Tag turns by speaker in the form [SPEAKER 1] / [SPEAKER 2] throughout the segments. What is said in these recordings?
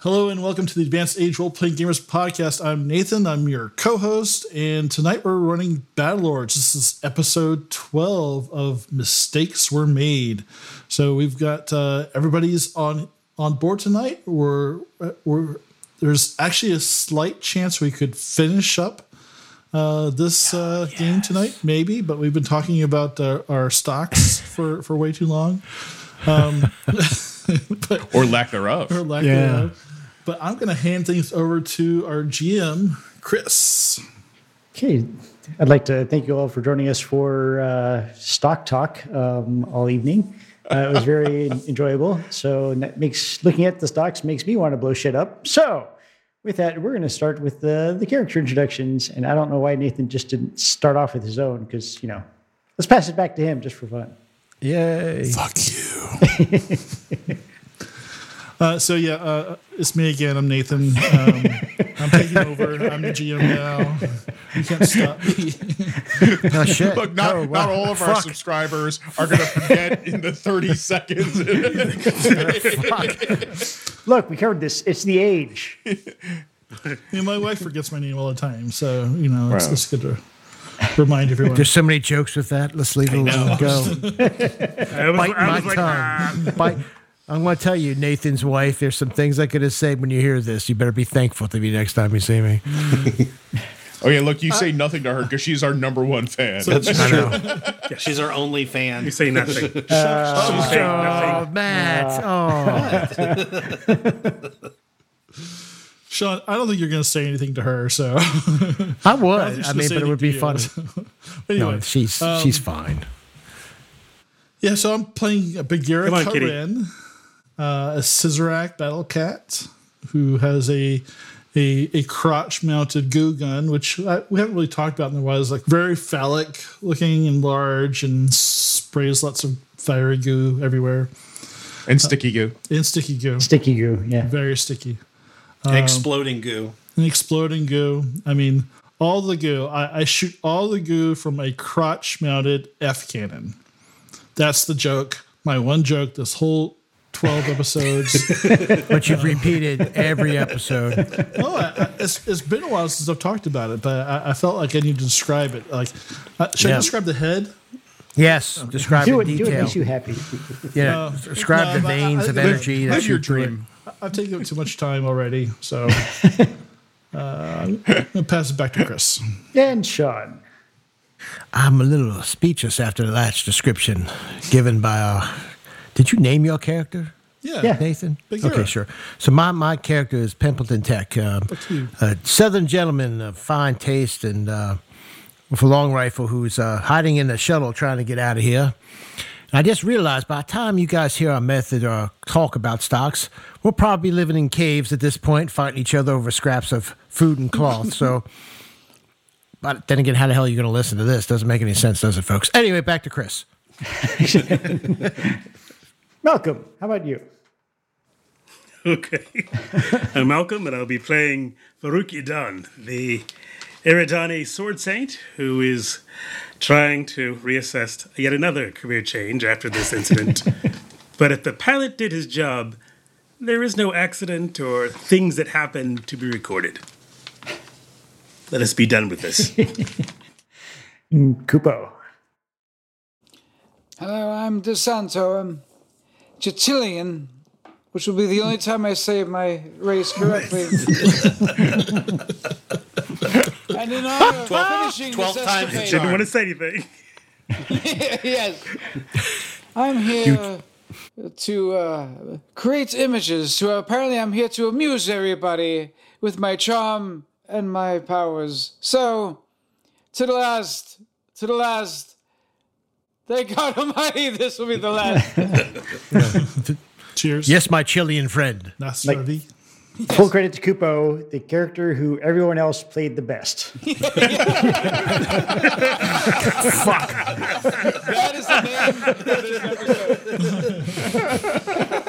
[SPEAKER 1] Hello and welcome to the Advanced Age Role Playing Gamers podcast. I'm Nathan. I'm your co-host, and tonight we're running Battle Lords. This is episode 12 of Mistakes Were Made. So we've got uh, everybody's on on board tonight. We're uh, we're there's actually a slight chance we could finish up uh, this uh, game tonight, maybe. But we've been talking about uh, our stocks for for way too long. Um, but
[SPEAKER 2] or lack thereof.
[SPEAKER 1] or lack
[SPEAKER 3] Yeah.
[SPEAKER 1] thereof. But I'm going to hand things over to our GM, Chris.
[SPEAKER 3] Okay, I'd like to thank you all for joining us for uh, Stock Talk um, all evening. Uh, it was very enjoyable. So that makes looking at the stocks makes me want to blow shit up. So with that, we're going to start with the the character introductions, and I don't know why Nathan just didn't start off with his own because you know let's pass it back to him just for fun.
[SPEAKER 4] Yay.
[SPEAKER 1] Fuck you. uh, so yeah, uh, it's me again. I'm Nathan. Um, I'm taking over. I'm the GM now. You can't stop me.
[SPEAKER 4] Oh, shit.
[SPEAKER 2] Look, not,
[SPEAKER 4] Oh,
[SPEAKER 2] not
[SPEAKER 4] wow.
[SPEAKER 2] all of our
[SPEAKER 4] Fuck.
[SPEAKER 2] subscribers are going to forget in the 30 seconds.
[SPEAKER 3] Look, we covered this. It's the age.
[SPEAKER 1] You know, my wife forgets my name all the time, so you know it's
[SPEAKER 2] Wow.
[SPEAKER 1] just good to remind everyone.
[SPEAKER 4] There's so many jokes with that. Let's leave it alone. Go.
[SPEAKER 5] I was,
[SPEAKER 4] Bite
[SPEAKER 5] I
[SPEAKER 4] my
[SPEAKER 5] was like, ah.
[SPEAKER 4] tongue. Bite. I'm going to tell you, Nathan's wife, there's some things I could have said when you hear this. You better be thankful to me next time you see me.
[SPEAKER 2] okay, Oh, look, you say nothing to her because she's our number one fan.
[SPEAKER 4] I know.
[SPEAKER 6] She's our only
[SPEAKER 5] you
[SPEAKER 6] fan.
[SPEAKER 5] say nothing. Uh, You say nothing.
[SPEAKER 4] Oh, Matt. Oh.
[SPEAKER 1] Sean, I don't think you're going to say anything to her. So
[SPEAKER 4] I
[SPEAKER 1] I was
[SPEAKER 4] would.
[SPEAKER 1] just
[SPEAKER 4] I
[SPEAKER 1] gonna
[SPEAKER 4] mean,
[SPEAKER 1] say
[SPEAKER 4] but it would be
[SPEAKER 1] anything
[SPEAKER 4] funny.
[SPEAKER 1] to anyway,
[SPEAKER 4] No, she's she's fine.
[SPEAKER 1] Yeah, so I'm playing a Bagheera
[SPEAKER 5] Come on, kitty.
[SPEAKER 1] Karen, uh, a Scissorak battle cat who has a a, a crotch mounted goo gun, which I, we haven't really talked about in a while. It's like very phallic looking and large and sprays lots of fiery goo everywhere
[SPEAKER 2] and Sticky Goo.
[SPEAKER 1] and sticky goo.
[SPEAKER 3] Sticky goo. Yeah.
[SPEAKER 1] Very sticky.
[SPEAKER 4] um,
[SPEAKER 6] Exploding goo.
[SPEAKER 1] An exploding goo. I mean, all the goo. I, I shoot all the goo from a crotch mounted F cannon. That's the joke. My one joke this whole 12 episodes.
[SPEAKER 4] But you've repeated every episode.
[SPEAKER 1] oh, I, I, it's, it's been a while since I've talked about it, but I, I felt like I need to describe it. Like, uh, should I
[SPEAKER 4] Yeah.
[SPEAKER 1] describe the head?
[SPEAKER 4] Yes, describe
[SPEAKER 3] Do
[SPEAKER 4] in
[SPEAKER 3] it. Do it
[SPEAKER 4] detail.
[SPEAKER 3] makes you happy.
[SPEAKER 4] yeah,
[SPEAKER 1] No,
[SPEAKER 4] describe
[SPEAKER 1] no,
[SPEAKER 4] the
[SPEAKER 1] but I-
[SPEAKER 4] veins
[SPEAKER 1] I-
[SPEAKER 4] of
[SPEAKER 1] live-
[SPEAKER 4] energy that
[SPEAKER 2] live your
[SPEAKER 4] shoot through it.
[SPEAKER 2] dream.
[SPEAKER 1] I've taken up too much time already, so uh, I'm gonna pass it back to Chris.
[SPEAKER 3] And Sean.
[SPEAKER 4] I'm a little speechless after the last description given by. Uh, did you name your character,
[SPEAKER 1] Yeah.
[SPEAKER 3] Yeah.
[SPEAKER 4] Nathan?
[SPEAKER 1] Big
[SPEAKER 4] okay,
[SPEAKER 1] Hero.
[SPEAKER 4] sure. So my, my character is Pimpleton Tech, uh,
[SPEAKER 1] you.
[SPEAKER 4] a Southern gentleman of fine taste and uh, with a long rifle who's uh, hiding in the shuttle trying to get out of here. And I just realized by the time you guys hear our method or our talk about stocks, we'll probably be living in caves at this point, fighting each other over scraps of food and cloth. so. But then again, how the hell are you going to listen to this? Doesn't make any sense, does it, folks? Anyway, back to Chris.
[SPEAKER 3] Malcolm. How about you?
[SPEAKER 5] Okay. I'm Malcolm, and I'll be playing Farouk Idan, the Eridani sword saint who is trying to reassess yet another career change after this incident. but if the pilot did his job, there is no accident or things that happen to be recorded. Let us be done with this.
[SPEAKER 3] Kupo.
[SPEAKER 7] Hello, I'm DeSanto. I'm Chichilian, which will be the only time I say my race correctly. and in honor of finishing
[SPEAKER 6] Twelve
[SPEAKER 7] this
[SPEAKER 6] times the
[SPEAKER 7] estimate-
[SPEAKER 5] Didn't want to say anything.
[SPEAKER 7] yes. I'm here to uh, create images. So apparently, I'm here to amuse everybody with my charm and my powers. So, to the last, to the last. Thank God Almighty, this will be the last.
[SPEAKER 1] Cheers.
[SPEAKER 4] Yes, my Chilean friend.
[SPEAKER 1] That's
[SPEAKER 3] Like-
[SPEAKER 1] Ravi.
[SPEAKER 3] Full credit to Kupo, the character who everyone else played the best.
[SPEAKER 7] That is the name of this episode.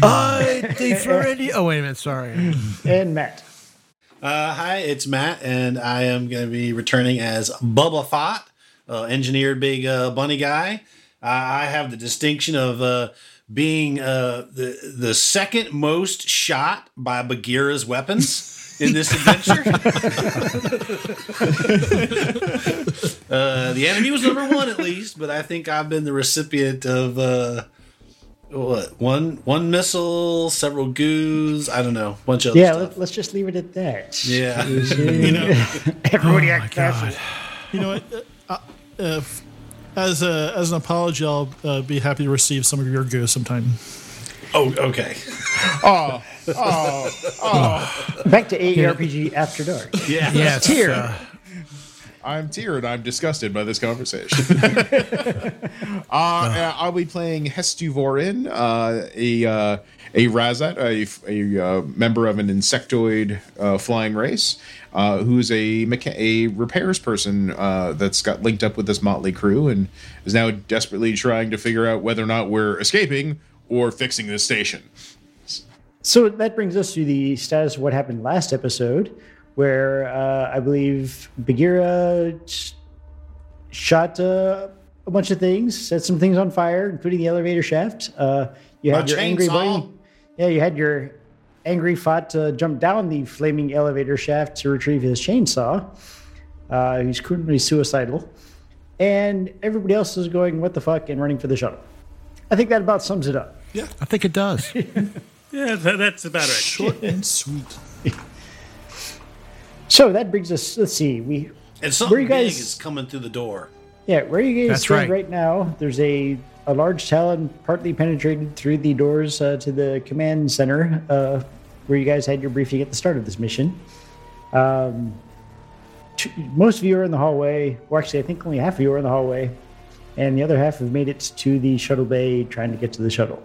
[SPEAKER 4] I think already. Oh wait a minute, sorry.
[SPEAKER 3] and Matt.
[SPEAKER 6] Uh, hi, it's Matt, and I am going to be returning as Bubba Fott, uh, engineer big uh, bunny guy. Uh, I have the distinction of uh, being uh, the the second most shot by Bagheera's weapons. In this adventure, uh, the enemy was number one at least, but I think I've been the recipient of uh, what one one missile, several goos, I don't know, bunch of other
[SPEAKER 3] Yeah,
[SPEAKER 6] stuff.
[SPEAKER 3] let, us just leave it at that.
[SPEAKER 6] Yeah.
[SPEAKER 1] You know,
[SPEAKER 3] Everybody act casual.
[SPEAKER 1] you know what? Uh, if, as a as an apology, I'll uh, be happy to receive some of your goo sometime.
[SPEAKER 6] Oh, okay.
[SPEAKER 3] Back to AARPG After Dark.
[SPEAKER 6] Yeah.
[SPEAKER 4] Yes.
[SPEAKER 3] Here.
[SPEAKER 4] uh,
[SPEAKER 2] I'm teared. I'm disgusted by this conversation. uh, uh, I'll be playing Hestuvorin, uh, a uh, a Razat, a, f- a, uh, member of an insectoid uh, flying race, uh, who's a mecha- a repairs person uh, that's got linked up with this motley crew and is now desperately trying to figure out whether or not we're escaping or fixing this station.
[SPEAKER 3] So that brings us to the status of what happened last episode, where uh, I believe Bagheera sh- shot uh, a bunch of things, set some things on fire, including the elevator shaft. Uh, you
[SPEAKER 6] My
[SPEAKER 3] had your angry
[SPEAKER 6] chainsaw.
[SPEAKER 3] buddy, yeah, you had your angry fought uh, jump down the flaming elevator shaft to retrieve his chainsaw. Uh, he's currently suicidal, and everybody else is going what the fuck and running for the shuttle. I think that about sums it up.
[SPEAKER 4] I think it does.
[SPEAKER 5] Yeah, tha- that's about right.
[SPEAKER 1] Short and sweet.
[SPEAKER 3] So that brings us. Let's see. We
[SPEAKER 6] And
[SPEAKER 3] Where
[SPEAKER 6] something
[SPEAKER 3] you guys-
[SPEAKER 6] big is coming through the door.
[SPEAKER 3] Yeah, where you guys
[SPEAKER 4] That's
[SPEAKER 3] stand
[SPEAKER 4] right.
[SPEAKER 3] right. now, there's a, a large talon partly penetrated through the doors uh, to the command center uh, where you guys had your briefing at the start of this mission. Um, t- most of you are in the hallway. Well, actually, I think only half of you are in the hallway, and the other half have made it to the shuttle bay trying to get to the shuttle.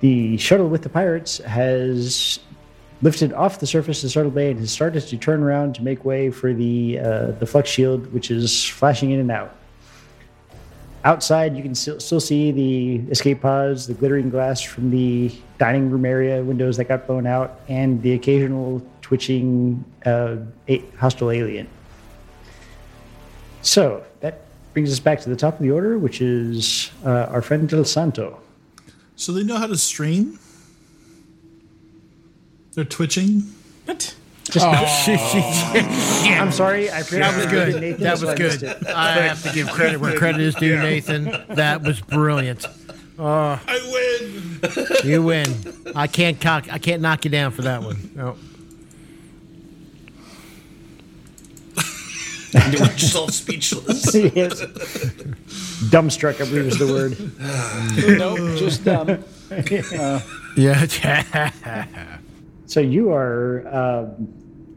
[SPEAKER 3] The shuttle with the pirates has lifted off the surface of the shuttle bay and has started to turn around to make way for the uh, the flux shield, which is flashing in and out. Outside, you can still, still see the escape pods, the glittering glass from the dining room area windows that got blown out, and the occasional twitching uh, a- hostile alien. So that brings us back to the top of the order, which is uh, our friend Del Santo.
[SPEAKER 1] So they know how to stream. They're twitching.
[SPEAKER 5] But
[SPEAKER 3] I'm sorry, I forgot
[SPEAKER 4] That was good. That was good. I have to give credit where credit is due, Nathan. That was brilliant.
[SPEAKER 1] I win.
[SPEAKER 4] You win. I can't cock. I can't knock you down for that one. No.
[SPEAKER 6] They were just all speechless.
[SPEAKER 3] yes. Dumbstruck, I believe is the word.
[SPEAKER 7] nope, just them.
[SPEAKER 4] Yeah.
[SPEAKER 3] So you are um,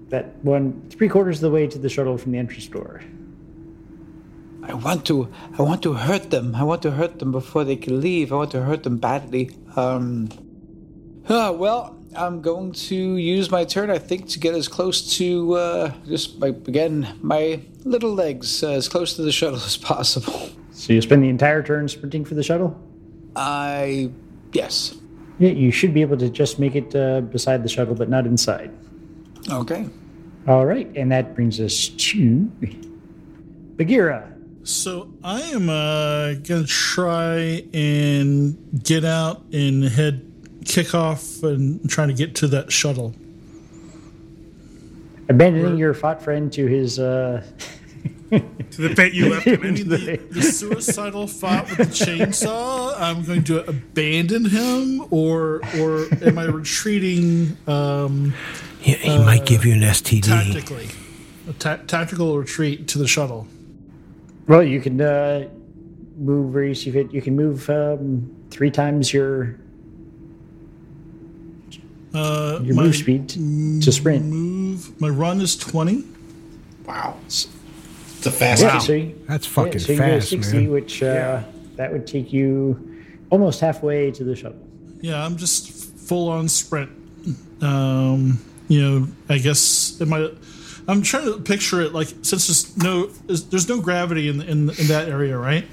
[SPEAKER 3] that one three quarters of the way to the shuttle from the entrance door.
[SPEAKER 7] I want to. I want to hurt them. I want to hurt them before they can leave. I want to hurt them badly. Um. huh, well, I'm going to use my turn. I think to get as close to uh, just my, again my little legs uh, as close to the shuttle as possible.
[SPEAKER 3] So you spend the entire turn sprinting for the shuttle.
[SPEAKER 7] I yes.
[SPEAKER 3] Yeah, you should be able to just make it uh, beside the shuttle, but not inside.
[SPEAKER 7] Okay.
[SPEAKER 3] All right, and that brings us to Bagheera.
[SPEAKER 1] So I am uh, gonna try and get out and head kick off and trying to get to that shuttle.
[SPEAKER 3] Abandoning your fought friend to his uh,
[SPEAKER 5] to the pit you left him in.
[SPEAKER 1] The, the suicidal fight with the chainsaw. I'm going to abandon him, or or am I retreating um,
[SPEAKER 4] he he might give you an STD.
[SPEAKER 1] tactically? A ta- tactical retreat to the shuttle.
[SPEAKER 3] Well, you can uh, move where you see fit. You can move um, three times your
[SPEAKER 1] Uh,
[SPEAKER 3] your
[SPEAKER 1] my
[SPEAKER 3] move speed t- to sprint.
[SPEAKER 1] move. My run is twenty.
[SPEAKER 6] Wow. It's a fast
[SPEAKER 3] Yeah, so you-
[SPEAKER 4] That's
[SPEAKER 3] yeah,
[SPEAKER 4] fucking
[SPEAKER 3] so you go
[SPEAKER 4] fast,
[SPEAKER 3] 60,
[SPEAKER 4] man.
[SPEAKER 3] which uh, that would take you almost halfway to the shuttle.
[SPEAKER 1] Yeah, I'm just full on sprint. Um, you know, I guess it might. I'm trying to picture it like since there's no there's there's no gravity in in, in that area, right?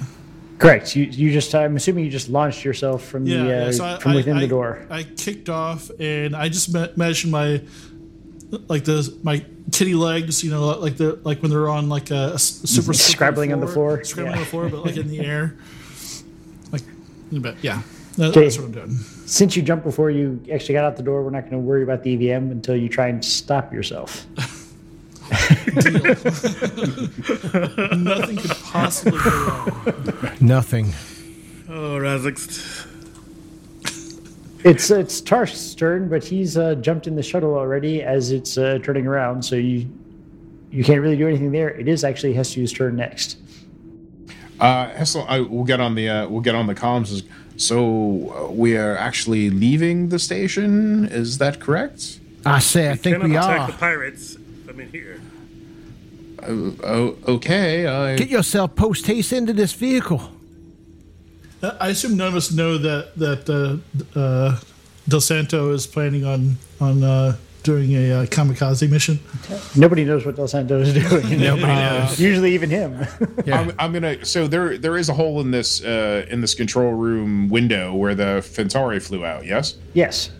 [SPEAKER 3] Correct. You, you just I'm assuming you just launched yourself from
[SPEAKER 1] Yeah,
[SPEAKER 3] the uh,
[SPEAKER 1] yeah, so I-
[SPEAKER 3] from
[SPEAKER 1] I-
[SPEAKER 3] within
[SPEAKER 1] I-
[SPEAKER 3] the door.
[SPEAKER 1] I kicked off, and I just ma- imagine my like the my kitty legs, you know, like the like when they're on like a, s- super slippery
[SPEAKER 3] Scrabbling on the floor,
[SPEAKER 1] scrabbling
[SPEAKER 3] yeah.
[SPEAKER 1] on the floor, but like in the air, like in a bit, yeah. That- that's what I'm doing.
[SPEAKER 3] Since you jumped before you actually got out the door, we're not going to worry about the EVM until you try and stop yourself.
[SPEAKER 1] Nothing could possibly go wrong.
[SPEAKER 4] Nothing.
[SPEAKER 5] Oh, Razix.
[SPEAKER 3] It's it's Tarsh's turn, but he's uh, jumped in the shuttle already as it's uh, turning around. So you you can't really do anything there. It is actually Hestu's turn next.
[SPEAKER 2] Uh, Hessel, I, we'll get on the uh, we'll get on the comms. So uh, we are actually leaving the station. Is that correct?
[SPEAKER 4] I say, I think
[SPEAKER 5] Cannot
[SPEAKER 4] we
[SPEAKER 5] attack
[SPEAKER 4] are.
[SPEAKER 5] the pirates from in here.
[SPEAKER 2] Oh, okay. I,
[SPEAKER 4] Get yourself post haste into this vehicle.
[SPEAKER 1] Uh, I assume none of us know that that uh, uh, Del Santo is planning on on uh, doing a uh, kamikaze mission.
[SPEAKER 3] Nobody knows what Del Santo is doing.
[SPEAKER 4] Nobody knows.
[SPEAKER 3] Usually, even him.
[SPEAKER 2] I'm, I'm gonna. So there there is a hole in this uh, in this control room window where the Fentauri flew out. Yes.
[SPEAKER 3] yes.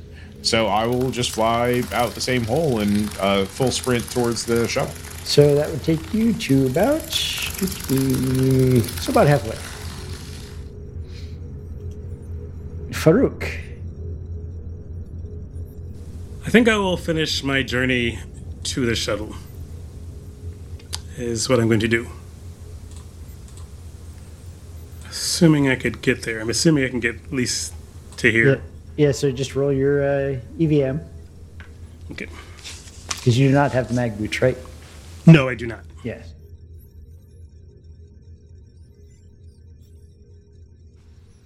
[SPEAKER 2] So I will just fly out the same hole and uh, full sprint towards the shuttle.
[SPEAKER 3] So that would take you to about so about halfway. Farouk.
[SPEAKER 5] I think I will finish my journey to the shuttle. Is what I'm going to do. Assuming I could get there. I'm assuming I can get at least to here.
[SPEAKER 3] Yeah. So just roll your uh, EVM
[SPEAKER 5] Okay.
[SPEAKER 3] because you do not have the mag boots, right?
[SPEAKER 5] No, I do not.
[SPEAKER 3] Yes.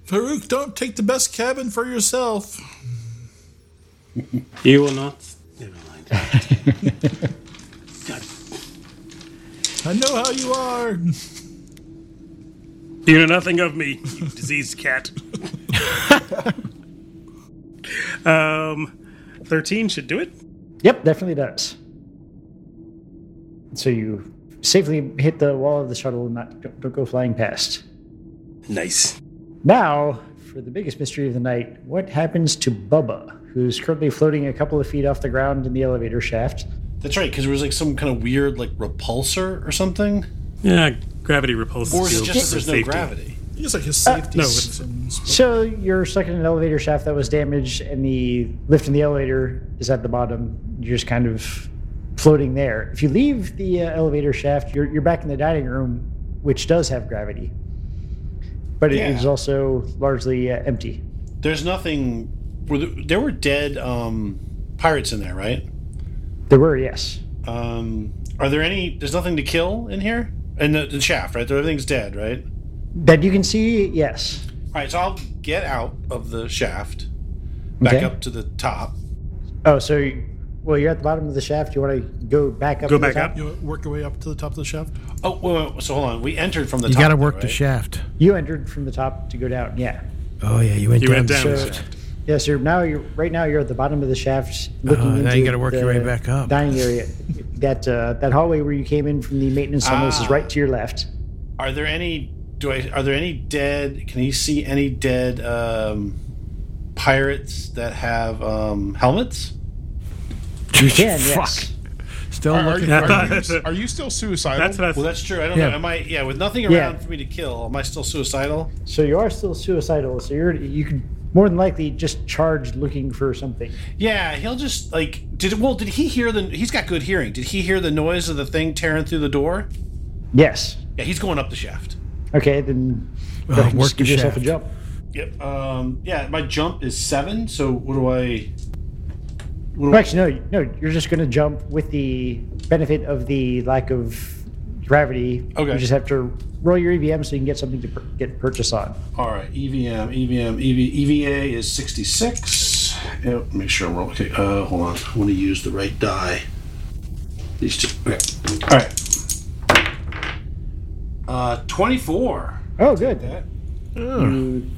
[SPEAKER 1] Farouk, don't take the best cabin for yourself.
[SPEAKER 5] You will not. Never mind. God.
[SPEAKER 1] I know how you are.
[SPEAKER 5] You know nothing of me, you diseased cat. um, 13 should do it.
[SPEAKER 3] Yep, definitely does. So you safely hit the wall of the shuttle and not don't, don't go flying past.
[SPEAKER 5] Nice.
[SPEAKER 3] Now, for the biggest mystery of the night, what happens to Bubba, who's currently floating a couple of feet off the ground in the elevator shaft?
[SPEAKER 6] That's right, because there was like some kind of weird like repulsor or something.
[SPEAKER 5] Yeah, gravity repulses
[SPEAKER 6] Or is it
[SPEAKER 5] you
[SPEAKER 6] just
[SPEAKER 5] for
[SPEAKER 6] that there's
[SPEAKER 5] safety.
[SPEAKER 6] no gravity?
[SPEAKER 1] He's like his
[SPEAKER 3] Uh,
[SPEAKER 1] safety.
[SPEAKER 5] no,
[SPEAKER 1] s-
[SPEAKER 3] So you're stuck in an elevator shaft that was damaged, and the lift in the elevator is at the bottom. You're just kind of floating there. If you leave the uh, elevator shaft, you're, you're back in the dining room, which does have gravity, but it is
[SPEAKER 6] Yeah.
[SPEAKER 3] also largely uh, empty.
[SPEAKER 6] There's nothing. Were there, there were dead um, pirates in there, right?
[SPEAKER 3] There were yes,
[SPEAKER 6] Um, are there any? There's nothing to kill in here. In the, the shaft, right? Everything's dead, right?
[SPEAKER 3] that you can see yes.
[SPEAKER 6] All right, so I'll get out of the shaft, back
[SPEAKER 3] Okay.
[SPEAKER 6] up to the top.
[SPEAKER 3] Oh, so you- well you're at the bottom of the shaft. You want to go back up?
[SPEAKER 5] Go
[SPEAKER 3] to the
[SPEAKER 5] back
[SPEAKER 3] top?
[SPEAKER 5] up.
[SPEAKER 1] You know, work your way up to the top of the shaft.
[SPEAKER 6] Oh, wait, wait, wait, so hold on. We entered from the
[SPEAKER 4] You
[SPEAKER 6] top.
[SPEAKER 4] got to
[SPEAKER 6] though,
[SPEAKER 4] work the
[SPEAKER 6] right?
[SPEAKER 4] shaft.
[SPEAKER 3] You entered from the top to go down. Yeah.
[SPEAKER 4] Oh yeah, you went
[SPEAKER 5] You
[SPEAKER 4] down.
[SPEAKER 5] went down.
[SPEAKER 4] the-
[SPEAKER 5] the
[SPEAKER 3] So-
[SPEAKER 5] shaft.
[SPEAKER 3] Yeah, so now you're right now you're at the bottom of the shaft, looking
[SPEAKER 4] Oh,
[SPEAKER 3] into
[SPEAKER 4] now you gotta work your way
[SPEAKER 3] the
[SPEAKER 4] back up.
[SPEAKER 3] Dining area, that uh, that hallway where you came in from the maintenance tunnels is
[SPEAKER 6] Ah.
[SPEAKER 3] right to your left.
[SPEAKER 6] Are there any? Do I? Are there any dead? Can you see any dead um, pirates that have um, helmets?
[SPEAKER 3] You can,
[SPEAKER 4] Fuck.
[SPEAKER 3] yes.
[SPEAKER 4] Still
[SPEAKER 2] Are, are
[SPEAKER 4] looking.
[SPEAKER 2] you,
[SPEAKER 5] at
[SPEAKER 2] are, you,
[SPEAKER 5] that.
[SPEAKER 2] are you still suicidal?
[SPEAKER 5] Oh, That's what I
[SPEAKER 6] Well,
[SPEAKER 5] thought.
[SPEAKER 6] that's true. I don't
[SPEAKER 4] Yeah.
[SPEAKER 6] know. Am I? Yeah, with nothing
[SPEAKER 3] Yeah.
[SPEAKER 6] around for me to kill, am I still suicidal?
[SPEAKER 3] So you are still suicidal. So you're you could more than likely just charge looking for something.
[SPEAKER 6] Yeah, he'll just like did. Well, did he hear the? He's got good hearing. Did he hear the noise of the thing tearing through the door?
[SPEAKER 3] Yes.
[SPEAKER 6] Yeah, he's going up the shaft.
[SPEAKER 3] Okay, then go
[SPEAKER 4] Oh,
[SPEAKER 3] ahead and
[SPEAKER 4] work
[SPEAKER 3] just give
[SPEAKER 4] the
[SPEAKER 3] yourself a
[SPEAKER 4] shaft.
[SPEAKER 3] jump.
[SPEAKER 6] Yep. Um. Yeah, my jump is seven. So what do I?
[SPEAKER 3] Well, actually, no, no. You're just going to jump with the benefit of the lack of gravity.
[SPEAKER 6] Okay.
[SPEAKER 3] You just have to roll your EVM so you can get something to pur- get purchase on.
[SPEAKER 6] All right, E EVM, EVM, EV, EVA E is 66. Yeah, make sure I'm rolling. Okay, uh, hold on. I want to use the right die. These two. Okay. All right. Uh, 24.
[SPEAKER 3] Oh, good.
[SPEAKER 6] that.
[SPEAKER 3] You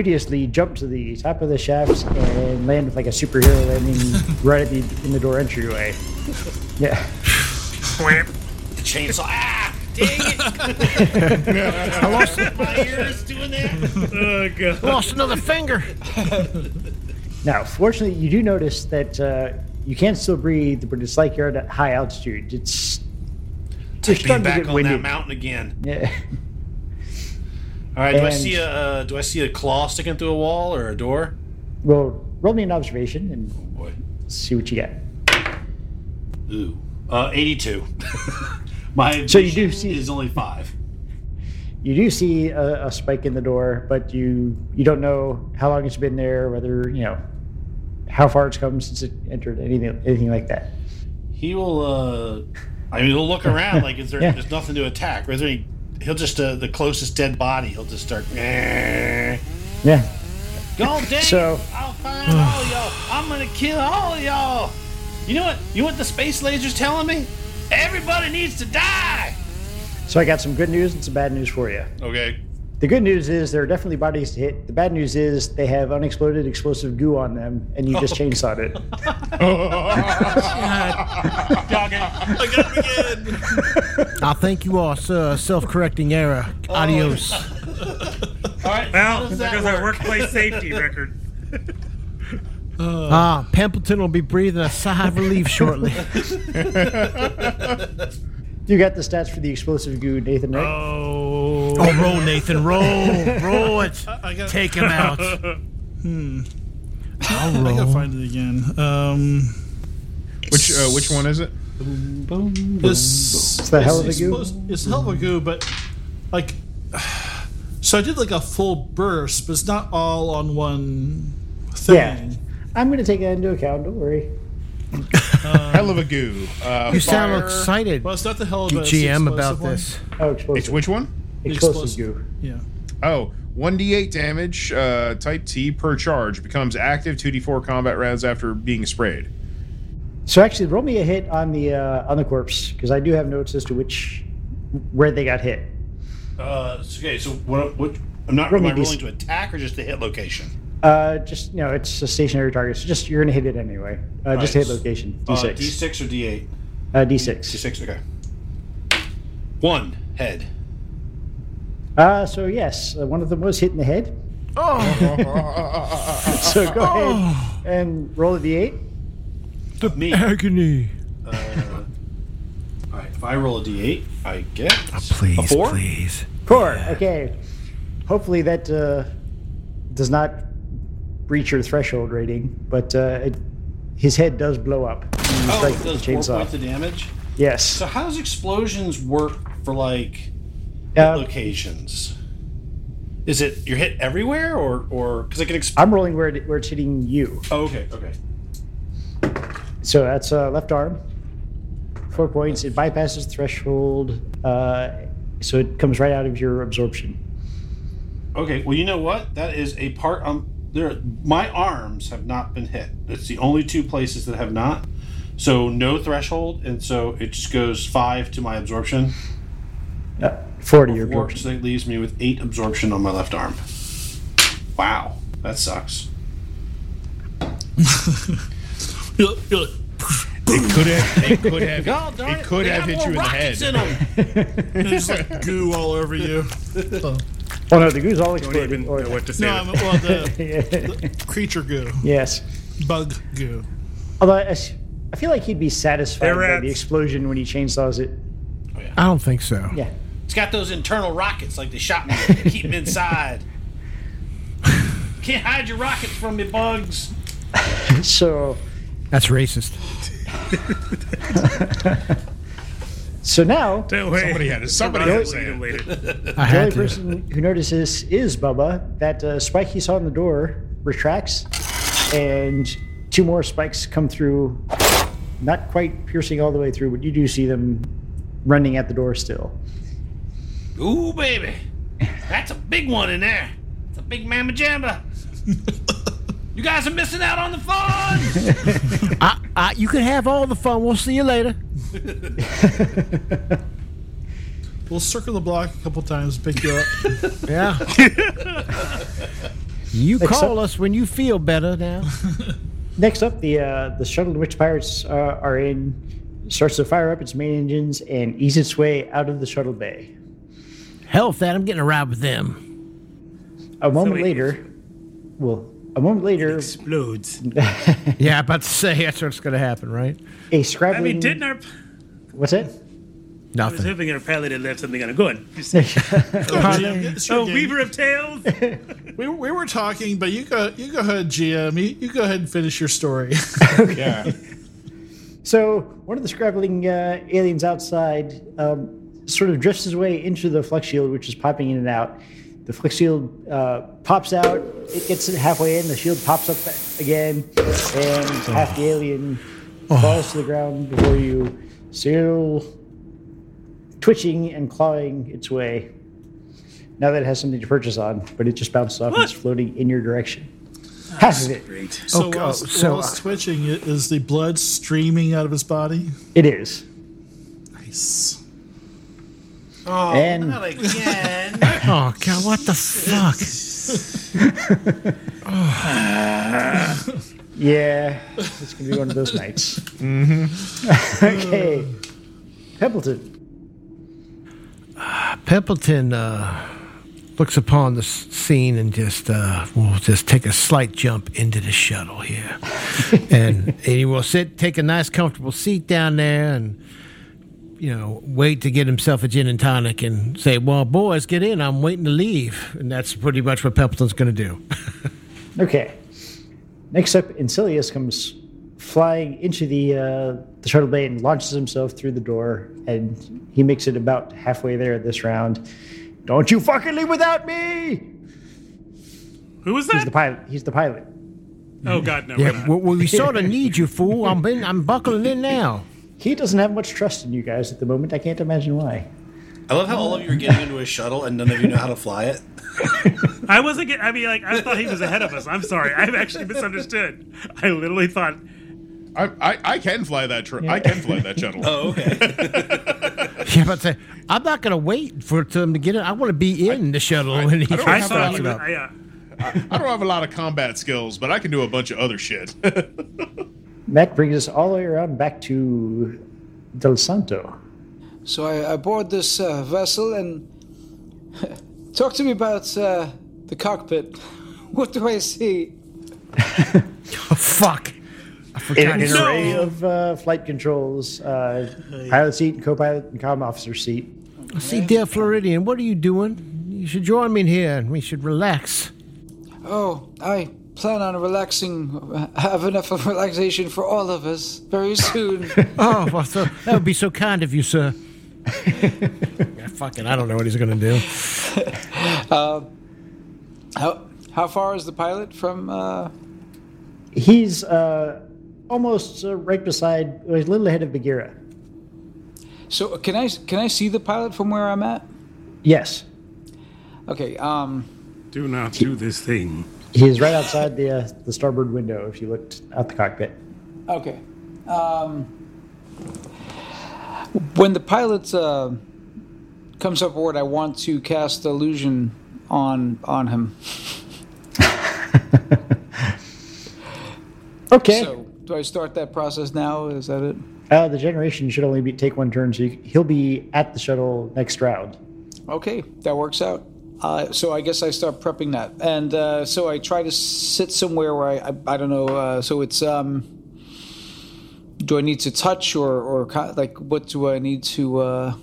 [SPEAKER 3] beauteously jump to the top of the shaft and land with like a superhero landing right at the in the door entryway. Yeah.
[SPEAKER 6] The chainsaw. Ah! Dang it!
[SPEAKER 4] I lost,
[SPEAKER 6] My ear is doing that.
[SPEAKER 5] oh, God.
[SPEAKER 4] lost another finger.
[SPEAKER 3] Now, fortunately, you do notice that uh, you can still breathe, but it's like you're at a high altitude. It's you're
[SPEAKER 6] Be
[SPEAKER 3] starting to
[SPEAKER 6] back
[SPEAKER 3] get
[SPEAKER 6] on
[SPEAKER 3] winded.
[SPEAKER 6] that mountain again.
[SPEAKER 3] Yeah.
[SPEAKER 8] All right. Do I
[SPEAKER 3] And-
[SPEAKER 8] see a uh, Do I see a claw sticking through a wall or a door?
[SPEAKER 3] Well, roll me an observation and
[SPEAKER 6] Boy.
[SPEAKER 3] see what you get.
[SPEAKER 6] Ooh. Uh, 82. My
[SPEAKER 3] So you do
[SPEAKER 6] vision
[SPEAKER 3] see-
[SPEAKER 6] is only five.
[SPEAKER 3] You do see a, a spike in the door, but you you don't know how long it's been there, whether you know how far it's come since it entered, anything anything like that.
[SPEAKER 8] He will. uh I mean, he'll look around like is there?
[SPEAKER 3] Yeah.
[SPEAKER 8] There's nothing to attack. Or is there any? He'll just uh, the closest dead body. He'll just start. "Eh."
[SPEAKER 3] Yeah.
[SPEAKER 8] Go dang
[SPEAKER 3] So-
[SPEAKER 8] it. I'll find all y'all. I'm gonna kill all y'all. You know what? You know what the space laser's telling me? Everybody needs to die.
[SPEAKER 3] So I got some good news and some bad news for you.
[SPEAKER 2] Oh.
[SPEAKER 8] Okay.
[SPEAKER 3] The good news is there are definitely bodies to hit. The bad news is they have unexploded explosive goo on them, and you just chainsawed it.
[SPEAKER 5] Dog it.
[SPEAKER 8] I got him again.
[SPEAKER 4] I think you are, sir. Self correcting error. Adios.
[SPEAKER 8] all right.
[SPEAKER 5] Well,
[SPEAKER 8] does
[SPEAKER 5] there
[SPEAKER 8] that
[SPEAKER 5] goes our workplace safety record.
[SPEAKER 4] Ah, Pimpleton will be breathing a sigh of relief shortly.
[SPEAKER 3] You got the stats for the explosive goo, Nathan, right?
[SPEAKER 4] Oh, roll, Nathan. Roll. Roll it. Take him out. I'll
[SPEAKER 1] I gotta
[SPEAKER 4] roll.
[SPEAKER 1] find it again. Um,
[SPEAKER 2] Which uh, which one is it?
[SPEAKER 1] this,
[SPEAKER 3] It's the hell of a goo.
[SPEAKER 1] explos- It's hell of a goo, but like, so I did like a full burst, but it's not all on one thing.
[SPEAKER 3] Yeah. I'm going to take that into account. Don't worry.
[SPEAKER 2] Hell of a goo. Uh,
[SPEAKER 4] You sound
[SPEAKER 2] fire.
[SPEAKER 4] excited,
[SPEAKER 1] Well, it's not the hell of a explosive
[SPEAKER 4] GM, about
[SPEAKER 1] one.
[SPEAKER 4] this.
[SPEAKER 3] Oh,
[SPEAKER 2] It's
[SPEAKER 3] explosive.
[SPEAKER 2] which one?
[SPEAKER 3] explosive,
[SPEAKER 1] explosive.
[SPEAKER 3] goo.
[SPEAKER 1] Yeah.
[SPEAKER 2] Oh, 1d8 damage, uh, type T per charge. Becomes active 2d4 combat rounds after being sprayed.
[SPEAKER 3] So actually, roll me a hit on the uh, on the corpse because I do have notes as to which where they got hit.
[SPEAKER 8] Uh, it's okay. So
[SPEAKER 6] What, what, I'm not
[SPEAKER 8] am I
[SPEAKER 3] Maybe
[SPEAKER 8] rolling to attack or just the hit location?
[SPEAKER 3] Uh, just you know, it's a stationary target, so just you're going to hit it anyway. Uh, just
[SPEAKER 6] Right.
[SPEAKER 3] hit location
[SPEAKER 6] Uh,
[SPEAKER 3] d6.
[SPEAKER 6] D6 or D8?
[SPEAKER 3] Uh, D6.
[SPEAKER 6] D6, okay.
[SPEAKER 8] One head.
[SPEAKER 3] Uh, so yes, uh, one of them was hit in the head. Oh. so go ahead and roll a d8.
[SPEAKER 6] Me.
[SPEAKER 4] Agony.
[SPEAKER 6] All right, if I roll a D8, I get
[SPEAKER 4] Please,
[SPEAKER 6] four?
[SPEAKER 4] please.
[SPEAKER 3] Four. Okay. Hopefully that uh, does not breach your threshold rating, but uh, it, his head does blow up. You
[SPEAKER 6] oh,
[SPEAKER 3] strike
[SPEAKER 6] it
[SPEAKER 3] the
[SPEAKER 6] does four
[SPEAKER 3] chainsaw.
[SPEAKER 6] points of damage.
[SPEAKER 3] Yes.
[SPEAKER 6] So how does explosions work for like
[SPEAKER 3] Uh,
[SPEAKER 6] locations?
[SPEAKER 8] Is it you're hit everywhere or or because I can exp-
[SPEAKER 3] I'm rolling where, it, where it's hitting you.
[SPEAKER 6] Oh, okay, okay.
[SPEAKER 3] So that's uh, left arm. Four points. It bypasses threshold, uh, so it comes right out of your absorption.
[SPEAKER 6] Okay, well, you know what? That is a part. Um, there, my arms have not been hit. It's the only two places that have not. So no threshold, and so it just goes five to my absorption.
[SPEAKER 3] Uh, four to your
[SPEAKER 6] Four,
[SPEAKER 3] absorption.
[SPEAKER 6] so that leaves me with eight absorption on my left arm. Wow, that sucks.
[SPEAKER 1] You're like- you're like,
[SPEAKER 2] It could have, it could have,
[SPEAKER 8] God darn
[SPEAKER 2] it could
[SPEAKER 8] they
[SPEAKER 2] have
[SPEAKER 8] got
[SPEAKER 2] hit
[SPEAKER 8] more
[SPEAKER 2] you in the
[SPEAKER 8] rockets
[SPEAKER 2] head.
[SPEAKER 8] in 'em.
[SPEAKER 1] there's like goo all over you.
[SPEAKER 3] Oh no, the goo's all
[SPEAKER 5] Don't
[SPEAKER 3] exploded.
[SPEAKER 5] even know
[SPEAKER 3] or-
[SPEAKER 5] what to say.
[SPEAKER 1] No, I'm, well, the
[SPEAKER 3] Yeah.
[SPEAKER 1] creature goo,
[SPEAKER 3] yes.
[SPEAKER 1] bug goo.
[SPEAKER 3] Although I, s- I feel like he'd be satisfied
[SPEAKER 5] They're
[SPEAKER 3] by the
[SPEAKER 5] rats.
[SPEAKER 3] explosion when he chainsaws it.
[SPEAKER 4] I don't think so.
[SPEAKER 3] Yeah.
[SPEAKER 8] It's got those internal rockets like they shot me. With. They keep them inside. Can't hide your rockets from me, bugs.
[SPEAKER 3] So
[SPEAKER 4] That's racist.
[SPEAKER 3] so now
[SPEAKER 5] Don't worry.
[SPEAKER 2] Somebody had it. Somebody
[SPEAKER 5] We'll
[SPEAKER 2] had
[SPEAKER 5] read
[SPEAKER 2] it.
[SPEAKER 5] them later.
[SPEAKER 4] I
[SPEAKER 3] the only
[SPEAKER 4] had to.
[SPEAKER 3] person who notices is Bubba. That uh, spike he saw in the door retracts, and two more spikes come through. Not quite piercing all the way through, but you do see them running at the door still.
[SPEAKER 8] Ooh, baby, that's a big one in there. It's a big mamma jamba. You guys are missing out on the fun.
[SPEAKER 4] I, I, you can have all the fun. We'll see you later.
[SPEAKER 1] We'll circle the block a couple times, pick you up.
[SPEAKER 4] Yeah. you call
[SPEAKER 3] Except-
[SPEAKER 4] us when you feel better now.
[SPEAKER 3] Next up, the uh, the shuttle to which pirates uh, are in starts to fire up its main engines and ease its way out of the shuttle bay.
[SPEAKER 4] Hell with that. I'm getting a ride with them.
[SPEAKER 3] A moment
[SPEAKER 5] it-
[SPEAKER 3] later, well, a moment later,
[SPEAKER 5] Explodes.
[SPEAKER 4] Yeah, about to say that's what's going to happen, right?
[SPEAKER 3] a scrabbling.
[SPEAKER 5] I mean, didn't our
[SPEAKER 3] What's it?
[SPEAKER 5] I was
[SPEAKER 4] Nothing.
[SPEAKER 5] hoping our pilot had left something on it. Go on.
[SPEAKER 1] GM, it's your
[SPEAKER 5] Oh,
[SPEAKER 1] game.
[SPEAKER 5] Weaver of Tales.
[SPEAKER 1] we, we were talking, but you go you go ahead, GM. You, you go ahead and finish your story.
[SPEAKER 2] Yeah.
[SPEAKER 3] So one of the scrabbling uh, aliens outside um, sort of drifts his way into the flex shield, which is popping in and out. The flex shield uh, pops out. It gets it halfway in. The shield pops up again, and half the alien falls to the ground before you. Still twitching and clawing its way. Now that it has something to purchase on, but it just bounced off and it's floating in your direction. Half of it.
[SPEAKER 5] Great.
[SPEAKER 1] So,
[SPEAKER 4] Okay,
[SPEAKER 1] while,
[SPEAKER 4] oh,
[SPEAKER 1] it's
[SPEAKER 4] so,
[SPEAKER 1] while it's twitching, it, is the blood streaming out of his body?
[SPEAKER 3] It is.
[SPEAKER 1] Nice.
[SPEAKER 3] and
[SPEAKER 4] Oh God! What the fuck?
[SPEAKER 3] Yeah, it's gonna be one of those nights. okay, Templeton.
[SPEAKER 4] Pimpleton uh, looks upon the s- scene and just uh, will just take a slight jump into the shuttle here, and, and he will sit, take a nice comfortable seat down there, and you know wait to get himself a gin and tonic and say, "Well, boys, get in. I'm waiting to leave," and that's pretty much what Pimpleton's going to do.
[SPEAKER 3] Okay. Next up, Incilius comes flying into the uh, the shuttle bay and launches himself through the door, and he makes it about halfway there this round. Don't you fucking leave without me!
[SPEAKER 5] Who was
[SPEAKER 3] He's
[SPEAKER 5] that?
[SPEAKER 3] the pilot. He's the pilot.
[SPEAKER 5] Oh God, no. we're
[SPEAKER 4] Yeah,
[SPEAKER 5] not.
[SPEAKER 4] well, we sort of need you, fool. I'm in, I'm buckling in now.
[SPEAKER 3] He doesn't have much trust in you guys at the moment. I can't imagine why.
[SPEAKER 9] I love how all of you are getting into a shuttle and none of you know how to fly it.
[SPEAKER 5] I wasn't. Get, I mean, like I thought he was ahead of us. I'm sorry. I've actually misunderstood. I literally thought.
[SPEAKER 2] I, I, I can fly that tr- I can fly that shuttle.
[SPEAKER 9] Oh, okay.
[SPEAKER 4] Yeah, but say, I'm not going to wait for them to get in. I want to be in the shuttle when he
[SPEAKER 2] don't
[SPEAKER 5] I
[SPEAKER 4] first
[SPEAKER 2] have
[SPEAKER 5] thought
[SPEAKER 4] starts it
[SPEAKER 5] he was,
[SPEAKER 4] up.
[SPEAKER 5] I, uh,
[SPEAKER 2] I don't have a lot of combat skills, but I can do a bunch of other shit.
[SPEAKER 3] That brings us all the way around back to Del Santo.
[SPEAKER 7] So I, I board this uh, vessel and talk to me about uh, the cockpit. What do I see?
[SPEAKER 4] Oh, Fuck. I forgot.
[SPEAKER 3] an
[SPEAKER 4] his-
[SPEAKER 3] array of uh, flight controls, uh, pilot seat, co-pilot, and comm officer seat.
[SPEAKER 4] See, dear Floridian, what are you doing? You should join me in here and we should relax.
[SPEAKER 7] Oh, I plan on relaxing, have enough of relaxation for all of us very soon.
[SPEAKER 4] Oh, well, so, that would be so kind of you, sir. yeah, fucking, I don't know what he's going to do.
[SPEAKER 7] how, how far is the pilot from? Uh,
[SPEAKER 3] He's uh, almost uh, right beside, well, he's a little ahead of Bagheera.
[SPEAKER 7] so can I can I see the pilot from where I'm at?
[SPEAKER 3] Yes,
[SPEAKER 7] Okay. Um.
[SPEAKER 5] do not do this thing.
[SPEAKER 3] he's right outside the uh, the starboard window. If you looked out the cockpit,
[SPEAKER 7] Okay. Um. When the pilot uh, comes aboard, I want to cast illusion on on him.
[SPEAKER 3] okay.
[SPEAKER 7] So do I start that process now? Is that it?
[SPEAKER 3] Uh, the generation should only be take one turn, so you, he'll be at the shuttle next round.
[SPEAKER 7] Okay, that works out. Uh, so I guess I start prepping that, and uh, so I try to sit somewhere where I I, I don't know. Uh, so it's um, do I need to touch or or co- like what do I need to? Uh,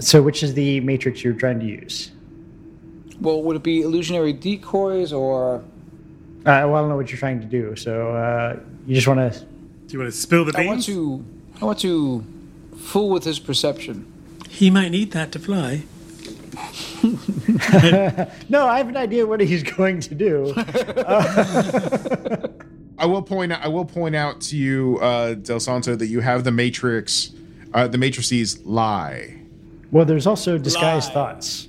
[SPEAKER 3] So, which is the matrix you're trying to use?
[SPEAKER 7] well, would it be illusionary decoys or?
[SPEAKER 3] Uh, well, I don't know what you're trying to do. So, uh, you just want to
[SPEAKER 5] Do you want to spill the
[SPEAKER 7] I
[SPEAKER 5] beans?
[SPEAKER 7] want to I want to fool with his perception.
[SPEAKER 5] He might need that to fly.
[SPEAKER 3] No, I have an idea what he's going to do.
[SPEAKER 2] I will point out, I will point out to you, uh, Del Santo, that you have the Matrix, uh, the matrices lie.
[SPEAKER 3] well, there's also disguised
[SPEAKER 7] Lie.
[SPEAKER 3] thoughts.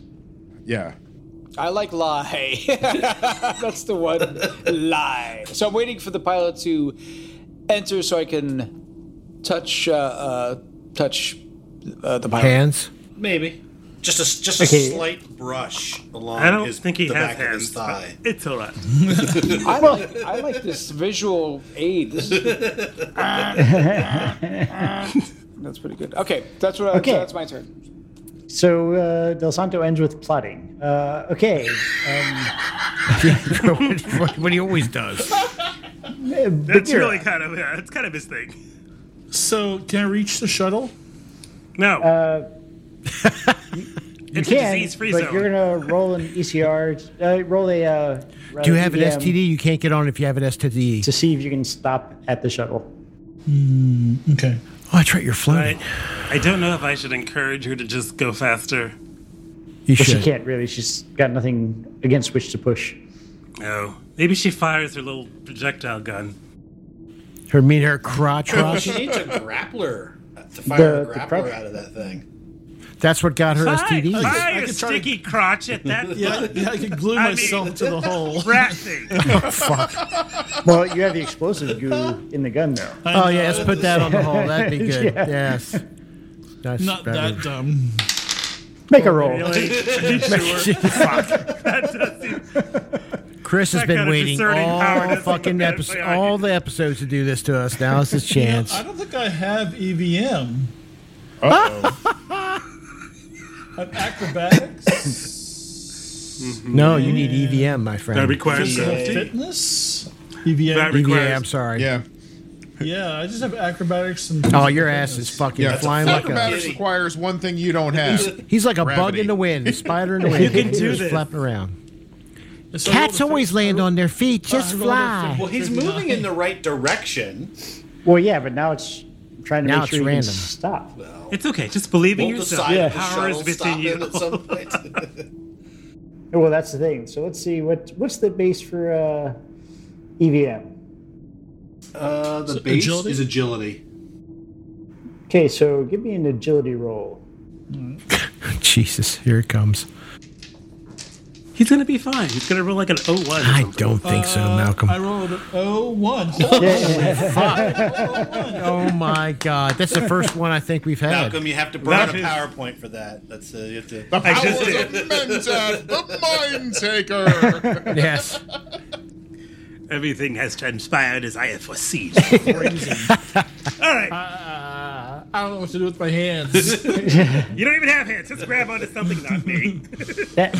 [SPEAKER 2] Yeah.
[SPEAKER 7] I like lie. That's the one lie. So I'm waiting for the pilot to enter so I can touch uh, uh, touch uh, the pilot.
[SPEAKER 4] Hands?
[SPEAKER 9] Maybe. Just a s- just a
[SPEAKER 3] Okay.
[SPEAKER 9] slight brush along
[SPEAKER 5] I don't
[SPEAKER 9] his,
[SPEAKER 5] think he
[SPEAKER 9] the
[SPEAKER 5] has
[SPEAKER 9] back of his
[SPEAKER 5] hands. but
[SPEAKER 9] thigh.
[SPEAKER 5] It's all right.
[SPEAKER 7] I like, I like this visual aid. This is- that's pretty good. Okay, that's what. I,
[SPEAKER 3] Okay.
[SPEAKER 7] that's my turn.
[SPEAKER 3] So uh, Del Santo ends with plotting. Uh, okay,
[SPEAKER 4] what, what he always does.
[SPEAKER 5] That's
[SPEAKER 3] Bagheera.
[SPEAKER 5] really kind of yeah, that's kind of his thing.
[SPEAKER 1] So can I reach the shuttle?
[SPEAKER 9] Uh,
[SPEAKER 5] No,
[SPEAKER 3] You
[SPEAKER 5] It's a
[SPEAKER 3] can,
[SPEAKER 5] disease-free
[SPEAKER 3] but
[SPEAKER 5] zone.
[SPEAKER 3] you're gonna roll an ECR. Uh, roll a. Uh,
[SPEAKER 4] Do you have an
[SPEAKER 3] EDM
[SPEAKER 4] STD? You can't get on if you have an STD.
[SPEAKER 3] to see if you can stop at the shuttle?
[SPEAKER 1] Okay.
[SPEAKER 4] oh, that's right. You're floating.
[SPEAKER 5] I, I don't know if I should encourage her to just go faster.
[SPEAKER 4] You
[SPEAKER 3] But she
[SPEAKER 4] should.
[SPEAKER 3] can't really. She's got nothing against which to push.
[SPEAKER 5] No. Maybe she fires her little projectile gun.
[SPEAKER 4] Her mean her crotch rush.
[SPEAKER 9] She needs a grappler uh, to fire
[SPEAKER 3] The-
[SPEAKER 9] a
[SPEAKER 3] the
[SPEAKER 9] grappler
[SPEAKER 3] prop-
[SPEAKER 9] out of that thing.
[SPEAKER 4] That's what got her
[SPEAKER 5] Fire,
[SPEAKER 4] STD.
[SPEAKER 1] I
[SPEAKER 5] fire
[SPEAKER 1] could try to-
[SPEAKER 5] sticky crotch at that
[SPEAKER 1] Yeah, yeah I could glue
[SPEAKER 5] I mean-
[SPEAKER 1] myself to the hole.
[SPEAKER 5] rat thing.
[SPEAKER 3] Well, you have the explosive goo in the gun, though.
[SPEAKER 4] Oh yeah,
[SPEAKER 1] uh,
[SPEAKER 4] let's put that on the hole. That'd be good. Yes. That's
[SPEAKER 1] Not
[SPEAKER 4] better.
[SPEAKER 1] that dumb.
[SPEAKER 3] Make a roll.
[SPEAKER 5] Really? Are you sure? Fuck. That does seem-
[SPEAKER 4] Chris has
[SPEAKER 5] That
[SPEAKER 4] been
[SPEAKER 5] kind of
[SPEAKER 4] waiting
[SPEAKER 5] discerning power
[SPEAKER 4] all
[SPEAKER 5] doesn't
[SPEAKER 4] fucking
[SPEAKER 5] appear to
[SPEAKER 4] episodes,
[SPEAKER 5] be on
[SPEAKER 4] all
[SPEAKER 5] you.
[SPEAKER 4] the episodes to do this to us. Now it's his chance.
[SPEAKER 1] I don't think I have E EVM. Uh oh. acrobatics.
[SPEAKER 4] No, you need EVM, my
[SPEAKER 5] That
[SPEAKER 4] friend.
[SPEAKER 5] requires
[SPEAKER 1] Physical
[SPEAKER 5] a,
[SPEAKER 1] fitness.
[SPEAKER 5] that
[SPEAKER 1] EVM.
[SPEAKER 4] EVA, I'm
[SPEAKER 5] requires
[SPEAKER 4] sorry.
[SPEAKER 2] Yeah.
[SPEAKER 1] Yeah, I just have acrobatics and.
[SPEAKER 4] Oh, your ass is fucking
[SPEAKER 2] Yeah.
[SPEAKER 4] flying like a.
[SPEAKER 2] Acrobatics requires one thing you don't have.
[SPEAKER 4] He's like a bug
[SPEAKER 2] Gravity.
[SPEAKER 4] in the wind, a spider in the wind. You
[SPEAKER 5] can do this.
[SPEAKER 4] flapping around.
[SPEAKER 1] So I rolled
[SPEAKER 4] Cats
[SPEAKER 1] a
[SPEAKER 4] always
[SPEAKER 1] fif-
[SPEAKER 4] land on their feet. Just
[SPEAKER 1] rolled a
[SPEAKER 4] fly.
[SPEAKER 1] fif-
[SPEAKER 9] Well, he's moving in the right direction.
[SPEAKER 3] Well, yeah, but now it's trying to
[SPEAKER 4] Now
[SPEAKER 3] make sure
[SPEAKER 4] it's
[SPEAKER 3] you can
[SPEAKER 4] random.
[SPEAKER 3] stop.
[SPEAKER 5] It's okay. Just believe in
[SPEAKER 9] Won't the
[SPEAKER 5] yourself.
[SPEAKER 9] side
[SPEAKER 3] Yeah.
[SPEAKER 9] of the
[SPEAKER 5] Power is
[SPEAKER 9] shuttle
[SPEAKER 5] within
[SPEAKER 9] stop him
[SPEAKER 5] you.
[SPEAKER 9] at some point?
[SPEAKER 3] Well, that's the thing. So let's see what what's the base for uh, EVM.
[SPEAKER 9] uh, the
[SPEAKER 1] So
[SPEAKER 9] base
[SPEAKER 1] agility?
[SPEAKER 9] is agility.
[SPEAKER 3] Okay, so give me an agility roll.
[SPEAKER 4] Jesus, here it comes.
[SPEAKER 5] He's gonna be fine. He's gonna roll like an 01 or
[SPEAKER 4] I
[SPEAKER 5] something.
[SPEAKER 4] don't think so,
[SPEAKER 1] I
[SPEAKER 4] Malcolm.
[SPEAKER 1] rolled an O one.
[SPEAKER 4] Oh my God, that's the first one I think we've had.
[SPEAKER 9] Malcolm, you have to burn
[SPEAKER 5] That
[SPEAKER 9] a
[SPEAKER 5] is-
[SPEAKER 9] PowerPoint for that. That's uh, you have to.
[SPEAKER 2] The
[SPEAKER 5] I just
[SPEAKER 2] powers
[SPEAKER 5] did.
[SPEAKER 2] of Mentat, the Mind Taker.
[SPEAKER 4] Yes.
[SPEAKER 5] Everything has transpired as I have foreseen. All
[SPEAKER 4] Uh,
[SPEAKER 5] right.
[SPEAKER 1] I don't know what to do with my hands.
[SPEAKER 5] You don't even have hands. Just grab onto something, not me.
[SPEAKER 3] That,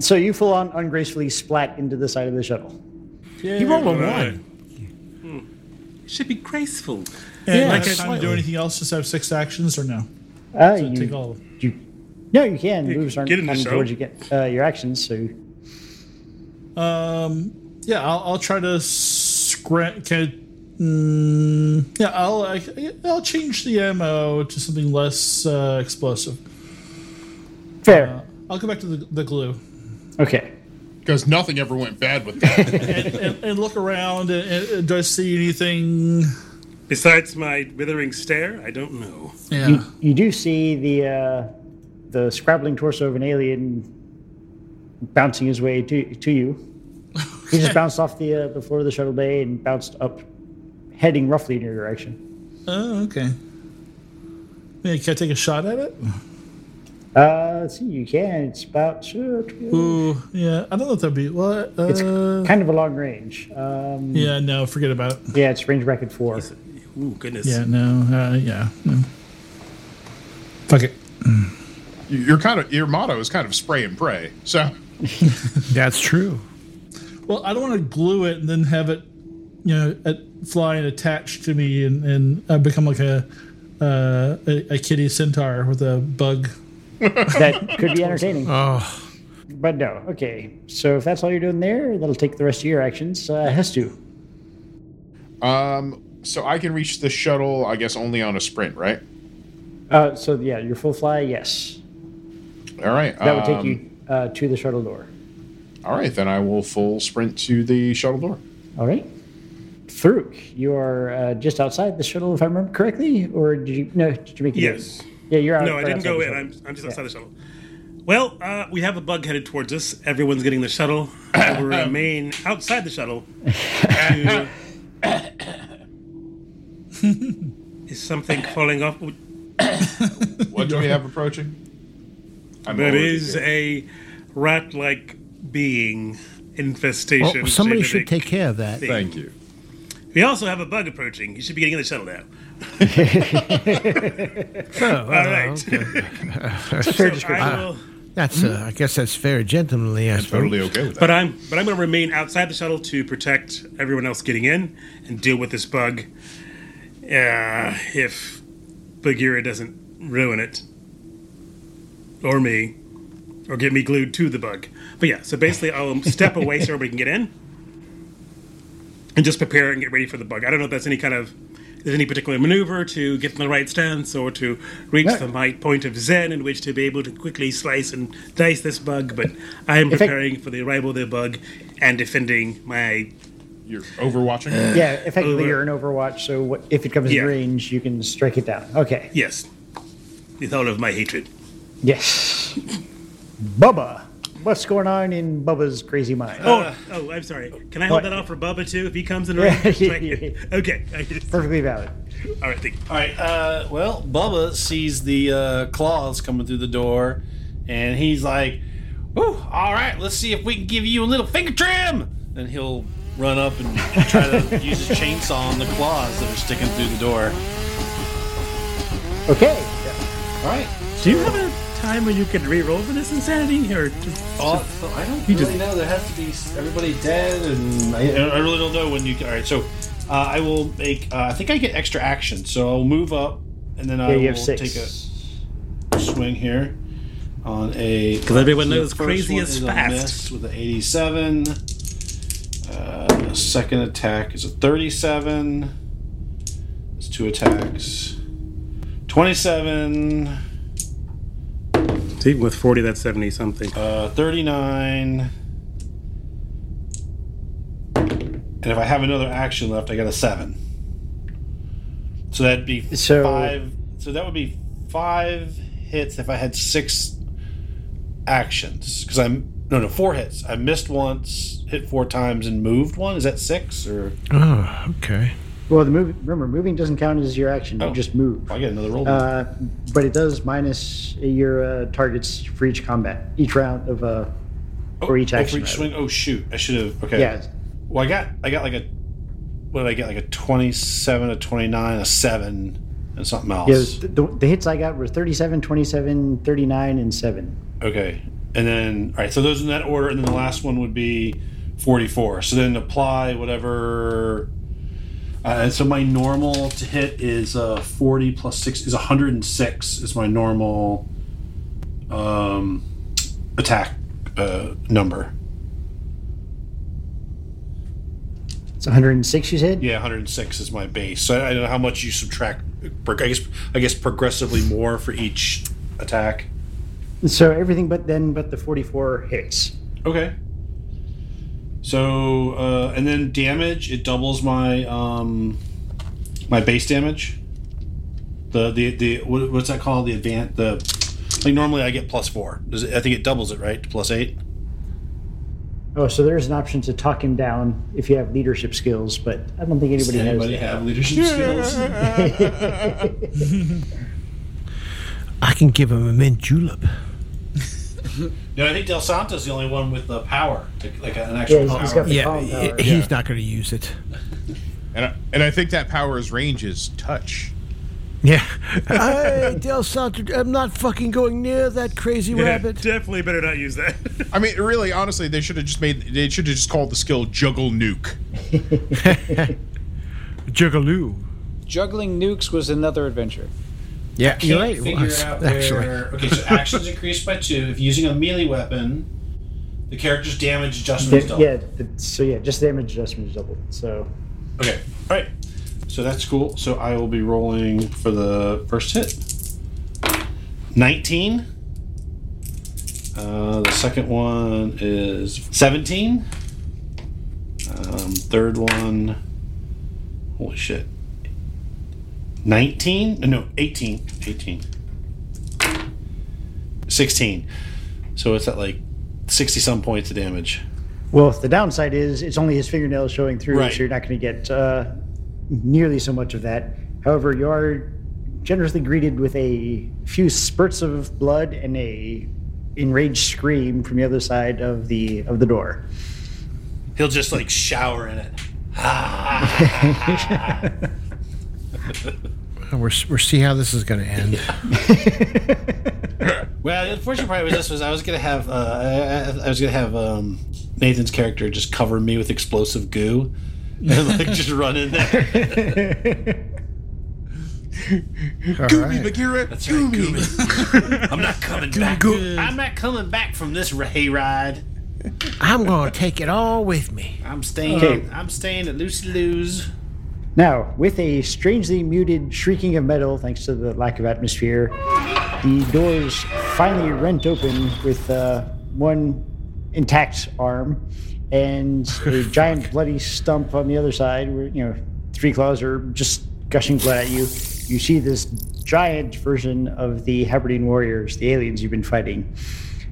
[SPEAKER 3] so you full on ungracefully splat into the side of the shuttle.
[SPEAKER 4] You roll a
[SPEAKER 5] Right.
[SPEAKER 4] one.
[SPEAKER 5] It should be graceful.
[SPEAKER 1] And
[SPEAKER 4] Yeah,
[SPEAKER 1] I can't
[SPEAKER 4] slightly.
[SPEAKER 1] do anything else. Just have six actions or no?
[SPEAKER 3] Uh,
[SPEAKER 1] So take
[SPEAKER 3] you,
[SPEAKER 1] all. of them.
[SPEAKER 3] you, no, you can. Moves aren't
[SPEAKER 5] get in the
[SPEAKER 3] counted
[SPEAKER 5] shuttle.
[SPEAKER 3] towards you get, uh, your actions, so you-
[SPEAKER 1] Um, yeah, I'll, I'll try to scrap. Can, mm, yeah, I'll I, I'll change the ammo to something less uh, explosive.
[SPEAKER 3] fair.
[SPEAKER 1] I'll go back to the, the glue
[SPEAKER 3] okay.
[SPEAKER 2] Because nothing ever went bad with that.
[SPEAKER 1] and, and look around. And, and, and do I see anything?
[SPEAKER 5] Besides my withering stare, I don't know.
[SPEAKER 1] Yeah.
[SPEAKER 3] You, you do see the uh, the scrabbling torso of an alien bouncing his way to to you. He just bounced off the uh, the floor of the shuttle bay and bounced up, heading roughly in your direction.
[SPEAKER 1] oh, okay. Yeah, can I take a shot at it?
[SPEAKER 3] Uh, let's see, you can. It's about uh,
[SPEAKER 1] Ooh, yeah. I don't know if that'd be what. Uh,
[SPEAKER 3] it's kind of a long range. Um,
[SPEAKER 1] yeah, no. Forget about it.
[SPEAKER 3] yeah, it's range bracket four.
[SPEAKER 5] Ooh, goodness.
[SPEAKER 1] Yeah, no. Uh, yeah. No. Fuck it.
[SPEAKER 2] your kind of your motto is kind of spray and pray. So
[SPEAKER 4] That's true.
[SPEAKER 1] Well, I don't want to glue it and then have it, you know, at, fly and attach to me and and uh, become like a, uh, a a kitty centaur with a bug.
[SPEAKER 3] That could be entertaining,
[SPEAKER 4] Oh,
[SPEAKER 3] but no. Okay, so if that's all you're doing there, that'll take the rest of your actions. Uh, has to.
[SPEAKER 2] um so I can reach the shuttle, I guess only on a sprint, right?
[SPEAKER 3] Uh, so yeah, your full fly, yes.
[SPEAKER 2] All right.
[SPEAKER 3] That would take
[SPEAKER 2] um,
[SPEAKER 3] you uh, to the shuttle door.
[SPEAKER 2] All right, then I will full sprint to the shuttle door.
[SPEAKER 3] All right. Thruk, you are uh, just outside the shuttle, if I remember correctly, or did you? No, did you make it? in?
[SPEAKER 5] Yes.
[SPEAKER 3] Yeah, you're out.
[SPEAKER 5] No, I
[SPEAKER 3] right
[SPEAKER 5] didn't
[SPEAKER 3] outside
[SPEAKER 5] go
[SPEAKER 3] the
[SPEAKER 5] in.
[SPEAKER 3] shuttle.
[SPEAKER 5] I'm, I'm just outside the shuttle. Well, uh, we have a bug headed towards us. Everyone's getting the shuttle. I will remain outside the shuttle. to- Is something falling off?
[SPEAKER 2] What do we have approaching? I'm
[SPEAKER 5] There
[SPEAKER 2] already
[SPEAKER 5] is
[SPEAKER 2] here.
[SPEAKER 5] a rat like being infestation.
[SPEAKER 4] well, somebody should take
[SPEAKER 5] genetic
[SPEAKER 4] care of that. Hmm?
[SPEAKER 5] thing.
[SPEAKER 2] Thank you.
[SPEAKER 5] We also have a bug approaching. You should be getting in the shuttle now.
[SPEAKER 4] Oh,
[SPEAKER 5] All right.
[SPEAKER 3] Fair
[SPEAKER 5] So
[SPEAKER 3] description.
[SPEAKER 5] I will,
[SPEAKER 4] That's uh, I guess that's fair, gentlemanly. I suppose.
[SPEAKER 2] Totally okay with that.
[SPEAKER 5] but I'm but I'm going to remain outside the shuttle to protect everyone else getting in and deal with this bug. Uh, if Bagheera doesn't ruin it, or me, or get me glued to the bug. But yeah, so basically, I'll step away so everybody can get in, and just prepare and get ready for the bug. I don't know if that's any kind of there's any particular maneuver to get in the right stance or to reach
[SPEAKER 3] No.
[SPEAKER 5] the right point of zen in which to be able to quickly slice and dice this bug. But I am preparing for the arrival of the bug and defending my
[SPEAKER 2] You're overwatching.
[SPEAKER 3] Yeah, effectively
[SPEAKER 5] Over.
[SPEAKER 3] you're in Overwatch, so what, if it comes
[SPEAKER 5] Yeah.
[SPEAKER 3] in range, you can strike it down. Okay.
[SPEAKER 5] yes with all of my hatred.
[SPEAKER 3] Uh, Yes. Bubba. What's going on in Bubba's crazy mind?
[SPEAKER 5] Oh, oh, I'm sorry. Can I hold
[SPEAKER 3] What?
[SPEAKER 5] that off for Bubba too? If he comes in,
[SPEAKER 3] Yeah,
[SPEAKER 5] right?
[SPEAKER 3] yeah, yeah.
[SPEAKER 5] okay.
[SPEAKER 3] Perfectly valid.
[SPEAKER 5] All right, thank you.
[SPEAKER 6] All right. Uh, well, Bubba sees the uh, claws coming through the door, and he's like, "Woo! All right, let's see if we can give you a little finger trim." And he'll run up and try to use his chainsaw on the claws that are sticking through the door.
[SPEAKER 3] Okay.
[SPEAKER 6] All right.
[SPEAKER 5] Do you have a time when you can re-roll for this insanity, or
[SPEAKER 6] Oh, so I don't really know. There has to be s- everybody dead, and I, I really don't know when you. All right, so uh, I will make. Uh, I think I get extra action, so I'll move up, and then I
[SPEAKER 3] Yeah, you
[SPEAKER 6] will
[SPEAKER 3] have six.
[SPEAKER 6] take a swing here on a.
[SPEAKER 5] Because everyone knows
[SPEAKER 6] first
[SPEAKER 5] crazy
[SPEAKER 6] one
[SPEAKER 5] is
[SPEAKER 6] a
[SPEAKER 5] fast.
[SPEAKER 6] miss with an eighty-seven. Uh, second attack is a thirty-seven. It's two attacks. Twenty-seven.
[SPEAKER 5] Even with forty, that's seventy something.
[SPEAKER 6] Uh, 39. And if I have another action left, I got a 7. So that'd be
[SPEAKER 3] So-
[SPEAKER 6] 5. So that would be 5 hits if I had 6 actions. Because I'm. No, no, 4 hits. I missed once, hit 4 times, and moved one. Is that 6? Or.
[SPEAKER 4] Oh, okay.
[SPEAKER 3] Well, the move, remember, moving doesn't count as your action. You just move.
[SPEAKER 6] Oh. I get another roll.
[SPEAKER 3] Uh, but it does minus your uh, targets for each combat, each round of, uh, or each
[SPEAKER 6] oh, for
[SPEAKER 3] action.
[SPEAKER 6] each
[SPEAKER 3] rather.
[SPEAKER 6] swing? Oh, shoot. I should have. Okay.
[SPEAKER 3] Yeah.
[SPEAKER 6] Well, I got I got like a what did I get? Like a twenty-seven, a twenty-nine, a seven, and something else.
[SPEAKER 3] Yeah, the, the, the hits I got were 37, 27, 39, and 7.
[SPEAKER 6] Okay, and then all right. So those in that order, and then the last one would be forty-four. So then apply whatever. Uh, so my normal to hit is uh, forty plus six is hundred and six. Is my normal um, attack uh, number?
[SPEAKER 3] It's 106, you said?
[SPEAKER 6] Yeah, 106 is my base. So I I don't know how much you subtract. I guess I guess progressively more for each attack.
[SPEAKER 3] So everything but then, but the 44 hits.
[SPEAKER 6] Okay. So uh, and then damage it doubles my um, my base damage. The the the what, what's that called? The advance the like normally I get plus four. Is it- I think it doubles it right to plus eight.
[SPEAKER 3] Oh, so there's an option to talk him down if you have leadership skills, but I don't think anybody knows. that.
[SPEAKER 6] have leadership skills?
[SPEAKER 4] I can give him a mint julep.
[SPEAKER 6] No, I think Del Santo's the only one with the power, like, like an
[SPEAKER 3] Yeah,
[SPEAKER 6] actual
[SPEAKER 3] he's,
[SPEAKER 6] power.
[SPEAKER 3] he's got the
[SPEAKER 4] Yeah,
[SPEAKER 3] palm power.
[SPEAKER 4] he's not going to use it.
[SPEAKER 2] And I, and I think that power's range is touch.
[SPEAKER 4] Yeah. hey, Del Santo, I'm not fucking going near that crazy rabbit.
[SPEAKER 5] Definitely better not use that.
[SPEAKER 2] I mean, really, honestly, they should have just made. They should have just called the skill Juggle Nuke.
[SPEAKER 4] Jugaloo.
[SPEAKER 7] Juggling nukes was another adventure.
[SPEAKER 4] Yeah, you're right. it
[SPEAKER 6] figure
[SPEAKER 4] was,
[SPEAKER 6] out where.
[SPEAKER 4] actually.
[SPEAKER 6] Okay, so actions increased by two. If using a melee weapon, the character's damage adjustment is
[SPEAKER 3] Yeah,
[SPEAKER 6] doubled.
[SPEAKER 3] yeah, the, so yeah, just damage adjustment is doubled. So
[SPEAKER 6] Okay. All right. So that's cool. So I will be rolling for the first hit. Nineteen. Uh, the second one is seventeen. Um, third one. Holy shit. 19 no 18 18 16 so it's at like 60 some points of damage
[SPEAKER 3] Well, the downside is it's only his fingernails showing through,
[SPEAKER 6] Right.
[SPEAKER 3] so you're not going to get uh, nearly so much of that. However, you are generously greeted with a few spurts of blood and a enraged scream from the other side of the of the door.
[SPEAKER 6] he'll just like shower in it
[SPEAKER 4] We're, we're see how this is going to end.
[SPEAKER 6] Well, the unfortunate part was this was I was gonna have uh, I, I- I was gonna have um, Nathan's character just cover me with explosive goo and like just run in there.
[SPEAKER 2] Gooby McGarrett.
[SPEAKER 8] That's right, Gooby. I'm not coming back.
[SPEAKER 9] I'm not coming back from this hayride.
[SPEAKER 4] I'm going to take it all with me.
[SPEAKER 3] Ah.
[SPEAKER 9] I'm staying.
[SPEAKER 3] Okay.
[SPEAKER 9] I'm staying at Lucy Lou's.
[SPEAKER 3] Now, with a strangely muted shrieking of metal thanks to the lack of atmosphere, the doors finally rent open with uh, one intact arm and a giant bloody stump on the other side where, you know, three claws are just gushing blood at you. You see this giant version of the Haberdine Warriors, the aliens you've been fighting.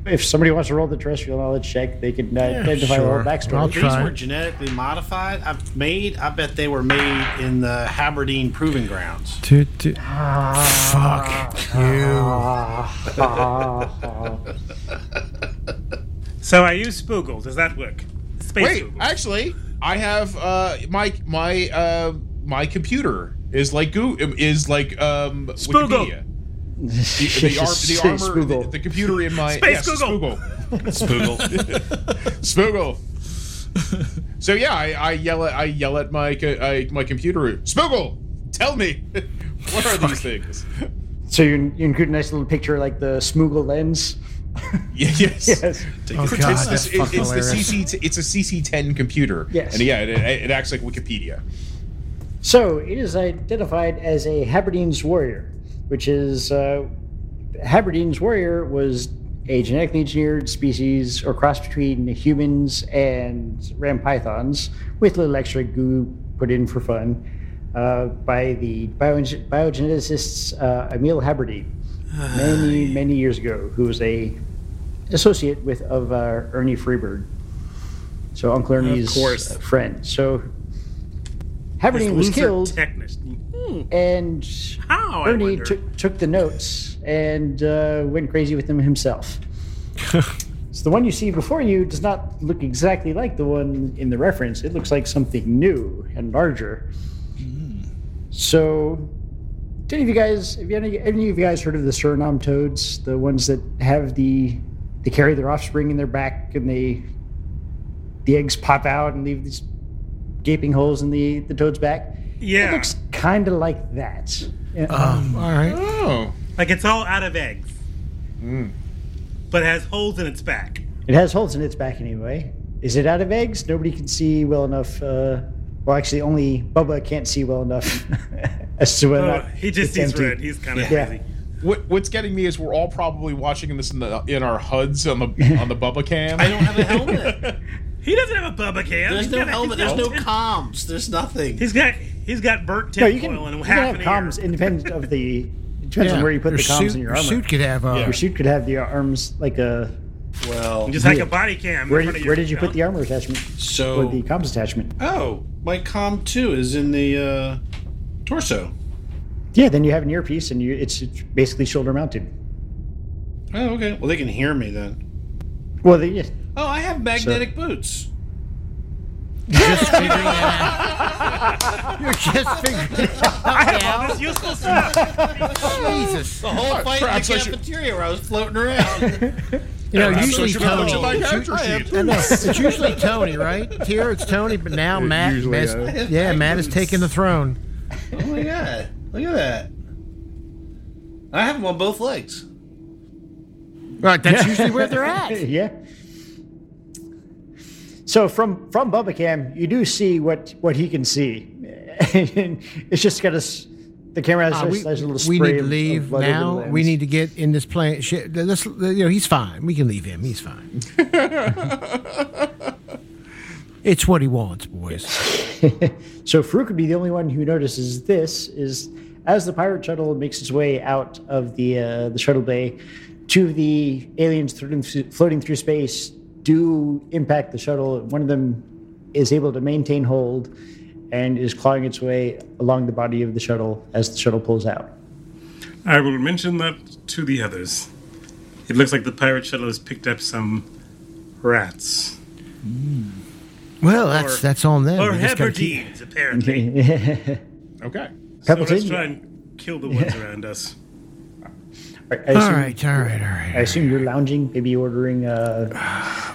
[SPEAKER 3] If somebody wants to roll the terrestrial knowledge check, they can uh, identify the
[SPEAKER 4] sure.
[SPEAKER 3] whole backstory.
[SPEAKER 4] I'll
[SPEAKER 9] These
[SPEAKER 4] Try.
[SPEAKER 9] were genetically modified. I've made. I bet they were made in the Haberdine Proving Grounds.
[SPEAKER 4] Toot, toot.
[SPEAKER 3] Ah.
[SPEAKER 4] Fuck you.
[SPEAKER 5] So I use Spoogle. Does that work? Space
[SPEAKER 2] Wait,
[SPEAKER 5] Spoogle.
[SPEAKER 2] actually, I have uh my my uh my computer is like goo is like um
[SPEAKER 5] Spoogle.
[SPEAKER 2] Wikipedia. The, the, arm, the armor, the,
[SPEAKER 3] Spoogle.
[SPEAKER 2] the computer in my yes,
[SPEAKER 5] Space Google.
[SPEAKER 2] Spoogle, Spoogle, Spoogle. So yeah, I, I yell at I yell at my co- I, my computer. Spoogle, tell me what are these things?
[SPEAKER 3] So you, you include a nice little picture like the Smoogle lens.
[SPEAKER 2] Yeah, yes.
[SPEAKER 3] Yes.
[SPEAKER 4] Oh,
[SPEAKER 2] It's,
[SPEAKER 4] God,
[SPEAKER 2] it's
[SPEAKER 4] that's
[SPEAKER 2] the- it's
[SPEAKER 4] fucking
[SPEAKER 2] the
[SPEAKER 4] hilarious.
[SPEAKER 2] CC. It's a CC10 computer.
[SPEAKER 3] Yes.
[SPEAKER 2] And yeah, it, it acts like Wikipedia.
[SPEAKER 3] So it is identified as a Haberdine's warrior, which is uh, Haberdine's warrior was a genetically engineered species or cross between humans and ram pythons, with little extra goo put in for fun uh, by the biogen- biogeneticist uh, Emil Haberdine many many years ago, who was a associate with of uh, Ernie Freebird. So Uncle Ernie's
[SPEAKER 5] course.
[SPEAKER 3] friend. So
[SPEAKER 5] This
[SPEAKER 3] Haberdine was
[SPEAKER 5] loser
[SPEAKER 3] killed
[SPEAKER 5] Technist. Hmm.
[SPEAKER 3] and
[SPEAKER 5] How, Oh, I
[SPEAKER 3] Ernie
[SPEAKER 5] wonder?
[SPEAKER 3] took took the notes and uh, went crazy with them himself. so the one you see before you does not look exactly like the one in the reference. It looks like something new and larger.
[SPEAKER 5] Hmm.
[SPEAKER 3] So, do any of you guys have you any, any of you guys heard of the Suriname toads? The ones that have the they carry their offspring in their back and they the eggs pop out and leave these gaping holes in the the toad's back. It
[SPEAKER 5] Yeah. Uh-huh.
[SPEAKER 3] looks kind of like that. Yeah.
[SPEAKER 4] Um, all right.
[SPEAKER 2] Oh,
[SPEAKER 5] Like it's all out of eggs,
[SPEAKER 2] Hmm.
[SPEAKER 5] but has holes in its back.
[SPEAKER 3] it has holes in its back anyway. Is it out of eggs? Nobody can see well enough. Uh, well, actually, only Bubba can't see well enough as to whether or
[SPEAKER 5] Oh,
[SPEAKER 3] not
[SPEAKER 5] he just
[SPEAKER 3] it's
[SPEAKER 5] sees
[SPEAKER 3] empty.
[SPEAKER 5] red. He's kind of
[SPEAKER 3] Yeah.
[SPEAKER 5] crazy.
[SPEAKER 2] what, what's getting me is we're all probably watching this in the in our HUDs on the on the Bubba cam.
[SPEAKER 9] I don't have a helmet.
[SPEAKER 5] He doesn't have a bubba can.
[SPEAKER 9] There's
[SPEAKER 5] He's
[SPEAKER 9] no
[SPEAKER 5] got a-
[SPEAKER 9] helmet.
[SPEAKER 5] he's
[SPEAKER 9] There's
[SPEAKER 5] got
[SPEAKER 9] no
[SPEAKER 5] tin-
[SPEAKER 9] comms. There's nothing.
[SPEAKER 5] He's got he's got burnt
[SPEAKER 3] No,
[SPEAKER 5] tinfoil
[SPEAKER 3] you can,
[SPEAKER 5] and
[SPEAKER 3] you can
[SPEAKER 5] half
[SPEAKER 3] have
[SPEAKER 5] an
[SPEAKER 3] comms
[SPEAKER 5] ear.
[SPEAKER 3] independent of the. It depends on
[SPEAKER 4] Yeah.
[SPEAKER 3] where you put the comms
[SPEAKER 4] suit,
[SPEAKER 3] in your
[SPEAKER 4] your
[SPEAKER 3] armor.
[SPEAKER 4] suit could have. Uh,
[SPEAKER 3] Your suit could have the arms like a.
[SPEAKER 9] Well,
[SPEAKER 5] Just like a
[SPEAKER 3] Yeah.
[SPEAKER 5] body cam. in
[SPEAKER 3] Where,
[SPEAKER 5] front of
[SPEAKER 3] you,
[SPEAKER 5] your
[SPEAKER 3] where did you put
[SPEAKER 5] mouth.
[SPEAKER 3] the armor attachment or
[SPEAKER 9] so
[SPEAKER 3] the comms attachment?
[SPEAKER 9] oh, my com two is in the uh, torso.
[SPEAKER 3] Yeah, then you have an earpiece and you it's it's basically shoulder mounted.
[SPEAKER 9] Oh, okay. Well, they can hear me then.
[SPEAKER 3] Well, they, yes.
[SPEAKER 9] Oh, I have magnetic boots.
[SPEAKER 4] You're just figuring it
[SPEAKER 5] All
[SPEAKER 4] out.
[SPEAKER 5] this useful stuff.
[SPEAKER 4] Jesus.
[SPEAKER 9] The whole fight
[SPEAKER 2] perhaps
[SPEAKER 9] in
[SPEAKER 2] I
[SPEAKER 9] the
[SPEAKER 2] should-
[SPEAKER 9] cafeteria where I was floating around.
[SPEAKER 4] You know,
[SPEAKER 2] I
[SPEAKER 4] usually
[SPEAKER 2] should have looked at my
[SPEAKER 4] Tony.
[SPEAKER 2] character sheet.
[SPEAKER 4] I know, it's usually Tony, right? Here it's Tony, but now Matt.
[SPEAKER 2] usually,
[SPEAKER 4] Matt's-
[SPEAKER 2] uh,
[SPEAKER 4] yeah, Matt is taking the throne.
[SPEAKER 9] oh my god! Look at that. I have them on both legs.
[SPEAKER 4] Right, that's usually where they're at.
[SPEAKER 3] yeah. So from from Bubba Cam, you do see what what he can see. it's just got a s- the camera has,
[SPEAKER 4] Uh,
[SPEAKER 3] has a little spray
[SPEAKER 4] we need to
[SPEAKER 3] of- of
[SPEAKER 4] leave
[SPEAKER 3] blood over the
[SPEAKER 4] now. We
[SPEAKER 3] lens.
[SPEAKER 4] need to get in this plane. Shit, let's, you know, he's fine. We can leave him. He's fine. it's what he wants, boys.
[SPEAKER 3] So Farouk would be the only one who notices this is as the pirate shuttle makes its way out of the uh, the shuttle bay, two of the aliens floating through, floating through space do impact the shuttle. One of them is able to maintain hold and is clawing its way along the body of the shuttle as the shuttle pulls out.
[SPEAKER 5] I will mention that to the others. It looks like the pirate shuttle has picked up some rats
[SPEAKER 4] Well, that's
[SPEAKER 5] Or-
[SPEAKER 4] that's on them.
[SPEAKER 5] or
[SPEAKER 4] We just gotta keep-
[SPEAKER 5] Hebrideans, apparently.
[SPEAKER 2] Okay.
[SPEAKER 5] So let's
[SPEAKER 3] Pebbleton,
[SPEAKER 5] try and kill the ones around us.
[SPEAKER 3] I, I
[SPEAKER 4] All
[SPEAKER 3] assume,
[SPEAKER 4] right, all right, all
[SPEAKER 3] I
[SPEAKER 4] right.
[SPEAKER 3] assume you're lounging, maybe ordering uh,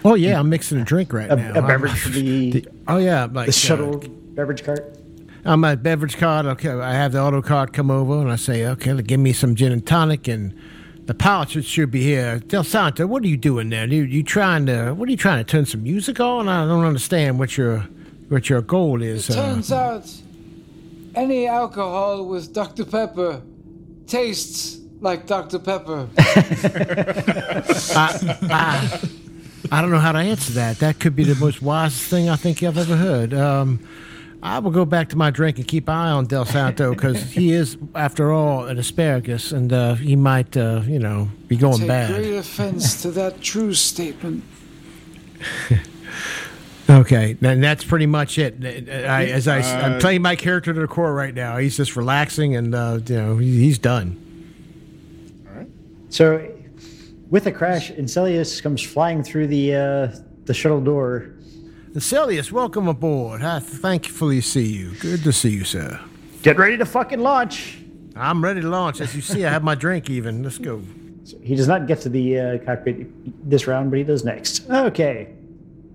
[SPEAKER 4] Oh yeah, I'm mixing a drink right
[SPEAKER 3] a,
[SPEAKER 4] now.
[SPEAKER 3] a
[SPEAKER 4] I'm-
[SPEAKER 3] beverage for the,
[SPEAKER 4] Oh yeah, like
[SPEAKER 3] the
[SPEAKER 4] uh,
[SPEAKER 3] shuttle beverage cart.
[SPEAKER 4] on my beverage card. Okay, I have the auto card come over and I say, okay, give me some gin and tonic and the pilot should, should be here. Del Santo, what are you doing there? You you trying to what are you trying to turn some music on? I don't understand what your what your goal is. Uh,
[SPEAKER 7] Turns out, any alcohol with Dr. Pepper tastes like Dr. Pepper.
[SPEAKER 4] I don't know how to answer that. That could be the most wisest thing I think I've ever heard. Um, I will go back to my drink and keep eye on Del Santo because he is, after all, an asparagus, and uh, he might, uh, you know, be going
[SPEAKER 7] Take
[SPEAKER 4] bad.
[SPEAKER 7] great offense to that true statement.
[SPEAKER 4] Okay, and that's pretty much it. I, as I, I'm playing my character to the core right now. He's just relaxing, and uh, you know he- he's done.
[SPEAKER 3] So, with a crash, Incelius comes flying through the uh, the shuttle door.
[SPEAKER 4] Celius, welcome aboard. I thankfully see you. Good to see you, sir.
[SPEAKER 3] Get ready to fucking launch.
[SPEAKER 4] I'm ready to launch. As you see, I have my drink. Even let's go.
[SPEAKER 3] He does not get to the uh, cockpit this round, but he does next. Okay,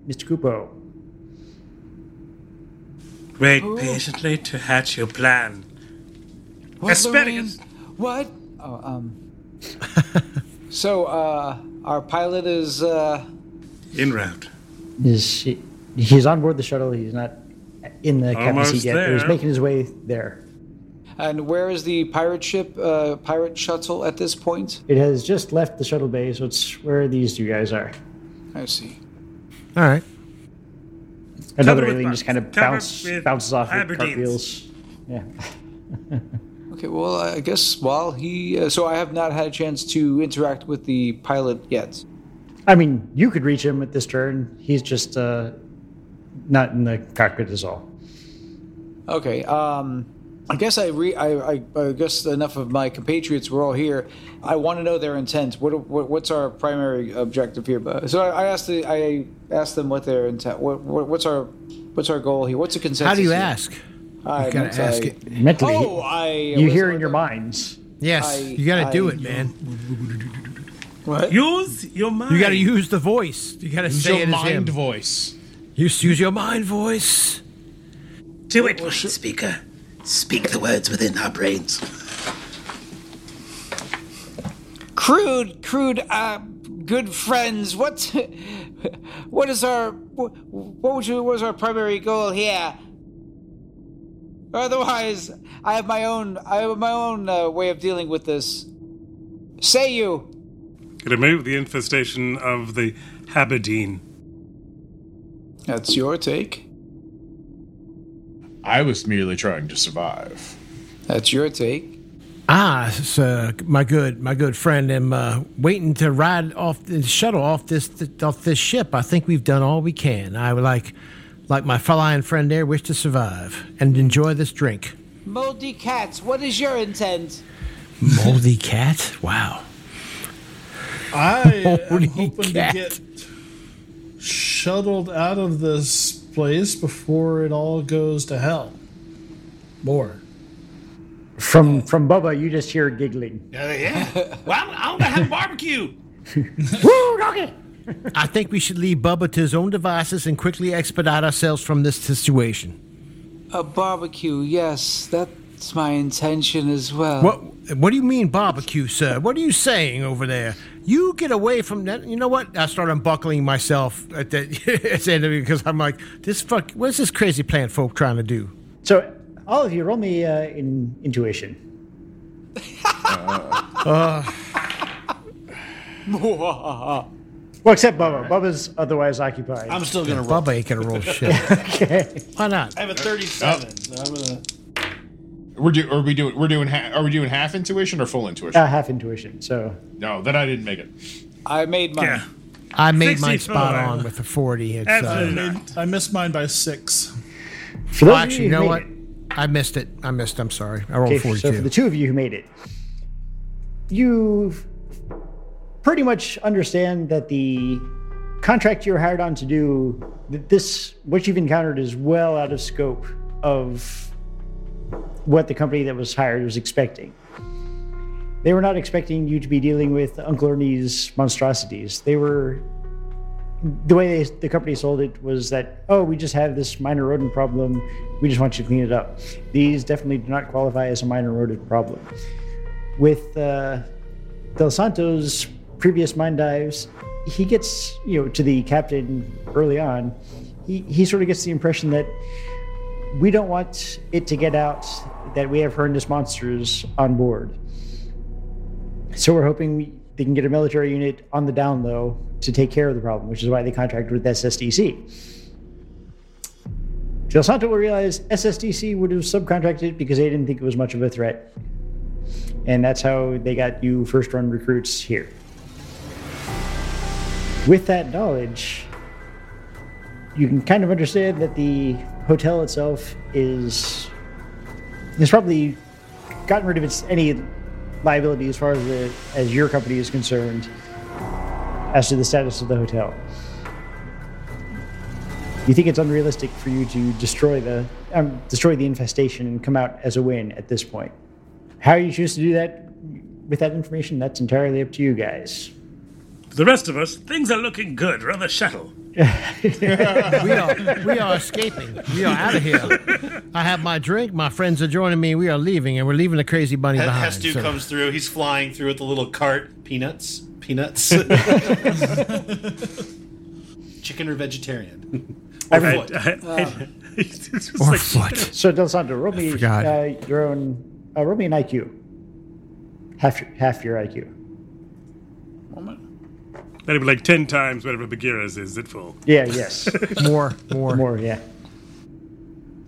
[SPEAKER 3] Mr. Kupo.
[SPEAKER 5] Wait
[SPEAKER 9] Oh.
[SPEAKER 5] patiently to hatch your plan.
[SPEAKER 7] What,
[SPEAKER 5] Asparagus.
[SPEAKER 7] Lorraine? What? Oh, um. so, uh, our pilot is, uh,
[SPEAKER 5] In route.
[SPEAKER 3] Is he, he's on board the shuttle? He's not in the captain
[SPEAKER 5] Almost
[SPEAKER 3] seat yet. but He's
[SPEAKER 5] there.
[SPEAKER 3] making his way there.
[SPEAKER 7] and where is the pirate ship, uh, pirate shuttle at this point?
[SPEAKER 3] It has just left the shuttle bay, so it's where these two guys are.
[SPEAKER 7] I see.
[SPEAKER 4] All right.
[SPEAKER 3] Another
[SPEAKER 5] Covered with
[SPEAKER 3] alien just kind
[SPEAKER 5] bugs.
[SPEAKER 3] of
[SPEAKER 5] Covered
[SPEAKER 3] bounce,
[SPEAKER 5] with
[SPEAKER 3] bounces off the
[SPEAKER 5] Aberdeen's.
[SPEAKER 3] cartwheels. Yeah.
[SPEAKER 7] Okay, well, I guess while he. Uh, so I have not had a chance to interact with the pilot yet.
[SPEAKER 3] I mean, you could reach him at this turn. He's just uh, not in the cockpit, is all.
[SPEAKER 7] Okay, um. I guess I, re- I, I I guess enough of my compatriots were all here. I want to know their intent. What, what what's our primary objective here? But so I, I asked the, I asked them what their intent. What, what what's our what's our goal here? What's the consensus?
[SPEAKER 4] How do you
[SPEAKER 7] here?
[SPEAKER 4] ask?
[SPEAKER 7] I
[SPEAKER 4] You gotta
[SPEAKER 7] meant
[SPEAKER 4] ask
[SPEAKER 7] I-
[SPEAKER 4] it.
[SPEAKER 3] Mentally,
[SPEAKER 7] Oh, I.
[SPEAKER 3] you
[SPEAKER 7] was-
[SPEAKER 3] hear in your minds.
[SPEAKER 4] Yes,
[SPEAKER 7] I-
[SPEAKER 4] you gotta do
[SPEAKER 7] I-
[SPEAKER 4] it, man.
[SPEAKER 7] What?
[SPEAKER 5] Use your mind.
[SPEAKER 4] You gotta use the voice. You gotta
[SPEAKER 2] Use
[SPEAKER 4] say
[SPEAKER 2] your
[SPEAKER 4] it as
[SPEAKER 2] mind
[SPEAKER 4] him.
[SPEAKER 2] voice.
[SPEAKER 4] use, use your mind voice.
[SPEAKER 5] Do it. Mike.
[SPEAKER 10] Speaker, speak the words within our brains.
[SPEAKER 7] crude, crude, uh, good friends. What, what is our, what, what was, your, what was our primary goal here? Otherwise, I have my own, I have my own uh, way of dealing with this. Say you.
[SPEAKER 5] Remove the infestation of the Haberdine.
[SPEAKER 7] That's your take.
[SPEAKER 2] I was merely trying to survive.
[SPEAKER 7] That's your take.
[SPEAKER 4] Ah, sir, my good, my good friend, am uh, waiting to ride off the shuttle off this off this ship. I think we've done all we can. I would like, like my flying friend there, wish to survive and enjoy this drink.
[SPEAKER 7] Moldy cats. What is your intent?
[SPEAKER 4] Moldy cat. Wow.
[SPEAKER 1] I am
[SPEAKER 4] Holy
[SPEAKER 1] hoping
[SPEAKER 4] cat.
[SPEAKER 1] to get shuttled out of this place before it all goes to hell. More.
[SPEAKER 3] From from Bubba, you just hear giggling.
[SPEAKER 8] Uh, yeah. Well, I'm, I'm gonna have a barbecue.
[SPEAKER 3] Woo, doggy!
[SPEAKER 4] I think we should leave Bubba to his own devices and quickly expedite ourselves from this situation.
[SPEAKER 7] A barbecue. Yes, that's my intention as well.
[SPEAKER 4] What What do you mean barbecue, sir? What are you saying over there? You get away from that. You know what? I start unbuckling myself at that at the end of it because I'm like, this fuck. What is this crazy plant folk trying to do?
[SPEAKER 3] So, all of you, roll me uh, in intuition. Well, except Bubba. Bubba's otherwise occupied.
[SPEAKER 9] I'm still gonna roll.
[SPEAKER 4] Bubba ain't gonna roll shit.
[SPEAKER 3] okay.
[SPEAKER 4] Why not?
[SPEAKER 9] I have a 37. So I'm gonna.
[SPEAKER 2] We're do, are we doing? We're doing. Ha- are we doing half intuition or full intuition?
[SPEAKER 3] Uh, half intuition. So,
[SPEAKER 2] no, then I didn't make it.
[SPEAKER 7] I made mine.
[SPEAKER 5] Yeah.
[SPEAKER 4] I made mine spot
[SPEAKER 5] 65.
[SPEAKER 4] on with the 40. It's,
[SPEAKER 5] Absolutely
[SPEAKER 4] uh,
[SPEAKER 5] not.
[SPEAKER 1] I missed mine by six.
[SPEAKER 3] for
[SPEAKER 4] well,
[SPEAKER 3] those
[SPEAKER 4] actually,
[SPEAKER 3] of
[SPEAKER 4] you
[SPEAKER 3] you who
[SPEAKER 4] know
[SPEAKER 3] made
[SPEAKER 4] what?
[SPEAKER 3] it-
[SPEAKER 4] I missed it. I missed. I'm sorry. I rolled
[SPEAKER 3] Okay, so for
[SPEAKER 4] 42.
[SPEAKER 3] the two of you who made it, you pretty much understand that the contract you're hired on to do, that this what you've encountered is well out of scope of what the company that was hired was expecting. They were not expecting you to be dealing with Uncle Ernie's monstrosities. They were the way they, the company sold it was that oh we just have this minor rodent problem we just want you to clean it up these definitely do not qualify as a minor rodent problem with uh, del santo's previous mine dives he gets you know to the captain early on he, he sort of gets the impression that we don't want it to get out that we have horrendous monsters on board so we're hoping we, they can get a military unit on the down low to take care of the problem, which is why they contracted with SSDC. Del Santo will realize SSDC would have subcontracted because they didn't think it was much of a threat. And that's how they got you first run recruits here. With that knowledge, you can kind of understand that the hotel itself is has probably gotten rid of its any liability as far as the as your company is concerned as to the status of the hotel. You think it's unrealistic for you to destroy the um, destroy the infestation and come out as a win at this point. How you choose to do that with that information, that's entirely up to you guys.
[SPEAKER 5] For the rest of us, things are looking good. Rather shuttle.
[SPEAKER 4] We are, we are escaping. We are out of here. I have my drink. My friends are joining me. We are leaving, and we're leaving the crazy bunny behind.
[SPEAKER 9] Hestu
[SPEAKER 4] so-
[SPEAKER 9] comes through. He's flying through with a little cart. Peanuts. Peanuts. Chicken or vegetarian? Or
[SPEAKER 5] I,
[SPEAKER 9] what?
[SPEAKER 5] I- I- it's just
[SPEAKER 4] or
[SPEAKER 5] like-
[SPEAKER 4] foot.
[SPEAKER 3] So Del Santo, roll me
[SPEAKER 4] forgot.
[SPEAKER 3] uh, your own uh, roll me an IQ. Half your, half your IQ.
[SPEAKER 5] That'd be like ten times whatever Bagheera's is at full.
[SPEAKER 3] Yeah, yes.
[SPEAKER 4] More, more,
[SPEAKER 3] More, yeah.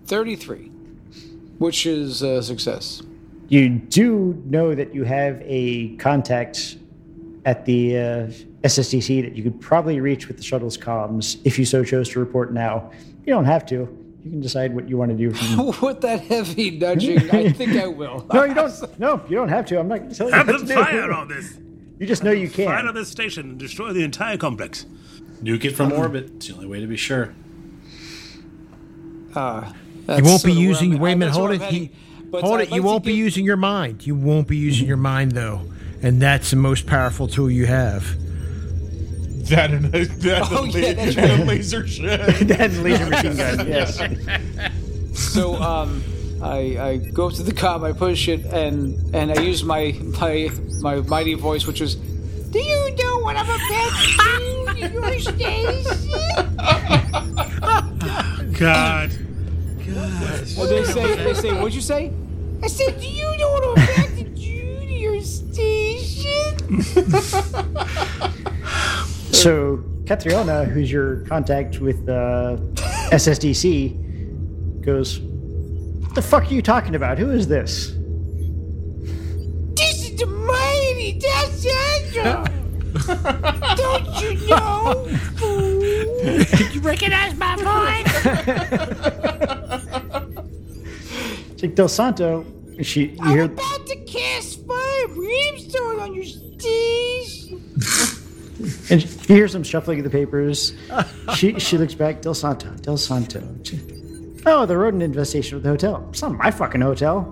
[SPEAKER 7] 33, which is a success.
[SPEAKER 3] You do know that you have a contact at the uh, SSDC that you could probably reach with the shuttle's comms if you so chose to report now. You don't have to. You can decide what you want to do. From-
[SPEAKER 7] With that heavy nudging, I think I will.
[SPEAKER 3] no, you don't. No, you don't have to. I'm not going to tell you.
[SPEAKER 5] Have
[SPEAKER 3] what
[SPEAKER 5] them
[SPEAKER 3] to do.
[SPEAKER 5] fire on this.
[SPEAKER 3] You just know you
[SPEAKER 5] Fire on
[SPEAKER 3] can.
[SPEAKER 5] this station and destroy the entire complex.
[SPEAKER 9] Nuke it from orbit. It's the only way to be sure.
[SPEAKER 7] Ah,
[SPEAKER 4] You
[SPEAKER 7] that's
[SPEAKER 4] won't be
[SPEAKER 7] sort of where
[SPEAKER 4] using.
[SPEAKER 7] I'm-
[SPEAKER 4] Wait a minute.
[SPEAKER 7] that's
[SPEAKER 4] Hold
[SPEAKER 7] where
[SPEAKER 4] it.
[SPEAKER 7] I'm
[SPEAKER 4] He,
[SPEAKER 7] heading. But
[SPEAKER 4] hold
[SPEAKER 7] I'd
[SPEAKER 4] it.
[SPEAKER 7] like
[SPEAKER 4] You
[SPEAKER 7] to
[SPEAKER 4] won't be
[SPEAKER 7] get-
[SPEAKER 4] using your mind. You won't be using your mind though, and that's the most powerful tool you have.
[SPEAKER 2] That and a, that
[SPEAKER 7] Oh,
[SPEAKER 2] and a
[SPEAKER 7] yeah,
[SPEAKER 2] la-
[SPEAKER 7] that's
[SPEAKER 2] and a laser shit.
[SPEAKER 3] Then laser machine gun. Yes.
[SPEAKER 7] So um, I, I go up to the com, I push it, and and I use my my my mighty voice, which is, "Do you know what I'm about to do to your station?"
[SPEAKER 5] God.
[SPEAKER 7] Well, they say they say, "What'd you say?" I said, "Do you know what I'm about to do to your station?"
[SPEAKER 3] So Catriona, who's your contact with uh, SSDC, goes, "The fuck are you talking about? Who is this?"
[SPEAKER 7] This is the mighty Dassandra. Don't you know?
[SPEAKER 8] You recognize my voice?
[SPEAKER 3] It's like Del Santo. She, you
[SPEAKER 7] I'm
[SPEAKER 3] hear,
[SPEAKER 7] about to cast fire brimstone on your station.
[SPEAKER 3] and you hear some shuffling of the papers. She, she looks back. Del Santo. Del Santo. Oh, the rodent infestation at the hotel. It's not my fucking hotel.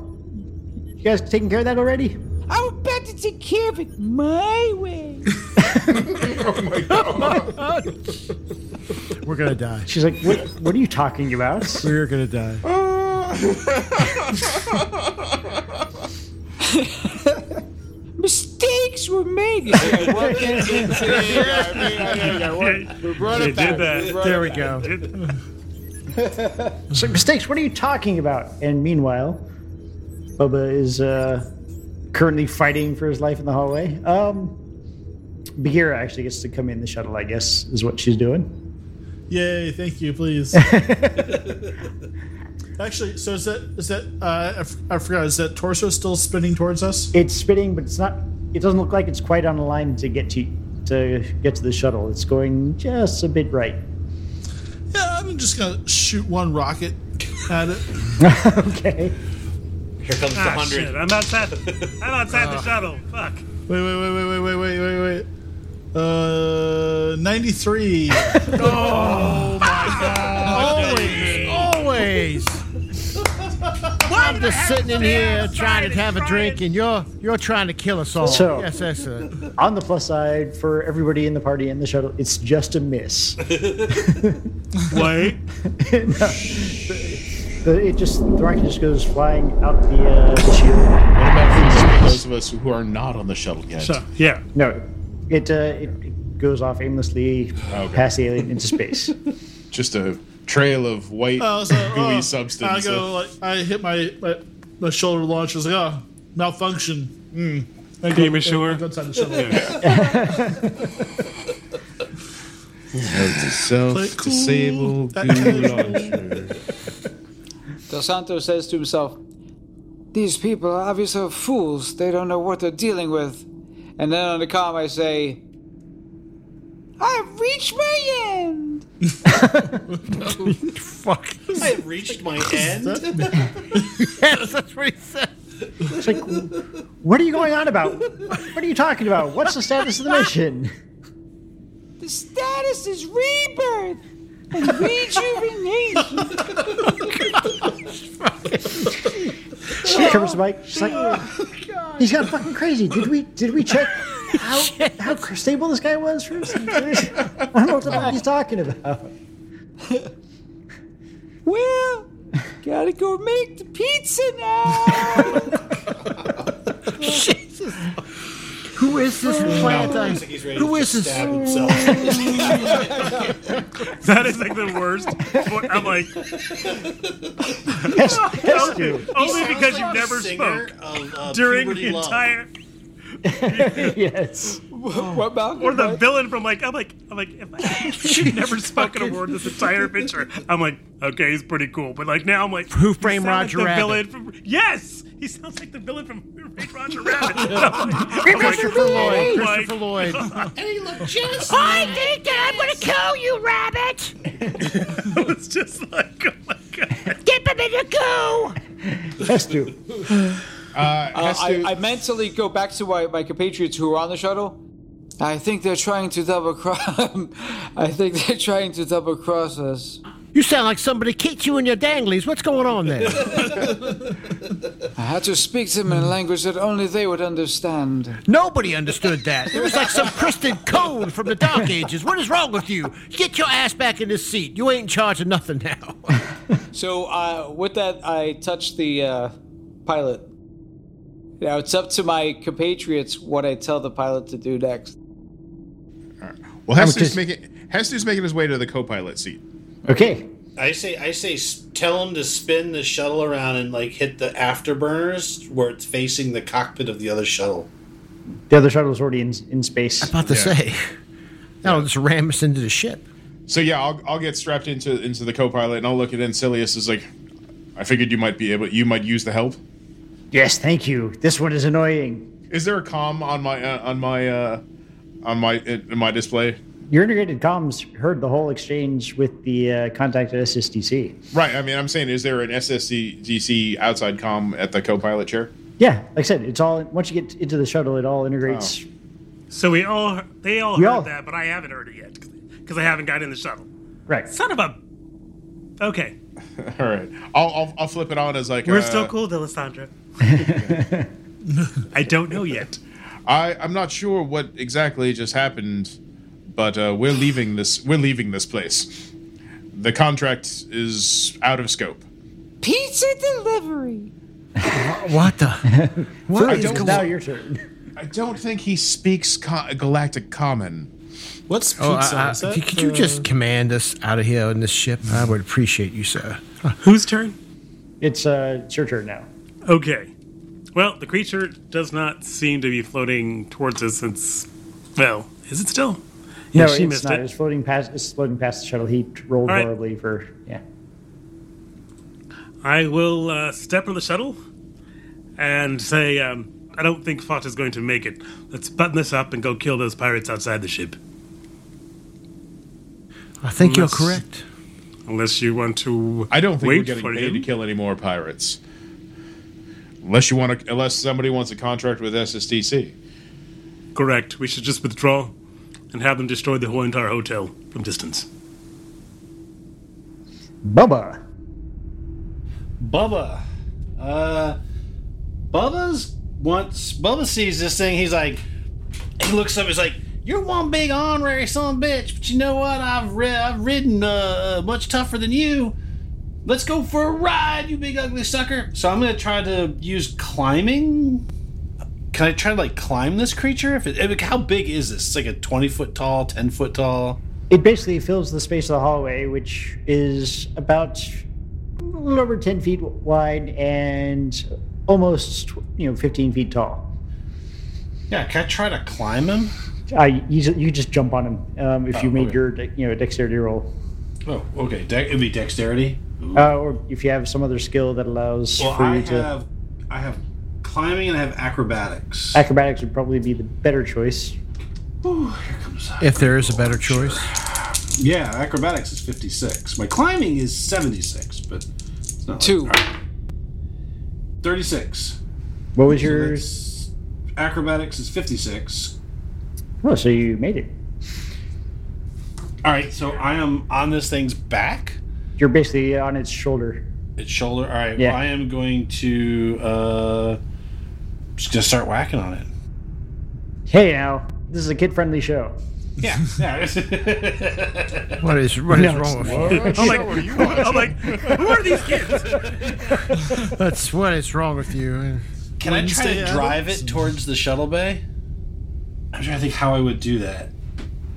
[SPEAKER 3] You guys taking care of that already?
[SPEAKER 7] I'm about to take care of it my way.
[SPEAKER 4] We're gonna die.
[SPEAKER 3] She's like, what, what are you talking about?
[SPEAKER 4] We're gonna die.
[SPEAKER 7] Mistakes were made. You see, I walk in,
[SPEAKER 5] They
[SPEAKER 7] run
[SPEAKER 5] did
[SPEAKER 7] it back.
[SPEAKER 5] that.
[SPEAKER 4] There we
[SPEAKER 5] Oh,
[SPEAKER 4] go.
[SPEAKER 5] Ah,
[SPEAKER 3] She's like, mistakes, what are you talking about? And meanwhile, Bubba is uh, currently fighting for his life in the hallway. Um, Bagheera actually gets to come in the shuttle, I guess, is what she's doing.
[SPEAKER 1] Yay! Thank you. Please. Actually, so is that is that uh, I, f- I forgot? Is that torso still spinning towards us?
[SPEAKER 3] It's spinning, but it's not. It doesn't look like it's quite on a line to get to to get to the shuttle. It's going just a bit right.
[SPEAKER 1] Yeah, I'm just gonna shoot one rocket at it.
[SPEAKER 3] okay.
[SPEAKER 9] Here comes the
[SPEAKER 5] Ah,
[SPEAKER 9] hundred.
[SPEAKER 5] shit. I'm outside. The, I'm outside the shuttle. Fuck.
[SPEAKER 1] Wait, wait, wait, wait, wait, wait, wait, wait, wait. Uh, ninety-three. Oh
[SPEAKER 4] Always, always. I'm just sitting in here trying to have a drink, and you're you're trying to kill us all.
[SPEAKER 3] So-
[SPEAKER 4] yes, that's it.
[SPEAKER 3] On the plus side, for everybody in the party and the shuttle, it's just a miss.
[SPEAKER 5] Wait.
[SPEAKER 3] But it just the rocket just goes flying out the, uh, the shield.
[SPEAKER 2] What about for those of us who are not on the shuttle yet?
[SPEAKER 5] So, yeah.
[SPEAKER 3] No, it uh, it, it goes off aimlessly past the alien into space.
[SPEAKER 2] Just a trail of white,
[SPEAKER 1] Oh, so,
[SPEAKER 2] gooey
[SPEAKER 1] oh,
[SPEAKER 2] substance.
[SPEAKER 1] I go like I hit my my, my shoulder launch. I was like, oh, malfunction. Mm. I go-
[SPEAKER 5] Are you sure?
[SPEAKER 1] I go inside the shuttle.
[SPEAKER 2] Self disabled goo launcher.
[SPEAKER 7] Del Santo says to himself, These people are obviously fools. They don't know what they're dealing with. And then on the comm, I say, I've reached my end.
[SPEAKER 4] Fuck.
[SPEAKER 9] I have reached my end.
[SPEAKER 4] Yes, that's what he said.
[SPEAKER 3] It's like, what are you going on about? What are you talking about? What's the status of the mission?
[SPEAKER 7] The status is rebirth and rejuvenation.
[SPEAKER 3] She covers the bike. She's like, "Oh, he's got fucking crazy. Did we did we check how how stable this guy was first? I don't know what the fuck he's talking about.
[SPEAKER 7] well, gotta go make the pizza now.
[SPEAKER 4] Who is this plant? I-
[SPEAKER 9] He's ready
[SPEAKER 4] Who
[SPEAKER 9] to
[SPEAKER 4] is this?
[SPEAKER 9] stab himself.
[SPEAKER 5] That is like the worst. I'm like,
[SPEAKER 3] Yes, yes, dude.
[SPEAKER 5] only because you never spoke
[SPEAKER 9] Of, uh,
[SPEAKER 5] during
[SPEAKER 9] puberty
[SPEAKER 5] the
[SPEAKER 9] love.
[SPEAKER 5] entire.
[SPEAKER 3] Yes.
[SPEAKER 7] what, Malcolm?
[SPEAKER 5] Or the villain from like I'm like I'm like if you never spoken a word this entire picture. I'm like okay, he's pretty cool, but like now I'm like
[SPEAKER 4] Who Framed
[SPEAKER 5] he sounds
[SPEAKER 4] Roger
[SPEAKER 5] like the
[SPEAKER 4] Rabbit?
[SPEAKER 5] Villain from, yes, he sounds like the villain from Who Framed Roger Rabbit. And I'm like- oh I'm like,
[SPEAKER 4] Christopher Lloyd.
[SPEAKER 5] Like-
[SPEAKER 4] Christopher Lloyd.
[SPEAKER 11] I think that I'm gonna kill you, rabbit!
[SPEAKER 5] it's just like oh my god.
[SPEAKER 11] Dip him in the goo!
[SPEAKER 3] Yes, dude.
[SPEAKER 7] Uh, I, I mentally go back to my, my compatriots who were on the shuttle. I think they're trying to double cross. I think they're trying to double cross us.
[SPEAKER 4] You sound like somebody kicked you in your danglies. What's going on there?
[SPEAKER 7] I had to speak to them in a language that only they would understand.
[SPEAKER 4] Nobody understood that. It was like some twisted code from the Dark Ages. What is wrong with you? Get your ass back in this seat. You ain't in charge of nothing now.
[SPEAKER 7] So uh, with that, I touch the uh, pilot. Now it's up to my compatriots what I tell the pilot to do next.
[SPEAKER 2] Well, Hester's,
[SPEAKER 3] just-
[SPEAKER 2] making, Hester's making his way to the co pilot seat.
[SPEAKER 3] Okay.
[SPEAKER 9] I say, I say, s- tell him to spin the shuttle around and like hit the afterburners where it's facing the cockpit of the other shuttle.
[SPEAKER 3] The other shuttle is already in, in space.
[SPEAKER 4] About to
[SPEAKER 2] Yeah.
[SPEAKER 4] say. That'll just ram us into the ship.
[SPEAKER 2] So yeah, I'll, I'll get strapped into into the co-pilot and I'll look at Ancilius as like, I figured you might be able, you might use the help.
[SPEAKER 3] Yes, thank you. This one is annoying.
[SPEAKER 2] Is there a comm on my uh, on my uh, on my in my display?
[SPEAKER 3] Your integrated comms heard the whole exchange with the uh, contact at SSDC.
[SPEAKER 2] Right. I mean, I'm saying, is there an SSDC outside comm at the co-pilot chair?
[SPEAKER 3] Yeah, like I said, it's all once you get into the shuttle, it all integrates.
[SPEAKER 5] So we all they all
[SPEAKER 3] We
[SPEAKER 5] heard
[SPEAKER 3] all-
[SPEAKER 5] that, but I haven't heard it yet because I haven't got in the shuttle.
[SPEAKER 3] Right.
[SPEAKER 5] Son of a. Okay,
[SPEAKER 2] All right. I'll I'll, I'll flip it on as like
[SPEAKER 5] we're
[SPEAKER 2] uh,
[SPEAKER 5] still cool, Delisandra. I don't know yet.
[SPEAKER 2] I I'm not sure what exactly just happened, but uh, we're leaving this we're leaving this place. The contract is out of scope.
[SPEAKER 7] Pizza delivery.
[SPEAKER 4] What the? What is
[SPEAKER 3] It's
[SPEAKER 4] going
[SPEAKER 3] now
[SPEAKER 4] on?
[SPEAKER 3] your turn.
[SPEAKER 2] I don't think he speaks co- galactic common.
[SPEAKER 1] What's pizza?
[SPEAKER 4] Oh, I- I-
[SPEAKER 1] Is that,
[SPEAKER 4] could you
[SPEAKER 1] uh,
[SPEAKER 4] just command us out of here in this ship? I would appreciate you, sir.
[SPEAKER 5] Whose turn?
[SPEAKER 3] It's uh, it's your turn now.
[SPEAKER 5] Okay. Well, the creature does not seem to be floating towards us since. Well, is it still?
[SPEAKER 3] No,
[SPEAKER 5] she
[SPEAKER 3] it's
[SPEAKER 5] missed
[SPEAKER 3] not.
[SPEAKER 5] it.
[SPEAKER 3] It's floating past. It's floating past the shuttle. He rolled
[SPEAKER 5] All right.
[SPEAKER 3] horribly for yeah.
[SPEAKER 5] I will uh, step on the shuttle and say, um, I don't think Fata's going to make it. Let's button this up and go kill those pirates outside the ship.
[SPEAKER 4] I think you're
[SPEAKER 5] Unless-
[SPEAKER 4] correct.
[SPEAKER 5] Unless you want to.
[SPEAKER 2] I don't think
[SPEAKER 5] wait
[SPEAKER 2] we're getting
[SPEAKER 5] for
[SPEAKER 2] paid to
[SPEAKER 5] him.
[SPEAKER 2] kill any more pirates. Unless you want to, unless somebody wants a contract with SSDC.
[SPEAKER 5] Correct. We should just withdraw and have them destroy the whole entire hotel from distance.
[SPEAKER 3] Bubba.
[SPEAKER 9] Bubba,
[SPEAKER 6] Uh, Bubba's once Bubba sees this thing, he's like, he looks up, he's like, "You're one big honorary son of a bitch, but you know what? I've ri- I've ridden uh, much tougher than you. Let's go for a ride, you big ugly sucker." So I'm gonna try to use climbing. Can I try to like climb this creature? If it, I mean, how big is this? It's like a 20 foot tall, 10 foot tall.
[SPEAKER 3] It basically fills the space of the hallway, which is about a little over 10 feet wide and almost, you know, 15 feet tall.
[SPEAKER 6] Yeah, can I try to climb him?
[SPEAKER 3] I you, ju- you just jump on him um, if
[SPEAKER 6] Oh,
[SPEAKER 3] you made
[SPEAKER 6] okay.
[SPEAKER 3] your de- you know dexterity roll,
[SPEAKER 6] Oh, okay. De- it'd be dexterity.
[SPEAKER 3] uh, or if you have some other skill that allows
[SPEAKER 6] Well,
[SPEAKER 3] for you
[SPEAKER 6] I
[SPEAKER 3] to.
[SPEAKER 6] have, I have climbing and I have acrobatics.
[SPEAKER 3] Acrobatics would probably be the better choice.
[SPEAKER 4] If there is a better choice.
[SPEAKER 6] Yeah, acrobatics is 56. My climbing is 76, but it's not like-
[SPEAKER 7] Two.
[SPEAKER 6] all right. 36.
[SPEAKER 3] What was
[SPEAKER 6] So
[SPEAKER 3] your?
[SPEAKER 6] that's- acrobatics is 56.
[SPEAKER 3] Oh, so you made it.
[SPEAKER 6] All right, so I am on this thing's back,
[SPEAKER 3] You're basically on its shoulder.
[SPEAKER 6] its shoulder. All right,
[SPEAKER 3] Yeah.
[SPEAKER 6] well, I am going to uh just gonna start whacking on it.
[SPEAKER 3] Hey, now this is a kid-friendly show.
[SPEAKER 6] Yeah. yeah.
[SPEAKER 4] What is what is
[SPEAKER 3] No,
[SPEAKER 4] wrong with you?
[SPEAKER 5] I'm like, I'm like, who are these kids?
[SPEAKER 4] That's what is wrong with you.
[SPEAKER 6] Can I try
[SPEAKER 1] Wednesday
[SPEAKER 6] to drive it towards the shuttle bay? I'm trying to think how I would do that.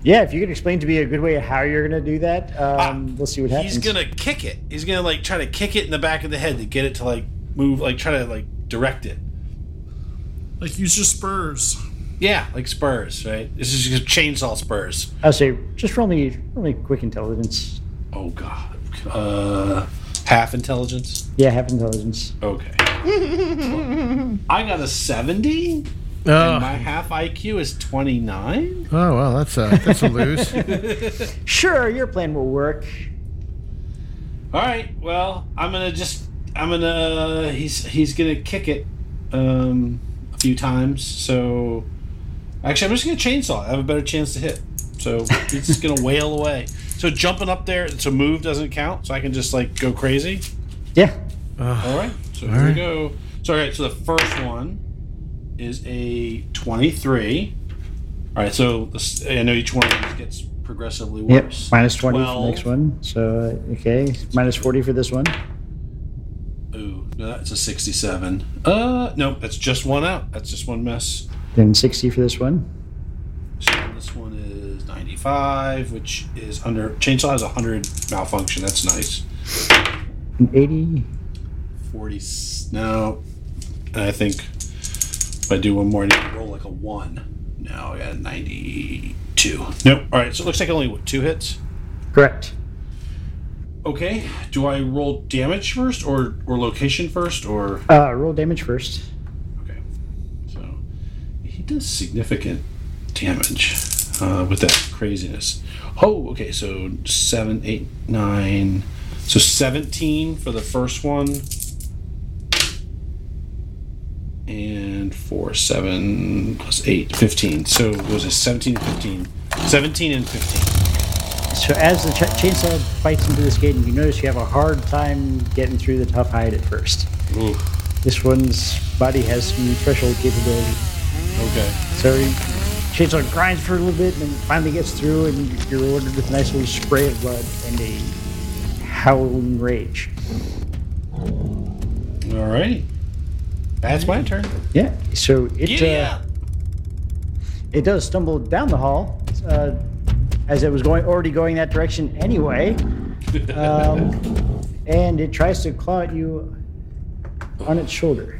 [SPEAKER 3] Yeah, if you could explain to me a good way of how you're going to do that, um, we'll see what happens.
[SPEAKER 6] Ah, He's gonna kick it. He's gonna like try to kick it in the back of the head to get it to like move, like try to like direct it.
[SPEAKER 1] Like use your spurs.
[SPEAKER 6] Yeah, like spurs, right? This is just chainsaw spurs.
[SPEAKER 3] I'll say Oh, just roll me, roll me quick intelligence.
[SPEAKER 6] Oh god. Uh, half intelligence.
[SPEAKER 3] Yeah, have intelligence.
[SPEAKER 6] Okay. I got a seventy.
[SPEAKER 4] Oh,
[SPEAKER 6] My half IQ is twenty nine.
[SPEAKER 4] oh well, that's a that's a lose.
[SPEAKER 3] Sure, your plan will work.
[SPEAKER 6] All right. Well, I'm gonna just. I'm gonna. He's he's gonna kick it, um, a few times. So, actually, I'm just gonna chainsaw. it. I have a better chance to hit. So it's just gonna wail away. So jumping up there, so move doesn't count. So I can just like go crazy.
[SPEAKER 3] Yeah,
[SPEAKER 6] All right. So here we go. So all right. So the first one is a twenty-three. All right. So this, I know each one of these gets progressively
[SPEAKER 3] Yep,
[SPEAKER 6] worse.
[SPEAKER 3] minus 20 for the
[SPEAKER 6] 12.
[SPEAKER 3] next one. So, uh, okay, minus 40 for this one.
[SPEAKER 6] Ooh, no, that's a 67. Uh, no, that's just one out. That's just one miss.
[SPEAKER 3] Then 60 for this one.
[SPEAKER 6] So this one is 95, which is under. Chainsaw has 100 malfunction. That's nice.
[SPEAKER 3] And 80.
[SPEAKER 6] 40. s- No. And I think if I do one more, I need to roll like a 1. No, I got a 92. Nope. All right, so it looks like only what, two hits.
[SPEAKER 3] Correct.
[SPEAKER 6] Okay, do I roll damage first or, or location first or.
[SPEAKER 3] Uh, roll damage first.
[SPEAKER 6] Okay. So he does significant damage uh, with that craziness. Oh, okay. So seven, eight, nine. So 17 for the first one. And 4, 7, plus 8, 15. So it was a 17 and 15. 17 and 15.
[SPEAKER 3] So, as the ch- chainsaw bites into this gate, and you notice you have a hard time getting through the tough hide at first. This one's body has some threshold capability.
[SPEAKER 6] Okay.
[SPEAKER 3] So, he- chainsaw grinds for a little bit and then finally gets through, and you're rewarded with a nice little spray of blood and a howling rage.
[SPEAKER 6] All right. That's my turn.
[SPEAKER 3] Yeah, so it.
[SPEAKER 6] Giddy
[SPEAKER 3] Uh,
[SPEAKER 6] up.
[SPEAKER 3] it does stumble down the hall uh, as it was going already going that direction anyway um, and it tries to claw at you on its shoulder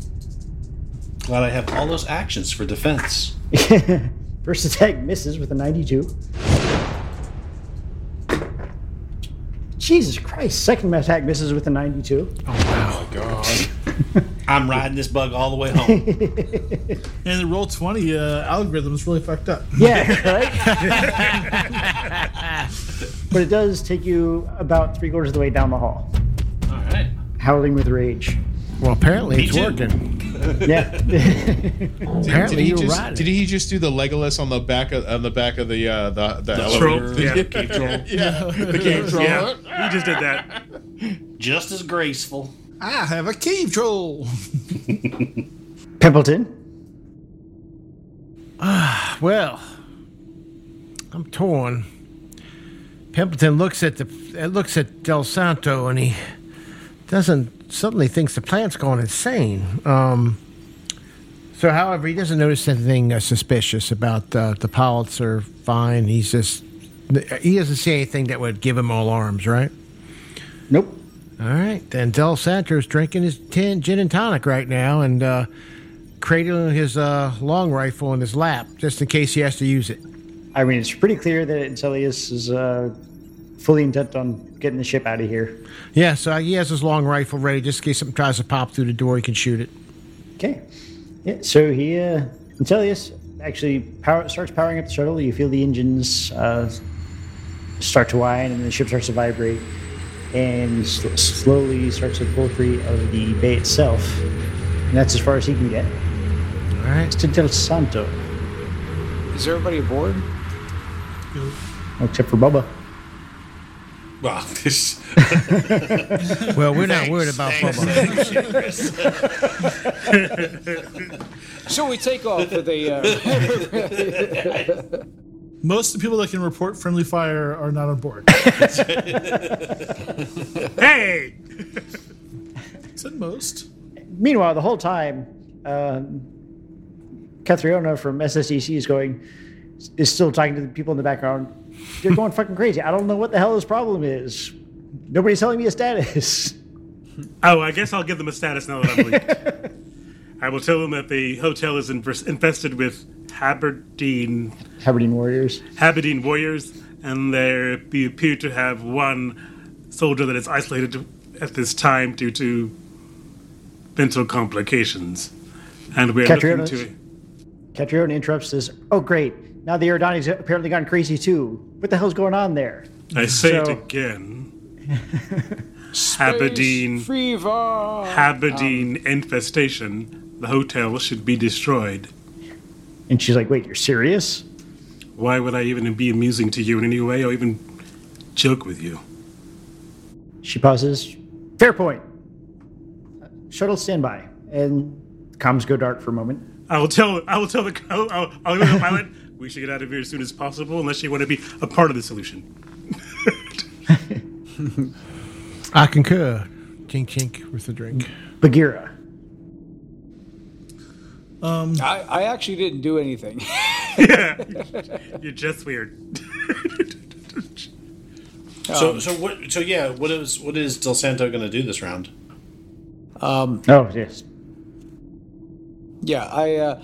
[SPEAKER 6] Glad I have all those actions for defense.
[SPEAKER 3] first attack misses with a 92 jesus christ second attack misses with a 92
[SPEAKER 6] I'm riding this bug all the way home.
[SPEAKER 1] And the roll twenty uh, algorithm is really fucked up.
[SPEAKER 3] yeah right but it does take you about three quarters of the way down the hall
[SPEAKER 6] all right.
[SPEAKER 3] howling with rage
[SPEAKER 4] Well, apparently it's
[SPEAKER 6] too.
[SPEAKER 4] working.
[SPEAKER 3] yeah
[SPEAKER 2] Did
[SPEAKER 4] Apparently
[SPEAKER 2] he,
[SPEAKER 4] you're
[SPEAKER 2] just,
[SPEAKER 4] right.
[SPEAKER 2] did he just do the Legolas on the back of on the back of the uh, the the, elevator?
[SPEAKER 5] Troll. Yeah,
[SPEAKER 2] Yeah, the game troll.
[SPEAKER 5] yeah. He just did that.
[SPEAKER 6] Just as graceful.
[SPEAKER 1] I have a cave troll.
[SPEAKER 3] Pimpleton.
[SPEAKER 4] Ah, well, I'm torn. Pimpleton looks at the uh, looks at Del Santo and he doesn't suddenly thinks the plant's gone insane. Um, so, however, he doesn't notice anything uh, suspicious about uh, the pilots are fine. He's just he doesn't see anything that would give him alarms, right?
[SPEAKER 3] Nope.
[SPEAKER 4] All right, then Del Santo's drinking his tin, gin and tonic right now and uh, cradling his uh, long rifle in his lap just in case he has to use it.
[SPEAKER 3] I mean, it's pretty clear that Incelius is uh, fully intent on getting the ship out of here.
[SPEAKER 4] Yeah, so he has his long rifle ready just in case something tries to pop through the door, he can shoot it.
[SPEAKER 3] Okay. Yeah, so he, uh, Intellius actually power, starts powering up the shuttle. You feel the engines uh, start to whine, and the ship starts to vibrate, and sl- slowly starts to pull free of the bay itself. And that's as far as he can get. All
[SPEAKER 4] right.
[SPEAKER 3] It's to Del Santo,
[SPEAKER 7] Is everybody aboard?
[SPEAKER 3] except for Bubba.
[SPEAKER 9] Well, this.
[SPEAKER 4] Well, we're not worried about
[SPEAKER 7] So we take off with uh, a. Uh,
[SPEAKER 1] Most of the people that can report friendly fire are not on board.
[SPEAKER 5] hey!
[SPEAKER 1] Said most.
[SPEAKER 3] Meanwhile, the whole time, um, Catriona from SSDC is going, is still talking to the people in the background. They're going fucking crazy. I don't know what the hell this problem is. Nobody's telling me a status.
[SPEAKER 5] Oh, I guess I'll give them a status now that I'm leaving. I will tell them that the hotel is inves- infested with Haberdine
[SPEAKER 3] Haberdine Warriors.
[SPEAKER 5] Haberdine warriors, and there they appear to have one soldier that is isolated to- at this time due to mental complications. And we're looking
[SPEAKER 3] Catriona-
[SPEAKER 5] to.
[SPEAKER 3] Catriona interrupts this. Oh, great. Now the Iridani's apparently gone crazy too. What the hell's going on there?
[SPEAKER 5] I say it
[SPEAKER 3] So-
[SPEAKER 5] again. Haberdine.
[SPEAKER 7] Freevar!
[SPEAKER 5] Haberdine infestation. The hotel should be destroyed.
[SPEAKER 3] And she's like, wait, you're serious?
[SPEAKER 5] Why would I even be amusing to you in any way or even joke with you?
[SPEAKER 3] She pauses. Fair point. Uh, Shuttle standby. And comms go dark for a moment.
[SPEAKER 5] I will tell. I will tell the. I'll, I'll, I'll go to the pilot. We should get out of here as soon as possible, unless you want to be a part of the solution.
[SPEAKER 4] I concur. Chink chink with the drink.
[SPEAKER 3] Bagheera.
[SPEAKER 1] Um,
[SPEAKER 7] I, I actually didn't do anything.
[SPEAKER 5] yeah, you're just weird.
[SPEAKER 9] So, so what? So yeah, what is what is Del Santo going to do this round?
[SPEAKER 7] Um,
[SPEAKER 3] Oh, yes.
[SPEAKER 7] yeah, I. Uh,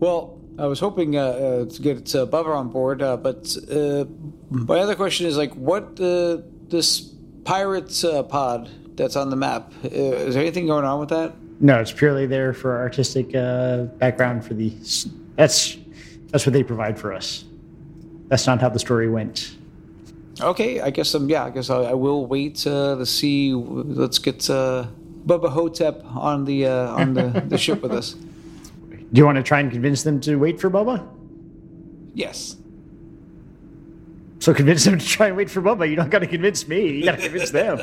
[SPEAKER 7] well, I was hoping uh, uh, to get uh, Bubba on board, uh, but uh, my other question is like, what uh, this pirate uh, pod that's on the map? Uh, is there anything going on with that?
[SPEAKER 3] No, it's purely there for artistic uh, background for the. That's that's what they provide for us. That's not how the story went.
[SPEAKER 7] Okay, I guess um, yeah, I guess I, I will wait uh, to see. Let's get uh, Bubba Hotep on the uh, on the, the ship with us.
[SPEAKER 3] Do you want to try and convince them to wait for Bubba?
[SPEAKER 7] Yes.
[SPEAKER 3] So convince them to try and wait for Bubba. You don't got to convince me. You got to convince them.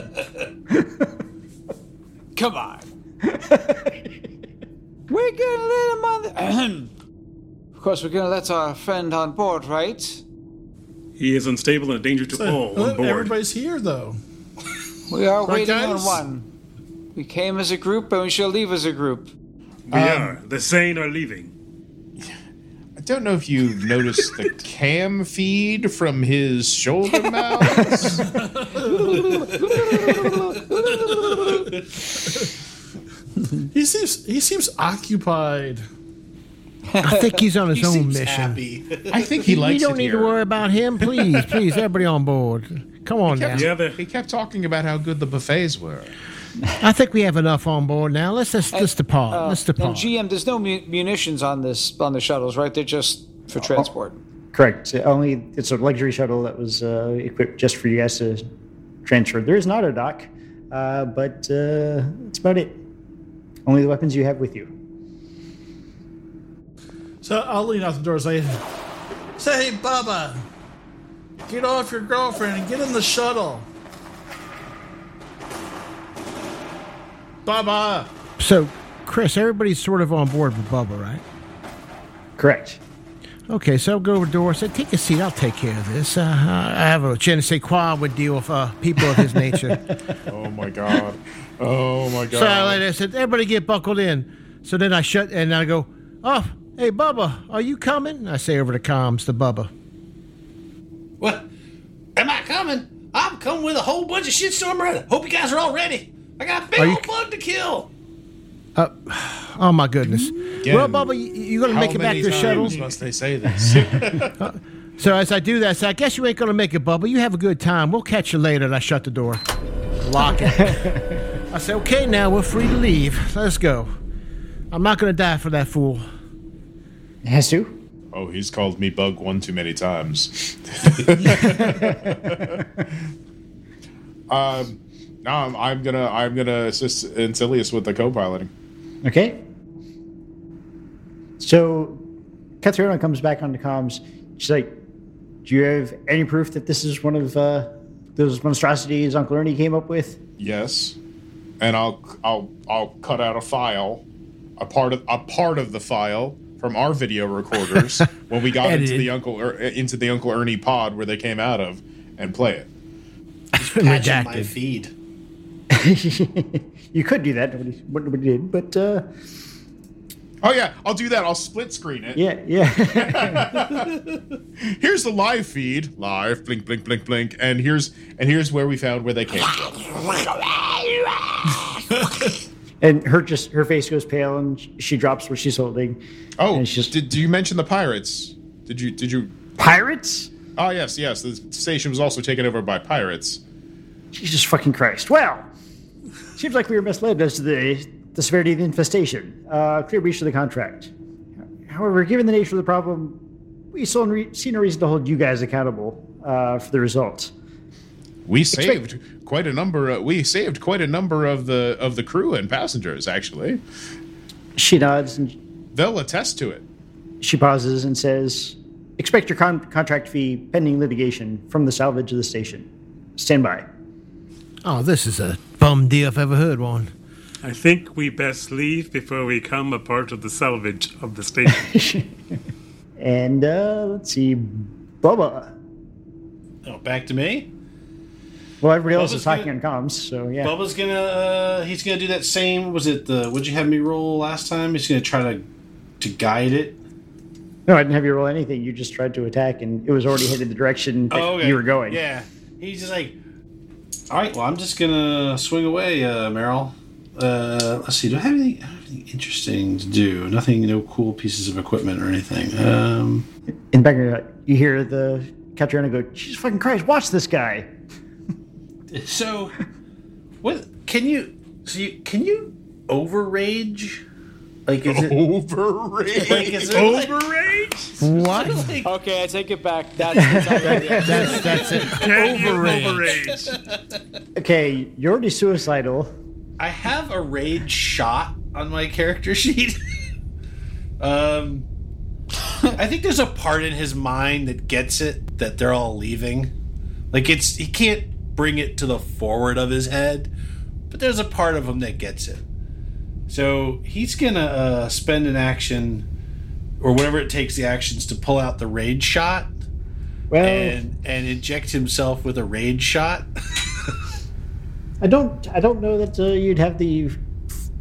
[SPEAKER 7] Come on. we're gonna let him on the. of course, we're gonna let our friend on board, right?
[SPEAKER 5] He is unstable and a danger to all
[SPEAKER 1] Uh,
[SPEAKER 5] on board.
[SPEAKER 1] Everybody's here though.
[SPEAKER 7] We are
[SPEAKER 1] Right,
[SPEAKER 7] waiting
[SPEAKER 1] guys?
[SPEAKER 7] on one. We came as a group and we shall leave as a group.
[SPEAKER 5] we are. The sane are leaving.
[SPEAKER 2] I don't know if you noticed the cam feed from his shoulder mounts.
[SPEAKER 1] He seems he seems occupied.
[SPEAKER 4] I think he's on his
[SPEAKER 9] He
[SPEAKER 4] own
[SPEAKER 9] seems
[SPEAKER 4] mission.
[SPEAKER 9] happy.
[SPEAKER 2] I think he likes
[SPEAKER 4] we don't
[SPEAKER 2] it
[SPEAKER 4] need
[SPEAKER 2] here.
[SPEAKER 4] to worry about him. Please, please, everybody on board. Come on now.
[SPEAKER 5] Yeah, the,
[SPEAKER 2] He kept talking about how good the buffets were.
[SPEAKER 4] I think we have enough on board now. Let's just let's depart.
[SPEAKER 7] Uh,
[SPEAKER 4] let's
[SPEAKER 7] and
[SPEAKER 4] depart.
[SPEAKER 7] GM, there's no mu- munitions on this on the shuttles, right? They're just for transport.
[SPEAKER 3] Correct. Only it's a luxury shuttle that was uh, equipped just for you guys to transfer. There is an auto dock, uh, but uh, that's about it. Only the weapons you have with you.
[SPEAKER 1] So I'll lean out the door and say, "Say, hey, Bubba, get off your girlfriend and get in the shuttle."
[SPEAKER 2] Bubba.
[SPEAKER 4] So, Chris, everybody's sort of on board with Bubba, right?
[SPEAKER 3] Correct.
[SPEAKER 4] Okay, so I'll go over to Doris. Say, take a seat. I'll take care of this. Uh, I have a je ne sais quoi would deal with uh, people of his nature.
[SPEAKER 2] Oh my god. Oh my god.
[SPEAKER 4] so I let her- said, everybody get buckled in. So then I shut and I go, oh, hey, Bubba, are you coming? I say over the comms to Bubba.
[SPEAKER 8] What? Am I coming? I'm coming with a whole bunch of shitstorm brother. Hope you guys are all ready. I got a big
[SPEAKER 4] Are you-
[SPEAKER 8] old bug to kill.
[SPEAKER 4] Uh, oh, my goodness. well, Bubba, you, you're going to
[SPEAKER 2] How
[SPEAKER 4] make it back
[SPEAKER 2] many
[SPEAKER 4] to the
[SPEAKER 2] times
[SPEAKER 4] shuttle?
[SPEAKER 2] Must they say this?
[SPEAKER 4] So as I do that, I say, I guess you ain't going to make it, Bubba. You have a good time. We'll catch you later. And I shut the door. Lock it. I say, okay, now we're free to leave. Let's go. I'm not going to die for that fool.
[SPEAKER 3] Has to.
[SPEAKER 2] oh, he's called me bug one too many times. um, no, I'm, I'm gonna I'm gonna assist Ancilius with the co-piloting.
[SPEAKER 3] Okay. So Katharina comes back on the comms. She's like, Do you have any proof that this is one of uh, those monstrosities Uncle Ernie came up with?
[SPEAKER 2] Yes, and I'll I'll I'll cut out a file, a part of a part of the file from our video recorders when we got into
[SPEAKER 4] Edited.
[SPEAKER 2] the Uncle er, into the Uncle Ernie pod where they came out of, and play it.
[SPEAKER 6] Patching my
[SPEAKER 4] Redacted.
[SPEAKER 6] feed.
[SPEAKER 3] you could do that. Nobody, nobody did, but uh,
[SPEAKER 2] Oh yeah, I'll do that. I'll split screen it.
[SPEAKER 3] yeah, yeah.
[SPEAKER 2] Here's the live feed, live blink blink blink blink, and here's and here's where we found where they came from.
[SPEAKER 3] and her just her face goes pale, and sh- she drops what she's holding.
[SPEAKER 2] Oh,
[SPEAKER 3] And it's just-
[SPEAKER 2] did, did you mention the pirates? Did you did you?
[SPEAKER 3] Pirates?
[SPEAKER 2] Oh yes, yes. The station was also taken over by pirates.
[SPEAKER 3] Jesus fucking Christ. Well, seems like we were misled as to the, the severity of the infestation. Uh, clear breach of the contract. However, given the nature of the problem, we still re- see no reason to hold you guys accountable uh, for the results.
[SPEAKER 2] We saved quite a number. Of, we saved quite a number of the of the crew and passengers. Actually,
[SPEAKER 3] She nods and
[SPEAKER 2] they'll attest to it.
[SPEAKER 3] she pauses and says, Expect your con- contract fee pending litigation from the salvage of the station. Stand by.
[SPEAKER 4] Oh, this is a bum deal if I ever heard one.
[SPEAKER 5] I think we best leave before we come a part of the salvage of the station.
[SPEAKER 3] And uh, let's see, Bubba.
[SPEAKER 6] Oh, back to me.
[SPEAKER 3] Well, everybody else
[SPEAKER 6] Bubba's
[SPEAKER 3] is talking
[SPEAKER 6] gonna-
[SPEAKER 3] on comms, so yeah.
[SPEAKER 6] Bubba's gonna uh, he's gonna do that same. Was it the? What'd you have me roll last time? He's gonna try to to guide it.
[SPEAKER 3] No, I didn't have you roll anything. You just tried to attack, and it was already headed the direction that you were going.
[SPEAKER 6] Oh, Yeah. He's just like, all right. Well, I'm just gonna swing away, uh, Meryl. Uh, let's see. Do I have anything, I don't have anything interesting to do? Nothing. No cool pieces of equipment or anything. Um,
[SPEAKER 3] In the background, you hear the Catriona go, Jesus fucking Christ, watch this guy.
[SPEAKER 6] so, what can you? So you can you overrage? Like is it? Like
[SPEAKER 2] Overrated.
[SPEAKER 6] is it like,
[SPEAKER 5] Overrage?
[SPEAKER 4] What?
[SPEAKER 7] Okay, I take it back. That's it's already
[SPEAKER 4] That's that's it.
[SPEAKER 5] Can you
[SPEAKER 4] Overrage.
[SPEAKER 5] overrage?
[SPEAKER 3] Okay, you're already suicidal.
[SPEAKER 6] I have a rage shot on my character sheet. um, I think there's a part in his mind that gets it that they're all leaving. Like it's he can't bring it to the forward of his head, but there's a part of him that gets it. So he's gonna uh, spend an action or whatever it takes the actions to pull out the rage shot
[SPEAKER 3] Well,
[SPEAKER 6] and and inject himself with a rage shot.
[SPEAKER 3] I don't, I don't know that uh, you'd have the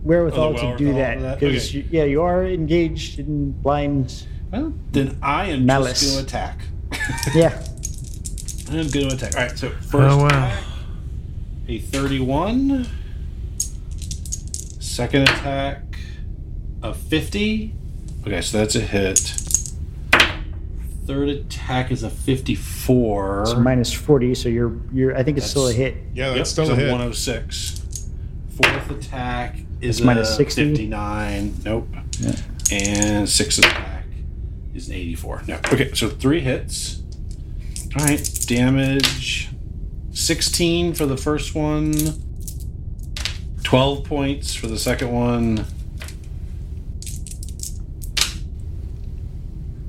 [SPEAKER 3] wherewithal to do
[SPEAKER 6] Oh, wherewithal
[SPEAKER 3] that
[SPEAKER 6] for that?
[SPEAKER 3] because,
[SPEAKER 6] Okay.
[SPEAKER 3] yeah, you are engaged in blind.
[SPEAKER 6] Well, then I am
[SPEAKER 3] Malice.
[SPEAKER 6] just gonna attack.
[SPEAKER 3] Yeah,
[SPEAKER 6] I'm going to attack. All right, so first
[SPEAKER 4] Oh, wow.
[SPEAKER 6] attack, a 31. Second attack, a 50. Okay, so that's a hit. Third attack is a 54.
[SPEAKER 3] it's minus forty, so you're, you're. I think it's still a hit.
[SPEAKER 2] yeah, that's
[SPEAKER 6] Yep,
[SPEAKER 2] still
[SPEAKER 6] so
[SPEAKER 2] a hit.
[SPEAKER 6] 106. Fourth attack is a
[SPEAKER 3] minus 60.
[SPEAKER 6] 59. Nope. And sixth attack is an 84. No. Okay, so three hits. All right, damage 16 for the first one, 12 points for the second one.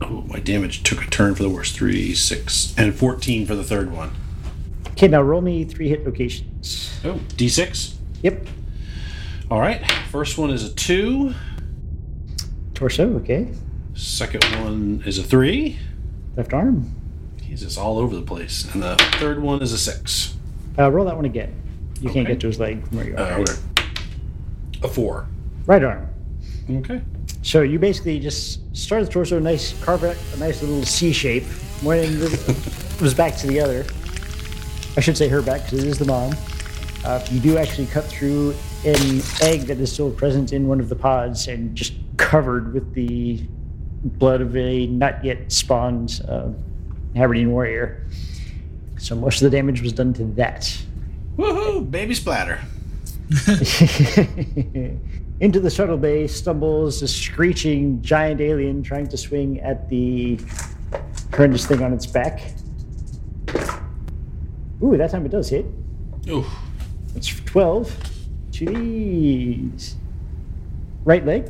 [SPEAKER 6] Oh, my damage took a turn for the worst. Three, six, and 14 for the third one.
[SPEAKER 3] Okay, now roll me three hit locations.
[SPEAKER 6] Oh, d6.
[SPEAKER 3] Yep.
[SPEAKER 9] All right. First one is a two.
[SPEAKER 3] Torso, okay.
[SPEAKER 9] Second one is a three.
[SPEAKER 3] Left arm.
[SPEAKER 9] He's just all over the place. And the third one is a six.
[SPEAKER 3] Uh, roll that one again. You can't
[SPEAKER 9] Okay.
[SPEAKER 3] get to his leg from where you are.
[SPEAKER 9] Uh, okay. A four.
[SPEAKER 3] Right arm.
[SPEAKER 9] Okay.
[SPEAKER 3] So you basically just start the torso, nice carve it, a nice little C shape. One end was- was back to the other. I should say her back because it is the mom. Uh, you do actually cut through an egg that is still present in one of the pods and just covered with the blood of a not yet spawned uh, Aberdeen warrior. So most of the damage was done to that.
[SPEAKER 8] Woohoo! Baby splatter.
[SPEAKER 3] Into the shuttle bay stumbles a screeching giant alien trying to swing at the horrendous thing on its back. Ooh, that time it does hit.
[SPEAKER 9] Ooh.
[SPEAKER 3] It's 12. Jeez. Right leg?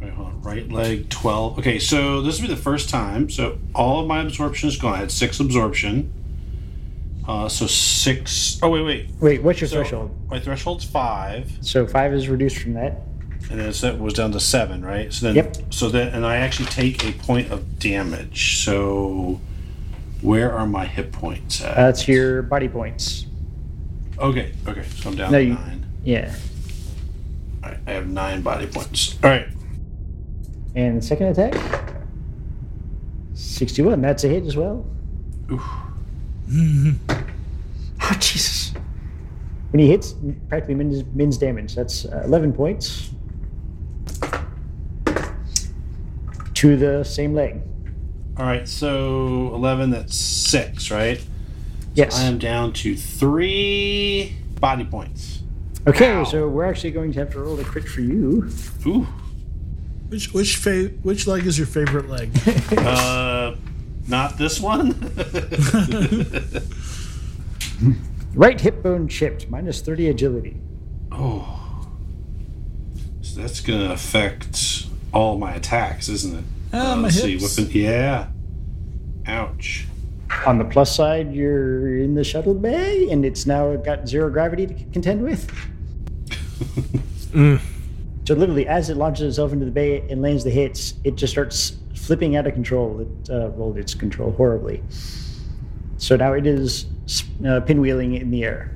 [SPEAKER 9] Right, hold on.
[SPEAKER 6] Right leg 12. Okay, so this will be the first time. So all of my absorption is gone. I had six absorption. Uh, so six oh wait, wait.
[SPEAKER 3] Wait, what's your
[SPEAKER 6] So-
[SPEAKER 3] threshold?
[SPEAKER 6] My threshold's five.
[SPEAKER 3] So five is reduced from that.
[SPEAKER 6] And then so that was down to seven, right? So then
[SPEAKER 3] Yep.
[SPEAKER 6] so then and I actually take a point of damage. So where are my hit points at?
[SPEAKER 3] Uh, That's your body points.
[SPEAKER 6] okay, okay. So I'm down
[SPEAKER 3] No,
[SPEAKER 6] to
[SPEAKER 3] you-
[SPEAKER 6] nine.
[SPEAKER 3] Yeah.
[SPEAKER 6] All right, I have nine body points. All right.
[SPEAKER 3] And second attack? 61. That's a hit as well. Oh, Jesus. When he hits, practically mins, mins damage. That's uh, 11 points. To the same leg.
[SPEAKER 6] All right, so 11, that's six, right?
[SPEAKER 3] Yes.
[SPEAKER 6] I am down to three body points.
[SPEAKER 3] okay, so we're actually going to have to roll a crit for you.
[SPEAKER 6] Ooh.
[SPEAKER 1] Which which fa- which leg is your favorite leg?
[SPEAKER 6] Uh, not this one.
[SPEAKER 3] Right hip bone chipped, minus 30 agility.
[SPEAKER 6] oh. So that's going to affect all my attacks, isn't it? Uh,
[SPEAKER 1] Ah, my
[SPEAKER 6] let's see,
[SPEAKER 1] hips.
[SPEAKER 6] weapon- Yeah. Ouch.
[SPEAKER 3] On the plus side, you're in the shuttle bay, and it's now got zero gravity to c- contend with.
[SPEAKER 4] Mm.
[SPEAKER 3] So literally, as it launches itself into the bay and lands the hits, it just starts flipping out of control. It uh, rolled its control horribly. So now it is s- uh, pinwheeling in the air,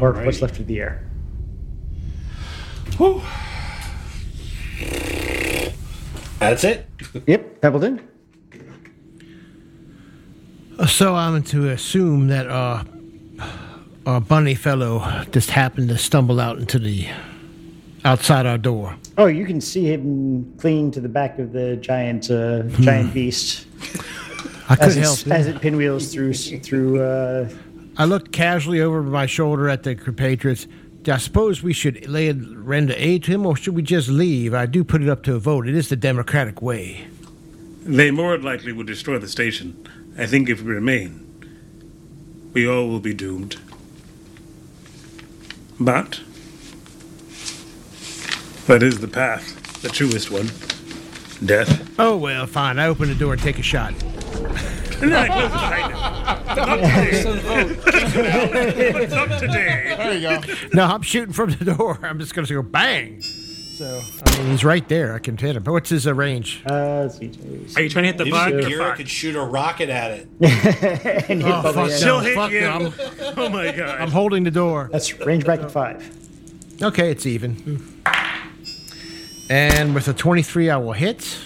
[SPEAKER 3] or what's
[SPEAKER 6] Alrighty.
[SPEAKER 3] left of the air.
[SPEAKER 6] Whew. That's it.
[SPEAKER 3] Yep, Pebbleton.
[SPEAKER 4] So I'm to assume that uh, our bunny fellow just happened to stumble out into the outside our door.
[SPEAKER 3] Oh, you can see him clinging to the back of the giant uh, giant beast
[SPEAKER 4] I Hmm. couldn't
[SPEAKER 3] as it,
[SPEAKER 4] help
[SPEAKER 3] s-
[SPEAKER 4] it.
[SPEAKER 3] as it pinwheels through s- through. Uh,
[SPEAKER 4] I looked casually over my shoulder at the compatriots. I suppose we should lay, render aid to him, or should we just leave? I do put it up to a vote. It is the democratic way.
[SPEAKER 5] They more than likely will destroy the station. I think if we remain, we all will be doomed. But that is the path, the truest one. Death.
[SPEAKER 4] Oh well, fine. I open the door and take a shot.
[SPEAKER 5] And then I close it behind him. Not today. But not today.
[SPEAKER 2] There you go.
[SPEAKER 4] No, I'm shooting from the door. I'm just going to go bang. So I mean, he's right there. I can hit him. What's his uh, range?
[SPEAKER 3] uh, let's see.
[SPEAKER 11] Are you trying to hit the
[SPEAKER 9] Even
[SPEAKER 11] bug?
[SPEAKER 9] Garrett could shoot a rocket at it.
[SPEAKER 3] and hit Bubba
[SPEAKER 4] fuck
[SPEAKER 3] Yan.
[SPEAKER 5] She'll hit
[SPEAKER 4] fuck
[SPEAKER 5] you.
[SPEAKER 4] no, I'm-
[SPEAKER 5] Oh my
[SPEAKER 4] I'm
[SPEAKER 5] god.
[SPEAKER 4] holding the door.
[SPEAKER 3] That's range bracket five.
[SPEAKER 4] Okay, it's even. And with a 23, I will hit.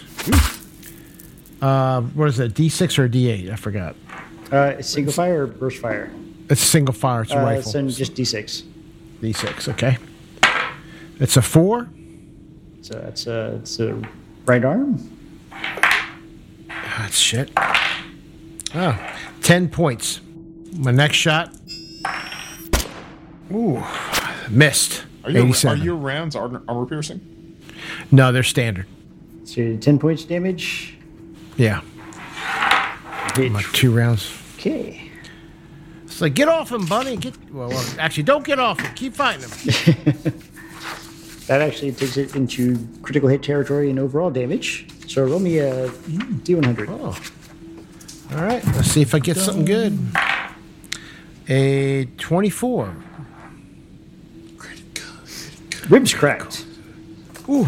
[SPEAKER 4] Uh, what is it? D6 or D8? I forgot.
[SPEAKER 3] Uh, single fire or burst fire?
[SPEAKER 4] It's a single fire. It's a
[SPEAKER 3] Uh,
[SPEAKER 4] rifle.
[SPEAKER 3] so just d6.
[SPEAKER 4] D6. Okay. It's a four.
[SPEAKER 3] So that's a, it's a right arm.
[SPEAKER 4] That's shit. Oh, 10 points. My next shot. Ooh, missed.
[SPEAKER 2] Are your, are
[SPEAKER 4] 87.
[SPEAKER 2] your rounds armor, armor piercing?
[SPEAKER 4] No, they're standard.
[SPEAKER 3] So 10 points damage.
[SPEAKER 4] Yeah.
[SPEAKER 3] Hit.
[SPEAKER 4] My two rounds.
[SPEAKER 3] Okay.
[SPEAKER 4] It's like, get off him, bunny. Get well, well actually, don't get off him. Keep fighting him.
[SPEAKER 3] That actually takes it into critical hit territory and overall damage. So roll me a d100.
[SPEAKER 4] All right, let's see if I get something good. A 24.
[SPEAKER 3] Ribs cracked.
[SPEAKER 4] Ooh.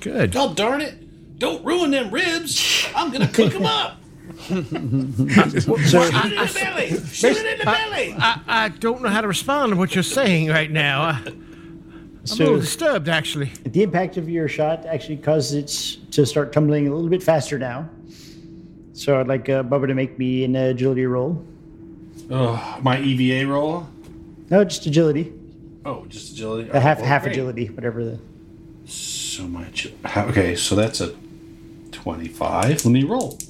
[SPEAKER 4] Good.
[SPEAKER 12] God Oh, darn it. Don't ruin them ribs. I'm going to cook them up.
[SPEAKER 4] So-
[SPEAKER 12] Shoot it in the belly. Shoot it in the belly.
[SPEAKER 4] I, I don't know how to respond to what you're saying right now. I, I'm a
[SPEAKER 3] So-
[SPEAKER 4] little disturbed, actually.
[SPEAKER 3] The impact of your shot actually caused it s- to start tumbling a little bit faster now. So I'd like uh, Bubba to make me an agility roll.
[SPEAKER 6] Ugh, my EVA roll.
[SPEAKER 3] No, just agility.
[SPEAKER 6] Oh, just agility.
[SPEAKER 3] A Uh, half
[SPEAKER 6] Well,
[SPEAKER 3] half
[SPEAKER 6] great.
[SPEAKER 3] agility, whatever the.
[SPEAKER 6] So much. Okay, so that's a twenty-five. Let me roll.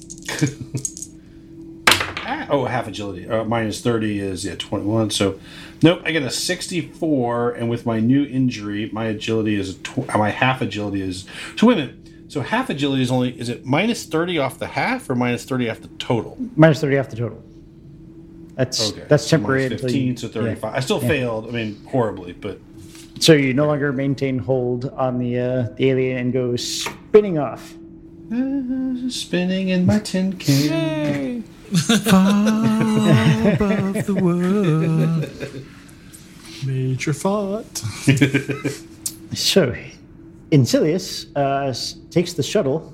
[SPEAKER 6] Ah, oh, half agility. Uh, minus thirty is yeah twenty-one. So, nope. I get a sixty-four, and with my new injury, my agility is tw- uh, my half agility is. So wait a minute. So half agility is only is it minus thirty off the half or minus thirty off the total?
[SPEAKER 3] Minus thirty off the total. That's
[SPEAKER 6] Okay,
[SPEAKER 3] that's
[SPEAKER 6] so
[SPEAKER 3] temporary.
[SPEAKER 6] minus
[SPEAKER 3] until you-
[SPEAKER 6] Fifteen to thirty-five.
[SPEAKER 3] yeah,
[SPEAKER 6] I still
[SPEAKER 3] yeah.
[SPEAKER 6] failed. I mean, horribly, but
[SPEAKER 3] So you no longer maintain hold on the uh, the alien and go spinning off.
[SPEAKER 6] spinning in my tin can.
[SPEAKER 4] Far above the world.
[SPEAKER 1] Major fought.
[SPEAKER 3] So, Incilius uh, s- takes the shuttle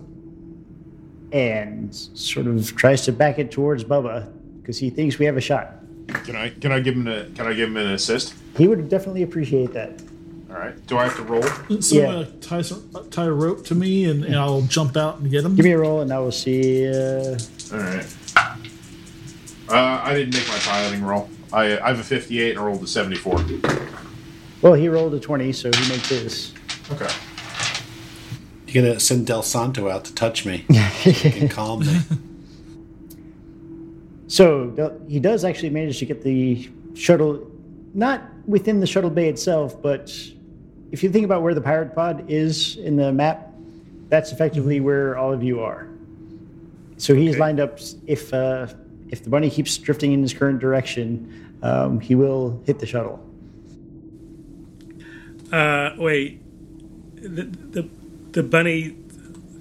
[SPEAKER 3] and sort of tries to back it towards Bubba because he thinks we have a shot.
[SPEAKER 2] Can I can I give him a can I give him an assist?
[SPEAKER 3] He would definitely appreciate that.
[SPEAKER 2] All right. Do I have to roll?
[SPEAKER 3] Yeah.
[SPEAKER 1] Someone tie some, tie a rope to me, and, and I'll jump out and get him.
[SPEAKER 3] Give me a roll, and I will see. Uh,
[SPEAKER 2] All right. Uh, I didn't make my piloting roll. I I have a 58 and I rolled a 74.
[SPEAKER 3] well, he rolled a twenty, so he makes his.
[SPEAKER 2] Okay.
[SPEAKER 6] You're gonna send Del Santo out to touch me and calm me.
[SPEAKER 3] So the- he does actually manage to get the shuttle, not within the shuttle bay itself, but if you think about where the pirate pod is in the map, that's effectively where all of you are. So he's lined up. s- If uh, if the bunny keeps drifting in his current direction, um, he will hit the shuttle.
[SPEAKER 5] Uh, wait, the, the the bunny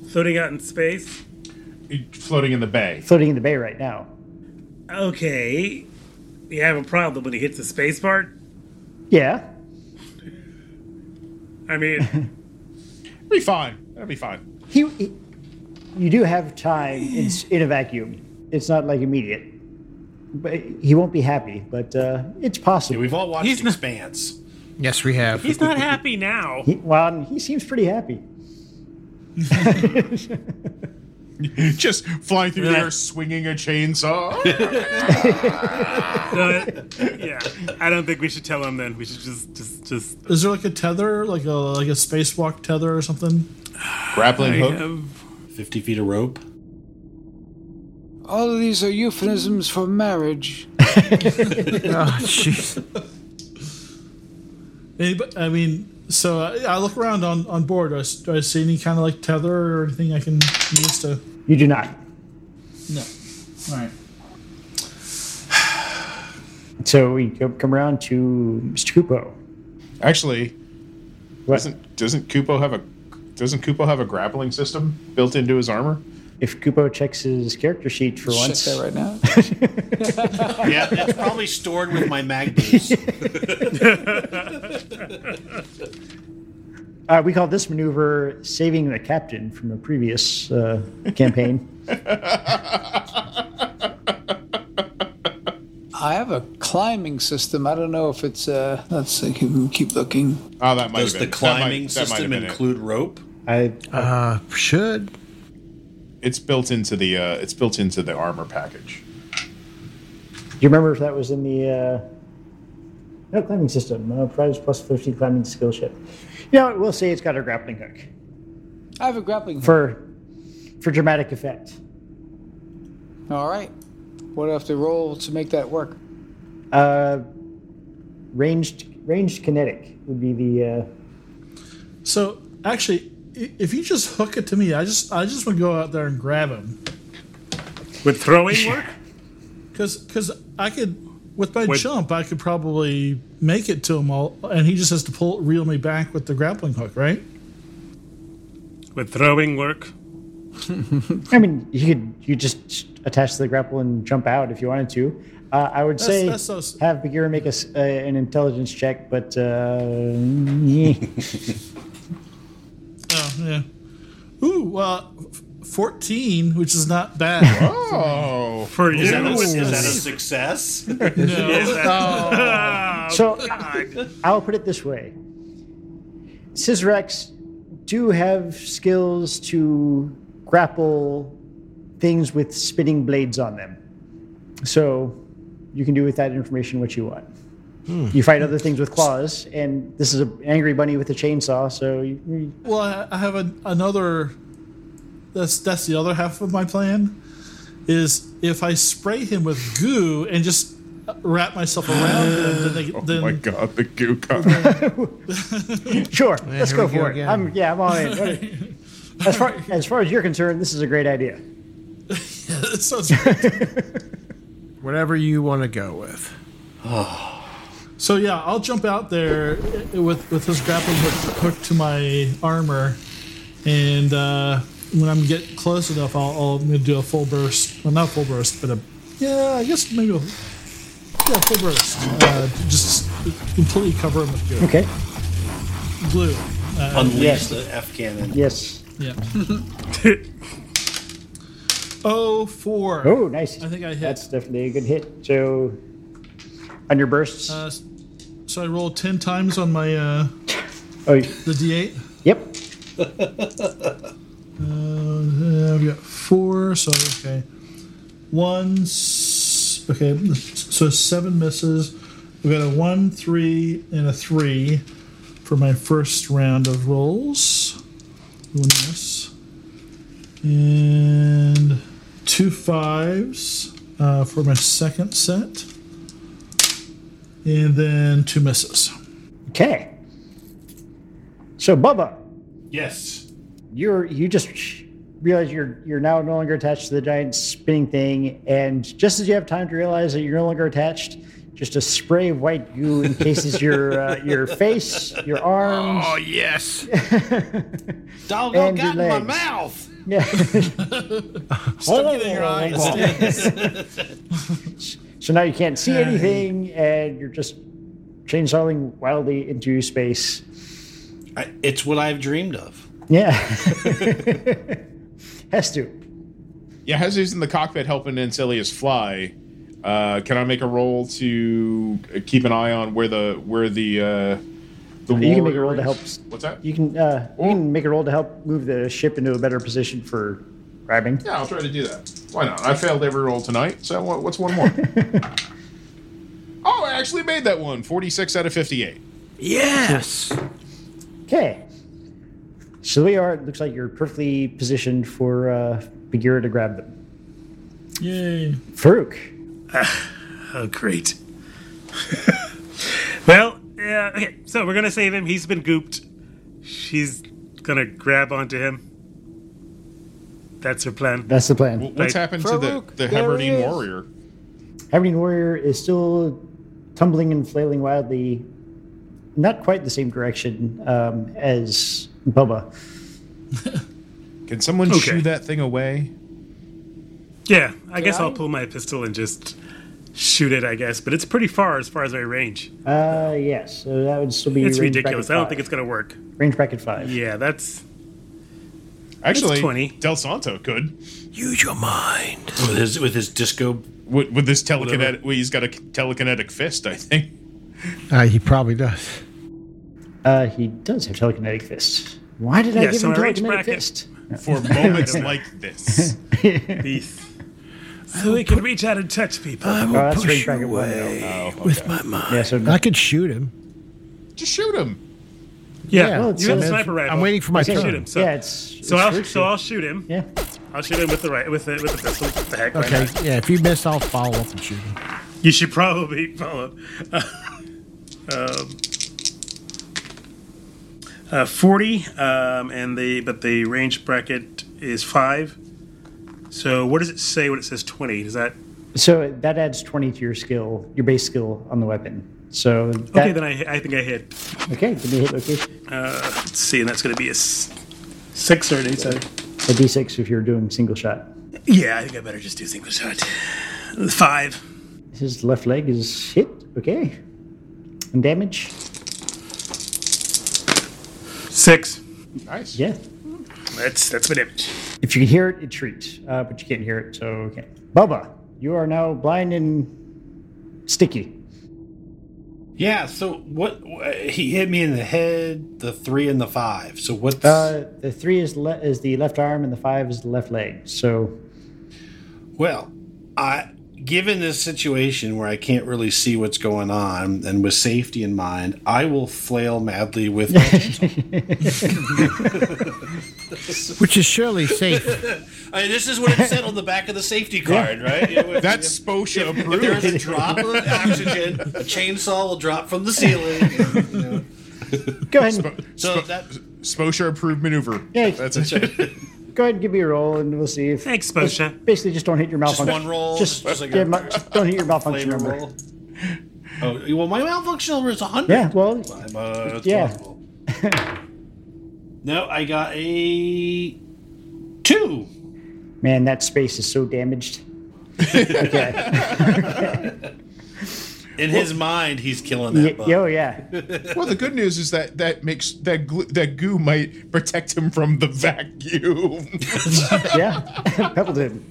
[SPEAKER 5] floating out in space.
[SPEAKER 2] Floating in the bay.
[SPEAKER 3] Floating in the bay right now.
[SPEAKER 5] Okay, you have a problem when he hits the space part.
[SPEAKER 3] Yeah.
[SPEAKER 5] I mean,
[SPEAKER 2] It'll be fine. It'll be fine.
[SPEAKER 3] He, he- you do have time in, s- in a vacuum. It's not like immediate, but he won't be happy. But uh, it's possible.
[SPEAKER 6] We've all watched
[SPEAKER 5] He's not-
[SPEAKER 6] Expanse.
[SPEAKER 4] Yes, we have.
[SPEAKER 5] he's not happy now.
[SPEAKER 3] He, well, and he seems pretty happy.
[SPEAKER 2] Just flying through the
[SPEAKER 5] Yeah.
[SPEAKER 2] air, swinging a chainsaw.
[SPEAKER 5] Uh, yeah, I don't think we should tell him. Then we should just just just.
[SPEAKER 1] Is there like a tether, like a like a spacewalk tether or something?
[SPEAKER 2] Grappling
[SPEAKER 5] I
[SPEAKER 2] hook.
[SPEAKER 5] have-
[SPEAKER 6] 50 feet of rope.
[SPEAKER 7] All of these are euphemisms for marriage.
[SPEAKER 4] Oh, jeez.
[SPEAKER 1] Anybody, I mean, so I, I look around on on board. Do I, s- do I see any kind of like tether or anything I can use to?
[SPEAKER 3] You do not.
[SPEAKER 1] No. All right.
[SPEAKER 3] So we co- come around to Mr. Kupo.
[SPEAKER 2] Actually,
[SPEAKER 3] What-
[SPEAKER 2] doesn't doesn't Kupo have a doesn't Kupo have a grappling system built into his armor?
[SPEAKER 3] If Kupo checks his character sheet for
[SPEAKER 7] Check
[SPEAKER 3] once,
[SPEAKER 7] that right now.
[SPEAKER 6] Yeah, it's probably stored with my magnums.
[SPEAKER 3] uh, we call this maneuver saving the captain from a previous uh, campaign.
[SPEAKER 7] I have a climbing system. I don't know if it's. Uh, let's see, keep, keep looking.
[SPEAKER 2] Oh, that might
[SPEAKER 6] Does
[SPEAKER 2] have
[SPEAKER 6] the
[SPEAKER 2] been.
[SPEAKER 6] climbing
[SPEAKER 2] that might, that might have
[SPEAKER 6] system
[SPEAKER 2] been it.
[SPEAKER 6] include rope?
[SPEAKER 3] I
[SPEAKER 4] Uh, should.
[SPEAKER 2] It's built into the uh, it's built into the armor package.
[SPEAKER 3] do you remember if that was in the uh, no climbing system? Uh, prize plus fifty climbing skill ship. You know, we'll say it's got a grappling hook
[SPEAKER 7] I have a grappling. hook.
[SPEAKER 3] for for dramatic effect.
[SPEAKER 7] All right. What do I have to roll to make that work?
[SPEAKER 3] Uh, ranged ranged kinetic would be the. Uh,
[SPEAKER 1] So actually, i- if you just hook it to me, I just I just want to go out there and grab him
[SPEAKER 5] With throwing work?
[SPEAKER 1] because because I could. With my
[SPEAKER 5] Wait.
[SPEAKER 1] jump, I could probably make it to him all, and he just has to pull reel me back with the grappling hook, right?
[SPEAKER 5] With throwing work?
[SPEAKER 3] I mean, you could you just attach the grapple and jump out if you wanted to. Uh, I would
[SPEAKER 1] That's-
[SPEAKER 3] say
[SPEAKER 1] that's so s-
[SPEAKER 3] have Bagheera make us uh, an intelligence check, but uh, yeah.
[SPEAKER 1] Oh, yeah. Ooh, well, f- 14, which is not bad.
[SPEAKER 2] Oh,
[SPEAKER 5] for
[SPEAKER 6] Is that, a,
[SPEAKER 1] Ooh.
[SPEAKER 6] is that a success?
[SPEAKER 5] Is that-
[SPEAKER 3] So-
[SPEAKER 1] Oh,
[SPEAKER 3] I'll put it this way. Scissorax do have skills to grapple things with spinning blades on them. So you can do with that information what you want. You fight other things with claws, and this is an angry bunny with a chainsaw, so you, you-
[SPEAKER 1] Well, I- I have an, another. That's that's the other half of my plan. Is if I spray him with goo and just uh, wrap myself around him, then, they,
[SPEAKER 6] Mm.
[SPEAKER 2] Oh my
[SPEAKER 1] then
[SPEAKER 2] god, the goo comes.
[SPEAKER 3] sure, let's
[SPEAKER 4] here we
[SPEAKER 3] go
[SPEAKER 4] go
[SPEAKER 3] for it.
[SPEAKER 4] again.
[SPEAKER 3] I'm, yeah, I'm all in. As far, as far as you're concerned, this is a great idea.
[SPEAKER 1] it sounds great.
[SPEAKER 4] Whatever you want to go with.
[SPEAKER 1] So yeah, I'll jump out there i- with with his grappling hook hooked to my armor, and uh, when I'm get close enough, I'll, I'll I'm gonna do a full burst. Well, not full burst, but a yeah, I guess maybe a yeah full burst. Uh, just completely cover him with goo.
[SPEAKER 3] Okay.
[SPEAKER 1] glue.
[SPEAKER 6] Unleash
[SPEAKER 3] yes.
[SPEAKER 6] the F cannon.
[SPEAKER 3] Yes.
[SPEAKER 1] Yeah. oh four.
[SPEAKER 3] Oh, nice.
[SPEAKER 1] I think I hit.
[SPEAKER 3] That's definitely a good hit. So, on your bursts.
[SPEAKER 1] Uh, s- so I roll ten times on my uh,
[SPEAKER 3] oh,
[SPEAKER 1] the d8.
[SPEAKER 3] yep.
[SPEAKER 1] Uh, I've got four, so okay. One, s- okay, so seven misses. We've got a one, three, and a three for my first round of rolls. One miss. And two fives uh, for my second set. And then two misses.
[SPEAKER 3] Okay. So, Bubba,
[SPEAKER 6] Yes.
[SPEAKER 3] you're you just realize you're you're now no longer attached to the giant spinning thing, and just as you have time to realize that you're no longer attached, just a spray of white goo encases your uh, your face, your arms.
[SPEAKER 8] Oh, yes.
[SPEAKER 3] And
[SPEAKER 8] Doggone
[SPEAKER 3] your
[SPEAKER 8] got in my
[SPEAKER 3] legs.
[SPEAKER 8] mouth.
[SPEAKER 3] Yeah. Oh,
[SPEAKER 1] eyes.
[SPEAKER 3] so now you can't see anything, and you're just chainsawing wildly into space.
[SPEAKER 6] I, it's what I've dreamed of.
[SPEAKER 3] Yeah. Has to.
[SPEAKER 2] yeah, Jesus in the cockpit helping Ancilius fly. Uh, can I make a roll to keep an eye on where the where the uh, the
[SPEAKER 3] You can make a roll
[SPEAKER 2] warrior
[SPEAKER 3] to help.
[SPEAKER 2] is? What's that?
[SPEAKER 3] You can uh, you can make a roll to help move the ship into a better position for grabbing.
[SPEAKER 2] Yeah, I'll try to do that. Why not? I failed every roll tonight, so what, what's one more? oh, I actually made that one. 46 out of 58.
[SPEAKER 4] Yes.
[SPEAKER 3] Okay. So there you are. It looks like you're perfectly positioned for uh, Bagheera to grab them.
[SPEAKER 1] Yay.
[SPEAKER 3] Farouk.
[SPEAKER 5] Oh, great. well, yeah, okay, so we're gonna save him. He's been gooped. She's gonna grab onto him. That's her plan.
[SPEAKER 3] That's the plan.
[SPEAKER 2] What's
[SPEAKER 5] Like,
[SPEAKER 2] happened to the,
[SPEAKER 10] Farouk,
[SPEAKER 2] the
[SPEAKER 10] there he
[SPEAKER 2] Hebridean
[SPEAKER 10] is.
[SPEAKER 2] warrior?
[SPEAKER 3] Happening Warrior is still tumbling and flailing wildly, not quite the same direction um, as Bubba.
[SPEAKER 2] Can someone
[SPEAKER 5] Okay.
[SPEAKER 2] shoo that thing away?
[SPEAKER 5] Yeah, I guess I? will pull my pistol and just shoot it. I guess, but it's pretty far as far as my range.
[SPEAKER 3] Uh, yes. So that would still be.
[SPEAKER 5] It's
[SPEAKER 3] range
[SPEAKER 5] ridiculous.
[SPEAKER 3] bracket
[SPEAKER 5] I don't
[SPEAKER 3] five.
[SPEAKER 5] think it's gonna work.
[SPEAKER 3] range bracket five.
[SPEAKER 5] Yeah, that's
[SPEAKER 2] Actually,
[SPEAKER 5] 20.
[SPEAKER 2] Del Santo could.
[SPEAKER 4] Use your mind.
[SPEAKER 6] With his with his disco.
[SPEAKER 2] With, with this telekinetic, well, he's got a telekinetic fist, I think.
[SPEAKER 4] Uh, he probably does.
[SPEAKER 3] Uh, he does have telekinetic fist. Why did I
[SPEAKER 5] Yeah,
[SPEAKER 3] give
[SPEAKER 5] so
[SPEAKER 3] him
[SPEAKER 5] my range
[SPEAKER 3] telekinetic
[SPEAKER 5] bracket-
[SPEAKER 3] fist?
[SPEAKER 2] For moments like this.
[SPEAKER 5] peace. so we can reach out and touch people.
[SPEAKER 4] I will
[SPEAKER 3] Oh, that's range
[SPEAKER 4] push you
[SPEAKER 3] bracket one. though.
[SPEAKER 4] away
[SPEAKER 2] Oh, okay.
[SPEAKER 4] with my mind.
[SPEAKER 3] Yeah, so
[SPEAKER 4] I could shoot him.
[SPEAKER 2] Just shoot him.
[SPEAKER 5] yeah,
[SPEAKER 4] yeah. Well,
[SPEAKER 3] it's-
[SPEAKER 5] you have a
[SPEAKER 3] it's-
[SPEAKER 5] sniper rifle.
[SPEAKER 4] I'm waiting for my
[SPEAKER 5] You can
[SPEAKER 4] turn.
[SPEAKER 5] Shoot him. So,
[SPEAKER 3] yeah, it's
[SPEAKER 5] so
[SPEAKER 3] it's
[SPEAKER 5] I'll
[SPEAKER 3] Farouk's
[SPEAKER 5] so I'll shoot him.
[SPEAKER 3] Yeah.
[SPEAKER 5] I'll shoot him with the right with the with the pistol. What the heck? why
[SPEAKER 4] Okay.
[SPEAKER 5] not?
[SPEAKER 4] Yeah. If you miss, I'll follow up and shoot him.
[SPEAKER 5] You should probably follow. Uh, um, uh, Forty, um, and the but the range bracket is five. So what does it say when it says twenty? Does that
[SPEAKER 3] So that adds 20 to your skill, your base skill on the weapon. So that,
[SPEAKER 5] okay? Then I I think I hit.
[SPEAKER 3] okay, give me a hit location.
[SPEAKER 5] Let's see, and that's going to be a s- six or an eight. Seven.
[SPEAKER 3] A d6 if you're doing single shot.
[SPEAKER 5] Yeah, I think I better just do single shot. Five.
[SPEAKER 3] His left leg is hit. Okay. And damage.
[SPEAKER 5] Six.
[SPEAKER 2] Nice.
[SPEAKER 3] Yeah.
[SPEAKER 5] That's that's my damage.
[SPEAKER 3] If you can hear it, it shrieks, uh, but you can't hear it, so okay. Bubba, you are now blind and sticky.
[SPEAKER 6] Yeah. So what? He hit me in the head. The three and the five. So what's
[SPEAKER 3] Uh, the three is le- is the left arm, and the five is the left leg. So
[SPEAKER 6] Well, I given this situation where I can't really see what's going on and with safety in mind, I will flail madly with
[SPEAKER 4] Which is surely safe.
[SPEAKER 6] I mean, this is what it said on the back of the safety card, right? You know, if-
[SPEAKER 2] That's Sposha
[SPEAKER 6] if, if there is a drop of oxygen, a chainsaw will drop from the ceiling. you know.
[SPEAKER 3] go ahead, and,
[SPEAKER 6] So that
[SPEAKER 2] Sposha approved maneuver.
[SPEAKER 3] Yeah.
[SPEAKER 2] that's it.
[SPEAKER 3] go ahead and give me a roll, and we'll see if.
[SPEAKER 5] Thanks, Sposha.
[SPEAKER 3] Basically, just don't hit your mouth.
[SPEAKER 6] Just one roll,
[SPEAKER 3] Just,
[SPEAKER 6] just like
[SPEAKER 3] yeah,
[SPEAKER 6] a
[SPEAKER 3] mu- just don't hit your malfunction
[SPEAKER 6] flavor
[SPEAKER 3] number.
[SPEAKER 6] roll. Oh well, my malfunction number is hundred.
[SPEAKER 3] Yeah. Well,
[SPEAKER 6] I'm, uh,
[SPEAKER 3] Yeah.
[SPEAKER 6] responsible. no, I got a two.
[SPEAKER 3] man, that space is so damaged.
[SPEAKER 6] In his mind, he's killing
[SPEAKER 3] Y-
[SPEAKER 6] that. bug.
[SPEAKER 3] yo, yeah.
[SPEAKER 2] well, the good news is that that makes that glue, that goo might protect him from the vacuum.
[SPEAKER 3] Yeah. Pebble did.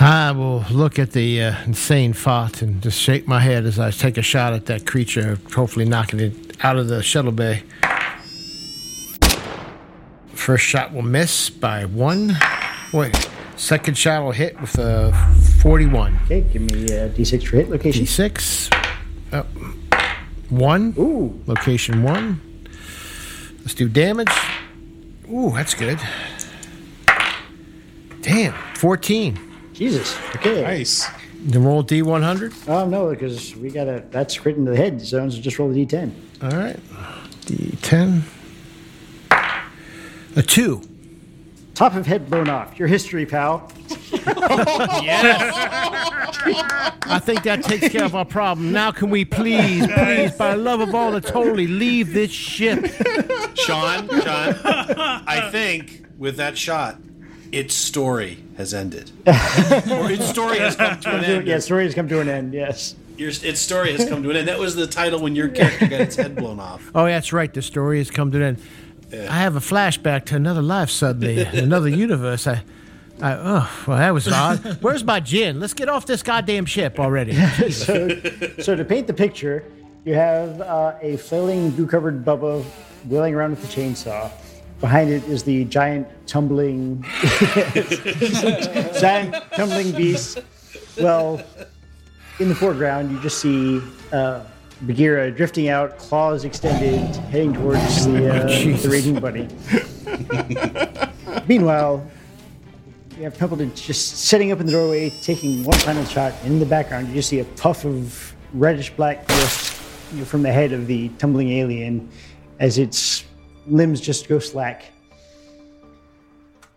[SPEAKER 4] I will look at the uh, insane fart and just shake my head as I take a shot at that creature, hopefully knocking it out of the shuttle bay. First shot will miss by one. Wait, second shot will hit with a 41.
[SPEAKER 3] Okay, give me a d6 for hit location.
[SPEAKER 4] D6. Up. Oh. One.
[SPEAKER 3] Ooh,
[SPEAKER 4] Location one. Let's do damage. Ooh, that's good. Damn, 14.
[SPEAKER 3] Jesus. Okay.
[SPEAKER 2] nice.
[SPEAKER 4] Then roll D100.
[SPEAKER 3] Oh no, because we got to That's crit into the head zones. just roll the d10.
[SPEAKER 4] All right. D10. A two.
[SPEAKER 3] Top of head blown off. Your history, pal.
[SPEAKER 4] I think that takes care of our problem. Now, can we please, please, by the love of all that's holy, leave this ship?
[SPEAKER 6] Sean, Sean, I think with that shot, its story has ended. or its story has come to an end.
[SPEAKER 3] Yeah, story has come to an end. Yes.
[SPEAKER 6] Your, its story has come to an end. That was the title when your character got its head blown off.
[SPEAKER 4] Oh, that's right. The story has come to an end. I have a flashback to another life suddenly, another universe. I, I, oh, well, that was odd. Where's my gin? Let's get off this goddamn ship already.
[SPEAKER 3] So to paint the picture, you have uh, a flailing, goo-covered Bubba wheeling around with the chainsaw. Behind it is the giant tumbling, giant tumbling beast. Well, in the foreground, you just see uh, Bagheera drifting out, claws extended, heading towards the, uh, the
[SPEAKER 4] Jesus.
[SPEAKER 3] raging bunny. Meanwhile, you have Pimpleton just sitting up in the doorway, taking one final shot. In the background, you just see a puff of reddish black mist you know, from the head of the tumbling alien as its limbs just go slack.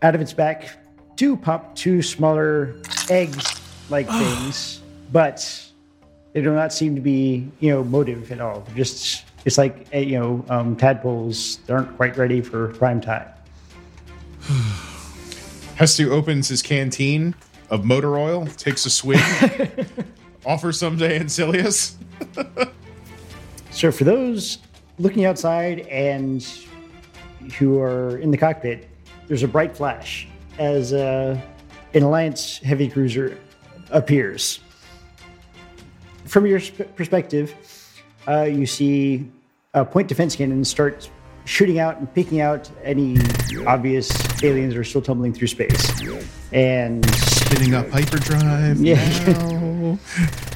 [SPEAKER 3] Out of its back, do pop two smaller eggs like things, but they do not seem to be, you know, motive at all. They're Just it's like eh, you know, um, tadpoles that aren't quite ready for prime time.
[SPEAKER 2] Hestu opens his canteen of motor oil, takes a swig, offers some to Ancilius.
[SPEAKER 3] So for those looking outside and who are in the cockpit, there's a bright flash as uh, an Alliance heavy cruiser appears. From your sp- perspective, uh, you see uh, point defense cannons start shooting out and picking out any obvious aliens that are still tumbling through space. And
[SPEAKER 2] Spinning up hyperdrive.
[SPEAKER 3] yeah,
[SPEAKER 2] No.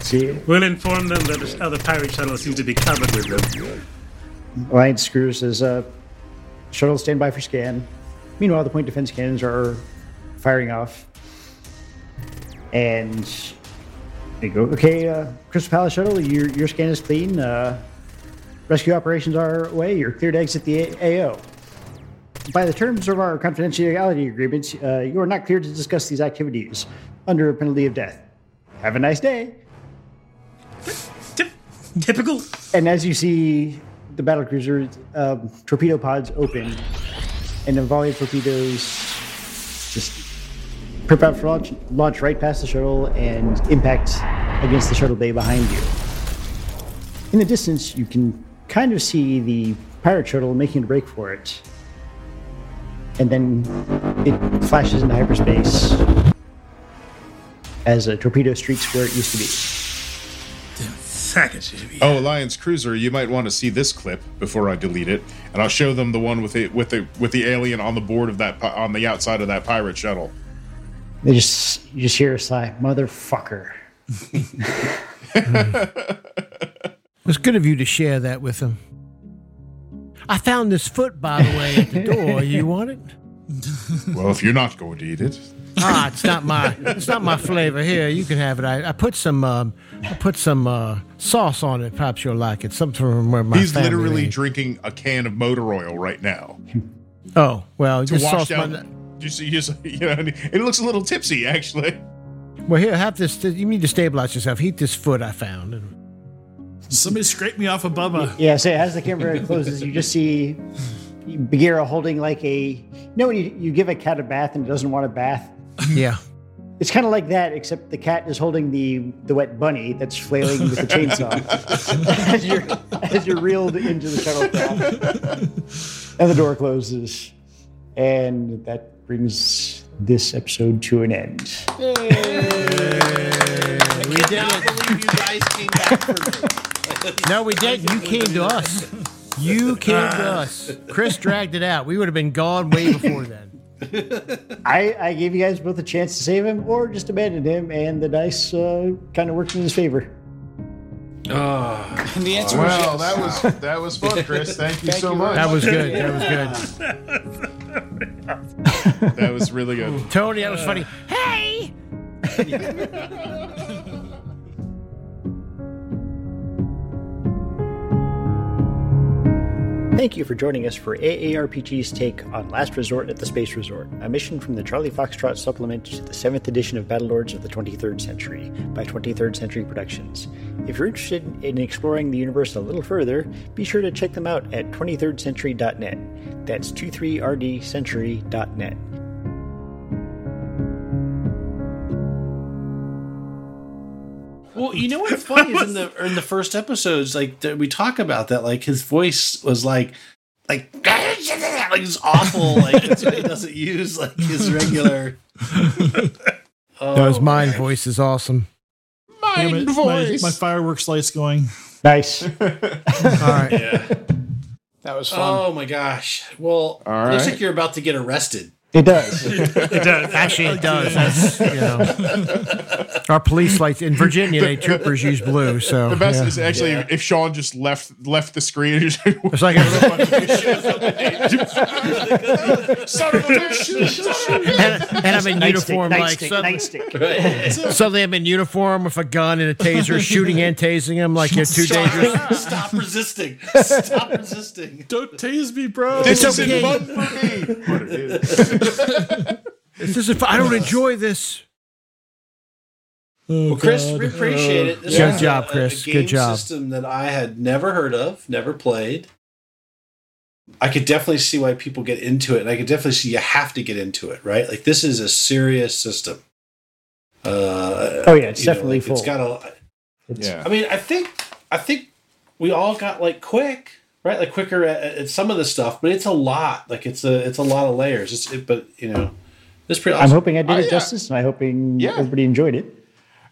[SPEAKER 3] see,
[SPEAKER 5] We'll inform them that the other pirate shuttle seems to be covered with them.
[SPEAKER 3] Alliance crews says, uh, shuttle standby for scan. Meanwhile, the point defense cannons are firing off. And they go, okay, uh, Crystal Palace shuttle, your, your scan is clean. Uh, rescue operations are away. You're cleared to exit the A- AO. By the terms of our confidentiality agreement, uh, you are not cleared to discuss these activities under a penalty of death. Have a nice day.
[SPEAKER 5] Tip- typical.
[SPEAKER 3] And as you see the battlecruiser um, torpedo pods open, and a volley of torpedoes just Prep out for launch, launch right past the shuttle and impact against the shuttle bay behind you. In the distance, you can kind of see the pirate shuttle making a break for it. And then it flashes into hyperspace as a torpedo streaks where it used to be.
[SPEAKER 2] Oh, Alliance Cruiser, you might want to see this clip before I delete it, and I'll show them the one with the with the with the alien on the board of that pi- on the outside of that pirate shuttle.
[SPEAKER 3] They just you just hear a sigh, motherfucker.
[SPEAKER 4] It's good of you to share that with them. I found this foot, by the way, at the door. You want it?
[SPEAKER 2] Well, if you're not going to eat it,
[SPEAKER 4] Ah, it's not my it's not my flavor. Here, you can have it. I, I put some um, I put some uh, sauce on it. Perhaps you'll like it. Something from where my
[SPEAKER 2] he's
[SPEAKER 4] family
[SPEAKER 2] literally
[SPEAKER 4] made.
[SPEAKER 2] drinking a can of motor oil right now
[SPEAKER 4] oh well,
[SPEAKER 2] to
[SPEAKER 4] just
[SPEAKER 2] wash
[SPEAKER 4] sauce
[SPEAKER 2] down.
[SPEAKER 4] my.
[SPEAKER 2] you see, you, see, you know, and it looks a little tipsy actually.
[SPEAKER 4] Well, here, have this. You need to stabilize yourself. Heat this foot I found.
[SPEAKER 1] Somebody scrape me off a Bubba.
[SPEAKER 3] Yeah, so as the camera closes, you just see Bagheera holding like a you know when you, you give a cat a bath and it doesn't want a bath.
[SPEAKER 4] Yeah.
[SPEAKER 3] It's kind of like that, except the cat is holding the the wet bunny that's flailing with the chainsaw as you're as you're reeled into the shuttle craft. and the door closes, and that brings this episode to an end.
[SPEAKER 8] We did believe you guys came back for me.
[SPEAKER 4] No, we didn't. You came to us. You came to
[SPEAKER 2] Uh.
[SPEAKER 4] us. Chris dragged it out. We would have been gone way before then.
[SPEAKER 3] I, I gave you guys both a chance to save him or just abandon him, and the dice uh, kind of worked in his favor.
[SPEAKER 10] And the answer
[SPEAKER 2] Well,
[SPEAKER 10] was
[SPEAKER 2] that was that was fun, Chris. Thank you so much.
[SPEAKER 4] That was good. That was good.
[SPEAKER 2] that was really good.
[SPEAKER 4] Tony, that was funny.
[SPEAKER 11] Hey!
[SPEAKER 3] Thank you for joining us for AARPG's take on Last Resort at the Space Resort, a mission from the Charlie Foxtrot supplement to the 7th edition of Battlelords of the 23rd Century by 23rd Century Productions. If you're interested in exploring the universe a little further, be sure to check them out at 23rdcentury.net. That's 23rdcentury.net.
[SPEAKER 6] Well, you know what's funny is in the in the first episodes, like that we talk about that, like his voice was like, like, like it's awful. Like it's, it doesn't use like his regular.
[SPEAKER 4] That was mine. Voice is awesome.
[SPEAKER 1] Yeah, my, my, my fireworks lights going.
[SPEAKER 3] Nice.
[SPEAKER 4] All right.
[SPEAKER 10] that was
[SPEAKER 4] Um,
[SPEAKER 10] fun.
[SPEAKER 6] Oh my gosh! Well,
[SPEAKER 2] All
[SPEAKER 6] looks
[SPEAKER 2] right.
[SPEAKER 6] like you're about to get arrested.
[SPEAKER 3] It does.
[SPEAKER 5] It does.
[SPEAKER 4] Actually, it does. That's, you know, Oh, our police lights in Virginia, they troopers use blue. So
[SPEAKER 2] The best
[SPEAKER 4] yeah.
[SPEAKER 2] is actually if Sean just left left the screen. and just-
[SPEAKER 4] it's like, a,
[SPEAKER 2] Son of a bitch!
[SPEAKER 4] and, and I'm in uniform. Like
[SPEAKER 3] nightstick,
[SPEAKER 4] suddenly,
[SPEAKER 3] nightstick.
[SPEAKER 4] suddenly, I'm in uniform with a gun and a taser, shooting and tasing him like you're too dangerous.
[SPEAKER 6] Stop resisting! Stop resisting!
[SPEAKER 1] Don't tase me, bro.
[SPEAKER 2] This
[SPEAKER 4] It's
[SPEAKER 2] isn't
[SPEAKER 4] okay.
[SPEAKER 2] fun for me. What it is.
[SPEAKER 4] This is. I don't enjoy this.
[SPEAKER 1] Oh,
[SPEAKER 6] Well, Chris,
[SPEAKER 1] God.
[SPEAKER 6] we appreciate it. This
[SPEAKER 4] Good
[SPEAKER 6] was
[SPEAKER 4] job, Chris.
[SPEAKER 6] game
[SPEAKER 4] Good job.
[SPEAKER 6] System that I had never heard of, never played. I could definitely see why people get into it, and I could definitely see you have to get into it, right? Like this is a serious system. Uh,
[SPEAKER 3] Oh, yeah, it's
[SPEAKER 6] you know,
[SPEAKER 3] definitely
[SPEAKER 6] like,
[SPEAKER 3] full.
[SPEAKER 6] It's got a. I
[SPEAKER 2] Yeah.
[SPEAKER 6] mean, I think, I think we all got like quick, right? Like quicker at, at some of the stuff, but it's a lot. Like it's a, it's a lot of layers. It's, it, but you know, it's pretty.
[SPEAKER 3] I'm
[SPEAKER 6] Awesome.
[SPEAKER 3] hoping I did
[SPEAKER 2] Oh,
[SPEAKER 3] it
[SPEAKER 2] yeah.
[SPEAKER 3] justice, and I'm hoping
[SPEAKER 2] Yeah.
[SPEAKER 3] everybody enjoyed it.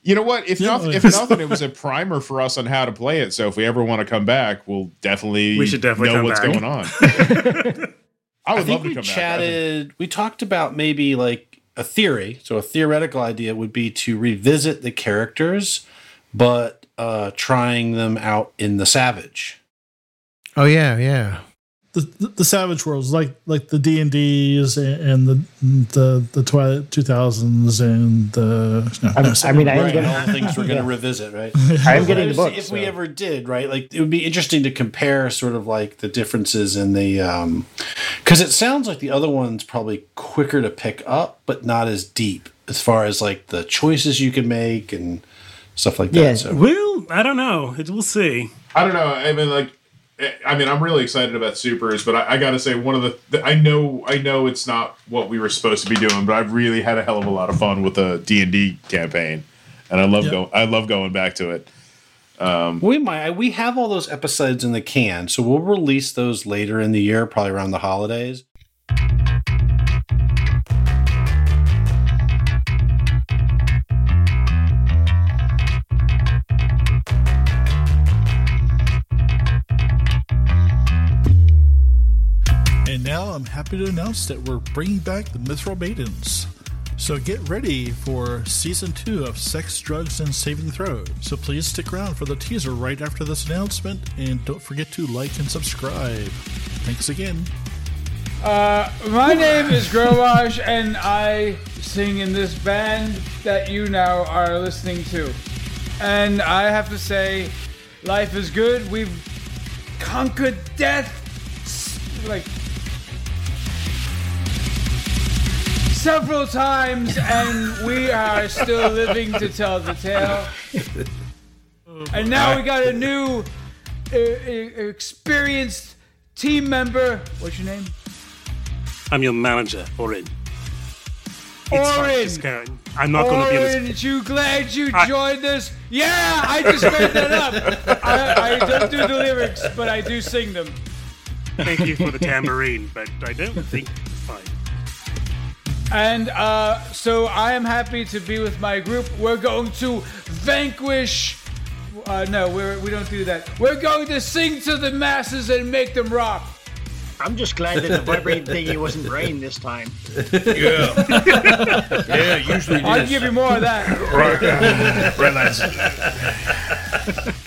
[SPEAKER 2] You know what? If
[SPEAKER 1] Yeah.
[SPEAKER 2] nothing, if nothing, it was a primer for us on how to play it. So if we ever want to come back, we'll definitely
[SPEAKER 5] We should definitely
[SPEAKER 2] know
[SPEAKER 5] come
[SPEAKER 2] what's
[SPEAKER 5] back.
[SPEAKER 2] going on. I would
[SPEAKER 6] I think
[SPEAKER 2] love to
[SPEAKER 6] we
[SPEAKER 2] come back.
[SPEAKER 6] chatted. We talked about maybe like a theory. So a theoretical idea would be to revisit the characters, but uh, trying them out in the Savage.
[SPEAKER 4] Oh yeah, yeah.
[SPEAKER 1] the, the, the Savage Worlds, like like the D and D's and the the the Twilight two thousands and the. No,
[SPEAKER 3] I'm-
[SPEAKER 1] no,
[SPEAKER 3] I mean, I am
[SPEAKER 6] Right, and
[SPEAKER 3] gonna,
[SPEAKER 6] all the things we're going to
[SPEAKER 3] Yeah.
[SPEAKER 6] revisit, right?
[SPEAKER 3] I am getting the book.
[SPEAKER 6] If
[SPEAKER 3] so.
[SPEAKER 6] we ever did, right? Like it would be interesting to compare sort of like the differences in the um cuz it sounds like the other one's probably quicker to pick up but not as deep as far as like the choices you can make and stuff like that.
[SPEAKER 3] Yeah.
[SPEAKER 6] So
[SPEAKER 5] Well, I don't know. It, we'll see.
[SPEAKER 2] I don't know. I mean, like, eh, I mean, I'm really excited about supers, but I, I got to say, one of the, th- I know, I know it's not what we were supposed to be doing, but I've really had a hell of a lot of fun with the D and D campaign, and I love
[SPEAKER 6] Yep.
[SPEAKER 2] going, I love going back to it.
[SPEAKER 6] Um, we might we have all those episodes in the can, so we'll release those later in the year, probably around the holidays.
[SPEAKER 1] And now I'm happy to announce that we're bringing back the Mithril Maidens. So get ready for season two of Sex, Drugs, and Saving Throw. So please stick around for the teaser right after this announcement, and don't forget to like and subscribe. Thanks again.
[SPEAKER 7] Uh, my name is Grobage, and I sing in this band that you now are listening to. And I have to say, life is good. We've conquered death. s- Like, several times, and we are still living to tell the tale. And now we got a new, uh, uh, experienced team member. What's your name?
[SPEAKER 5] I'm your manager, Orin.
[SPEAKER 7] Orin.
[SPEAKER 5] Karen. I'm not going to be
[SPEAKER 7] Orin,
[SPEAKER 5] on this.
[SPEAKER 7] you glad you joined us? Yeah, I just made that up. I, I don't do the lyrics, but I do sing them.
[SPEAKER 5] Thank you for the tambourine, but I don't think. Fine.
[SPEAKER 7] And uh, so I am happy to be with my group. We're going to vanquish. Uh, no, we're, we don't do that. We're going to sing to the masses and make them rock.
[SPEAKER 13] I'm just glad that the vibrating thingy wasn't brain this time.
[SPEAKER 7] Yeah.
[SPEAKER 13] yeah,
[SPEAKER 7] I'll give you more of that.
[SPEAKER 13] Right.
[SPEAKER 7] Realize.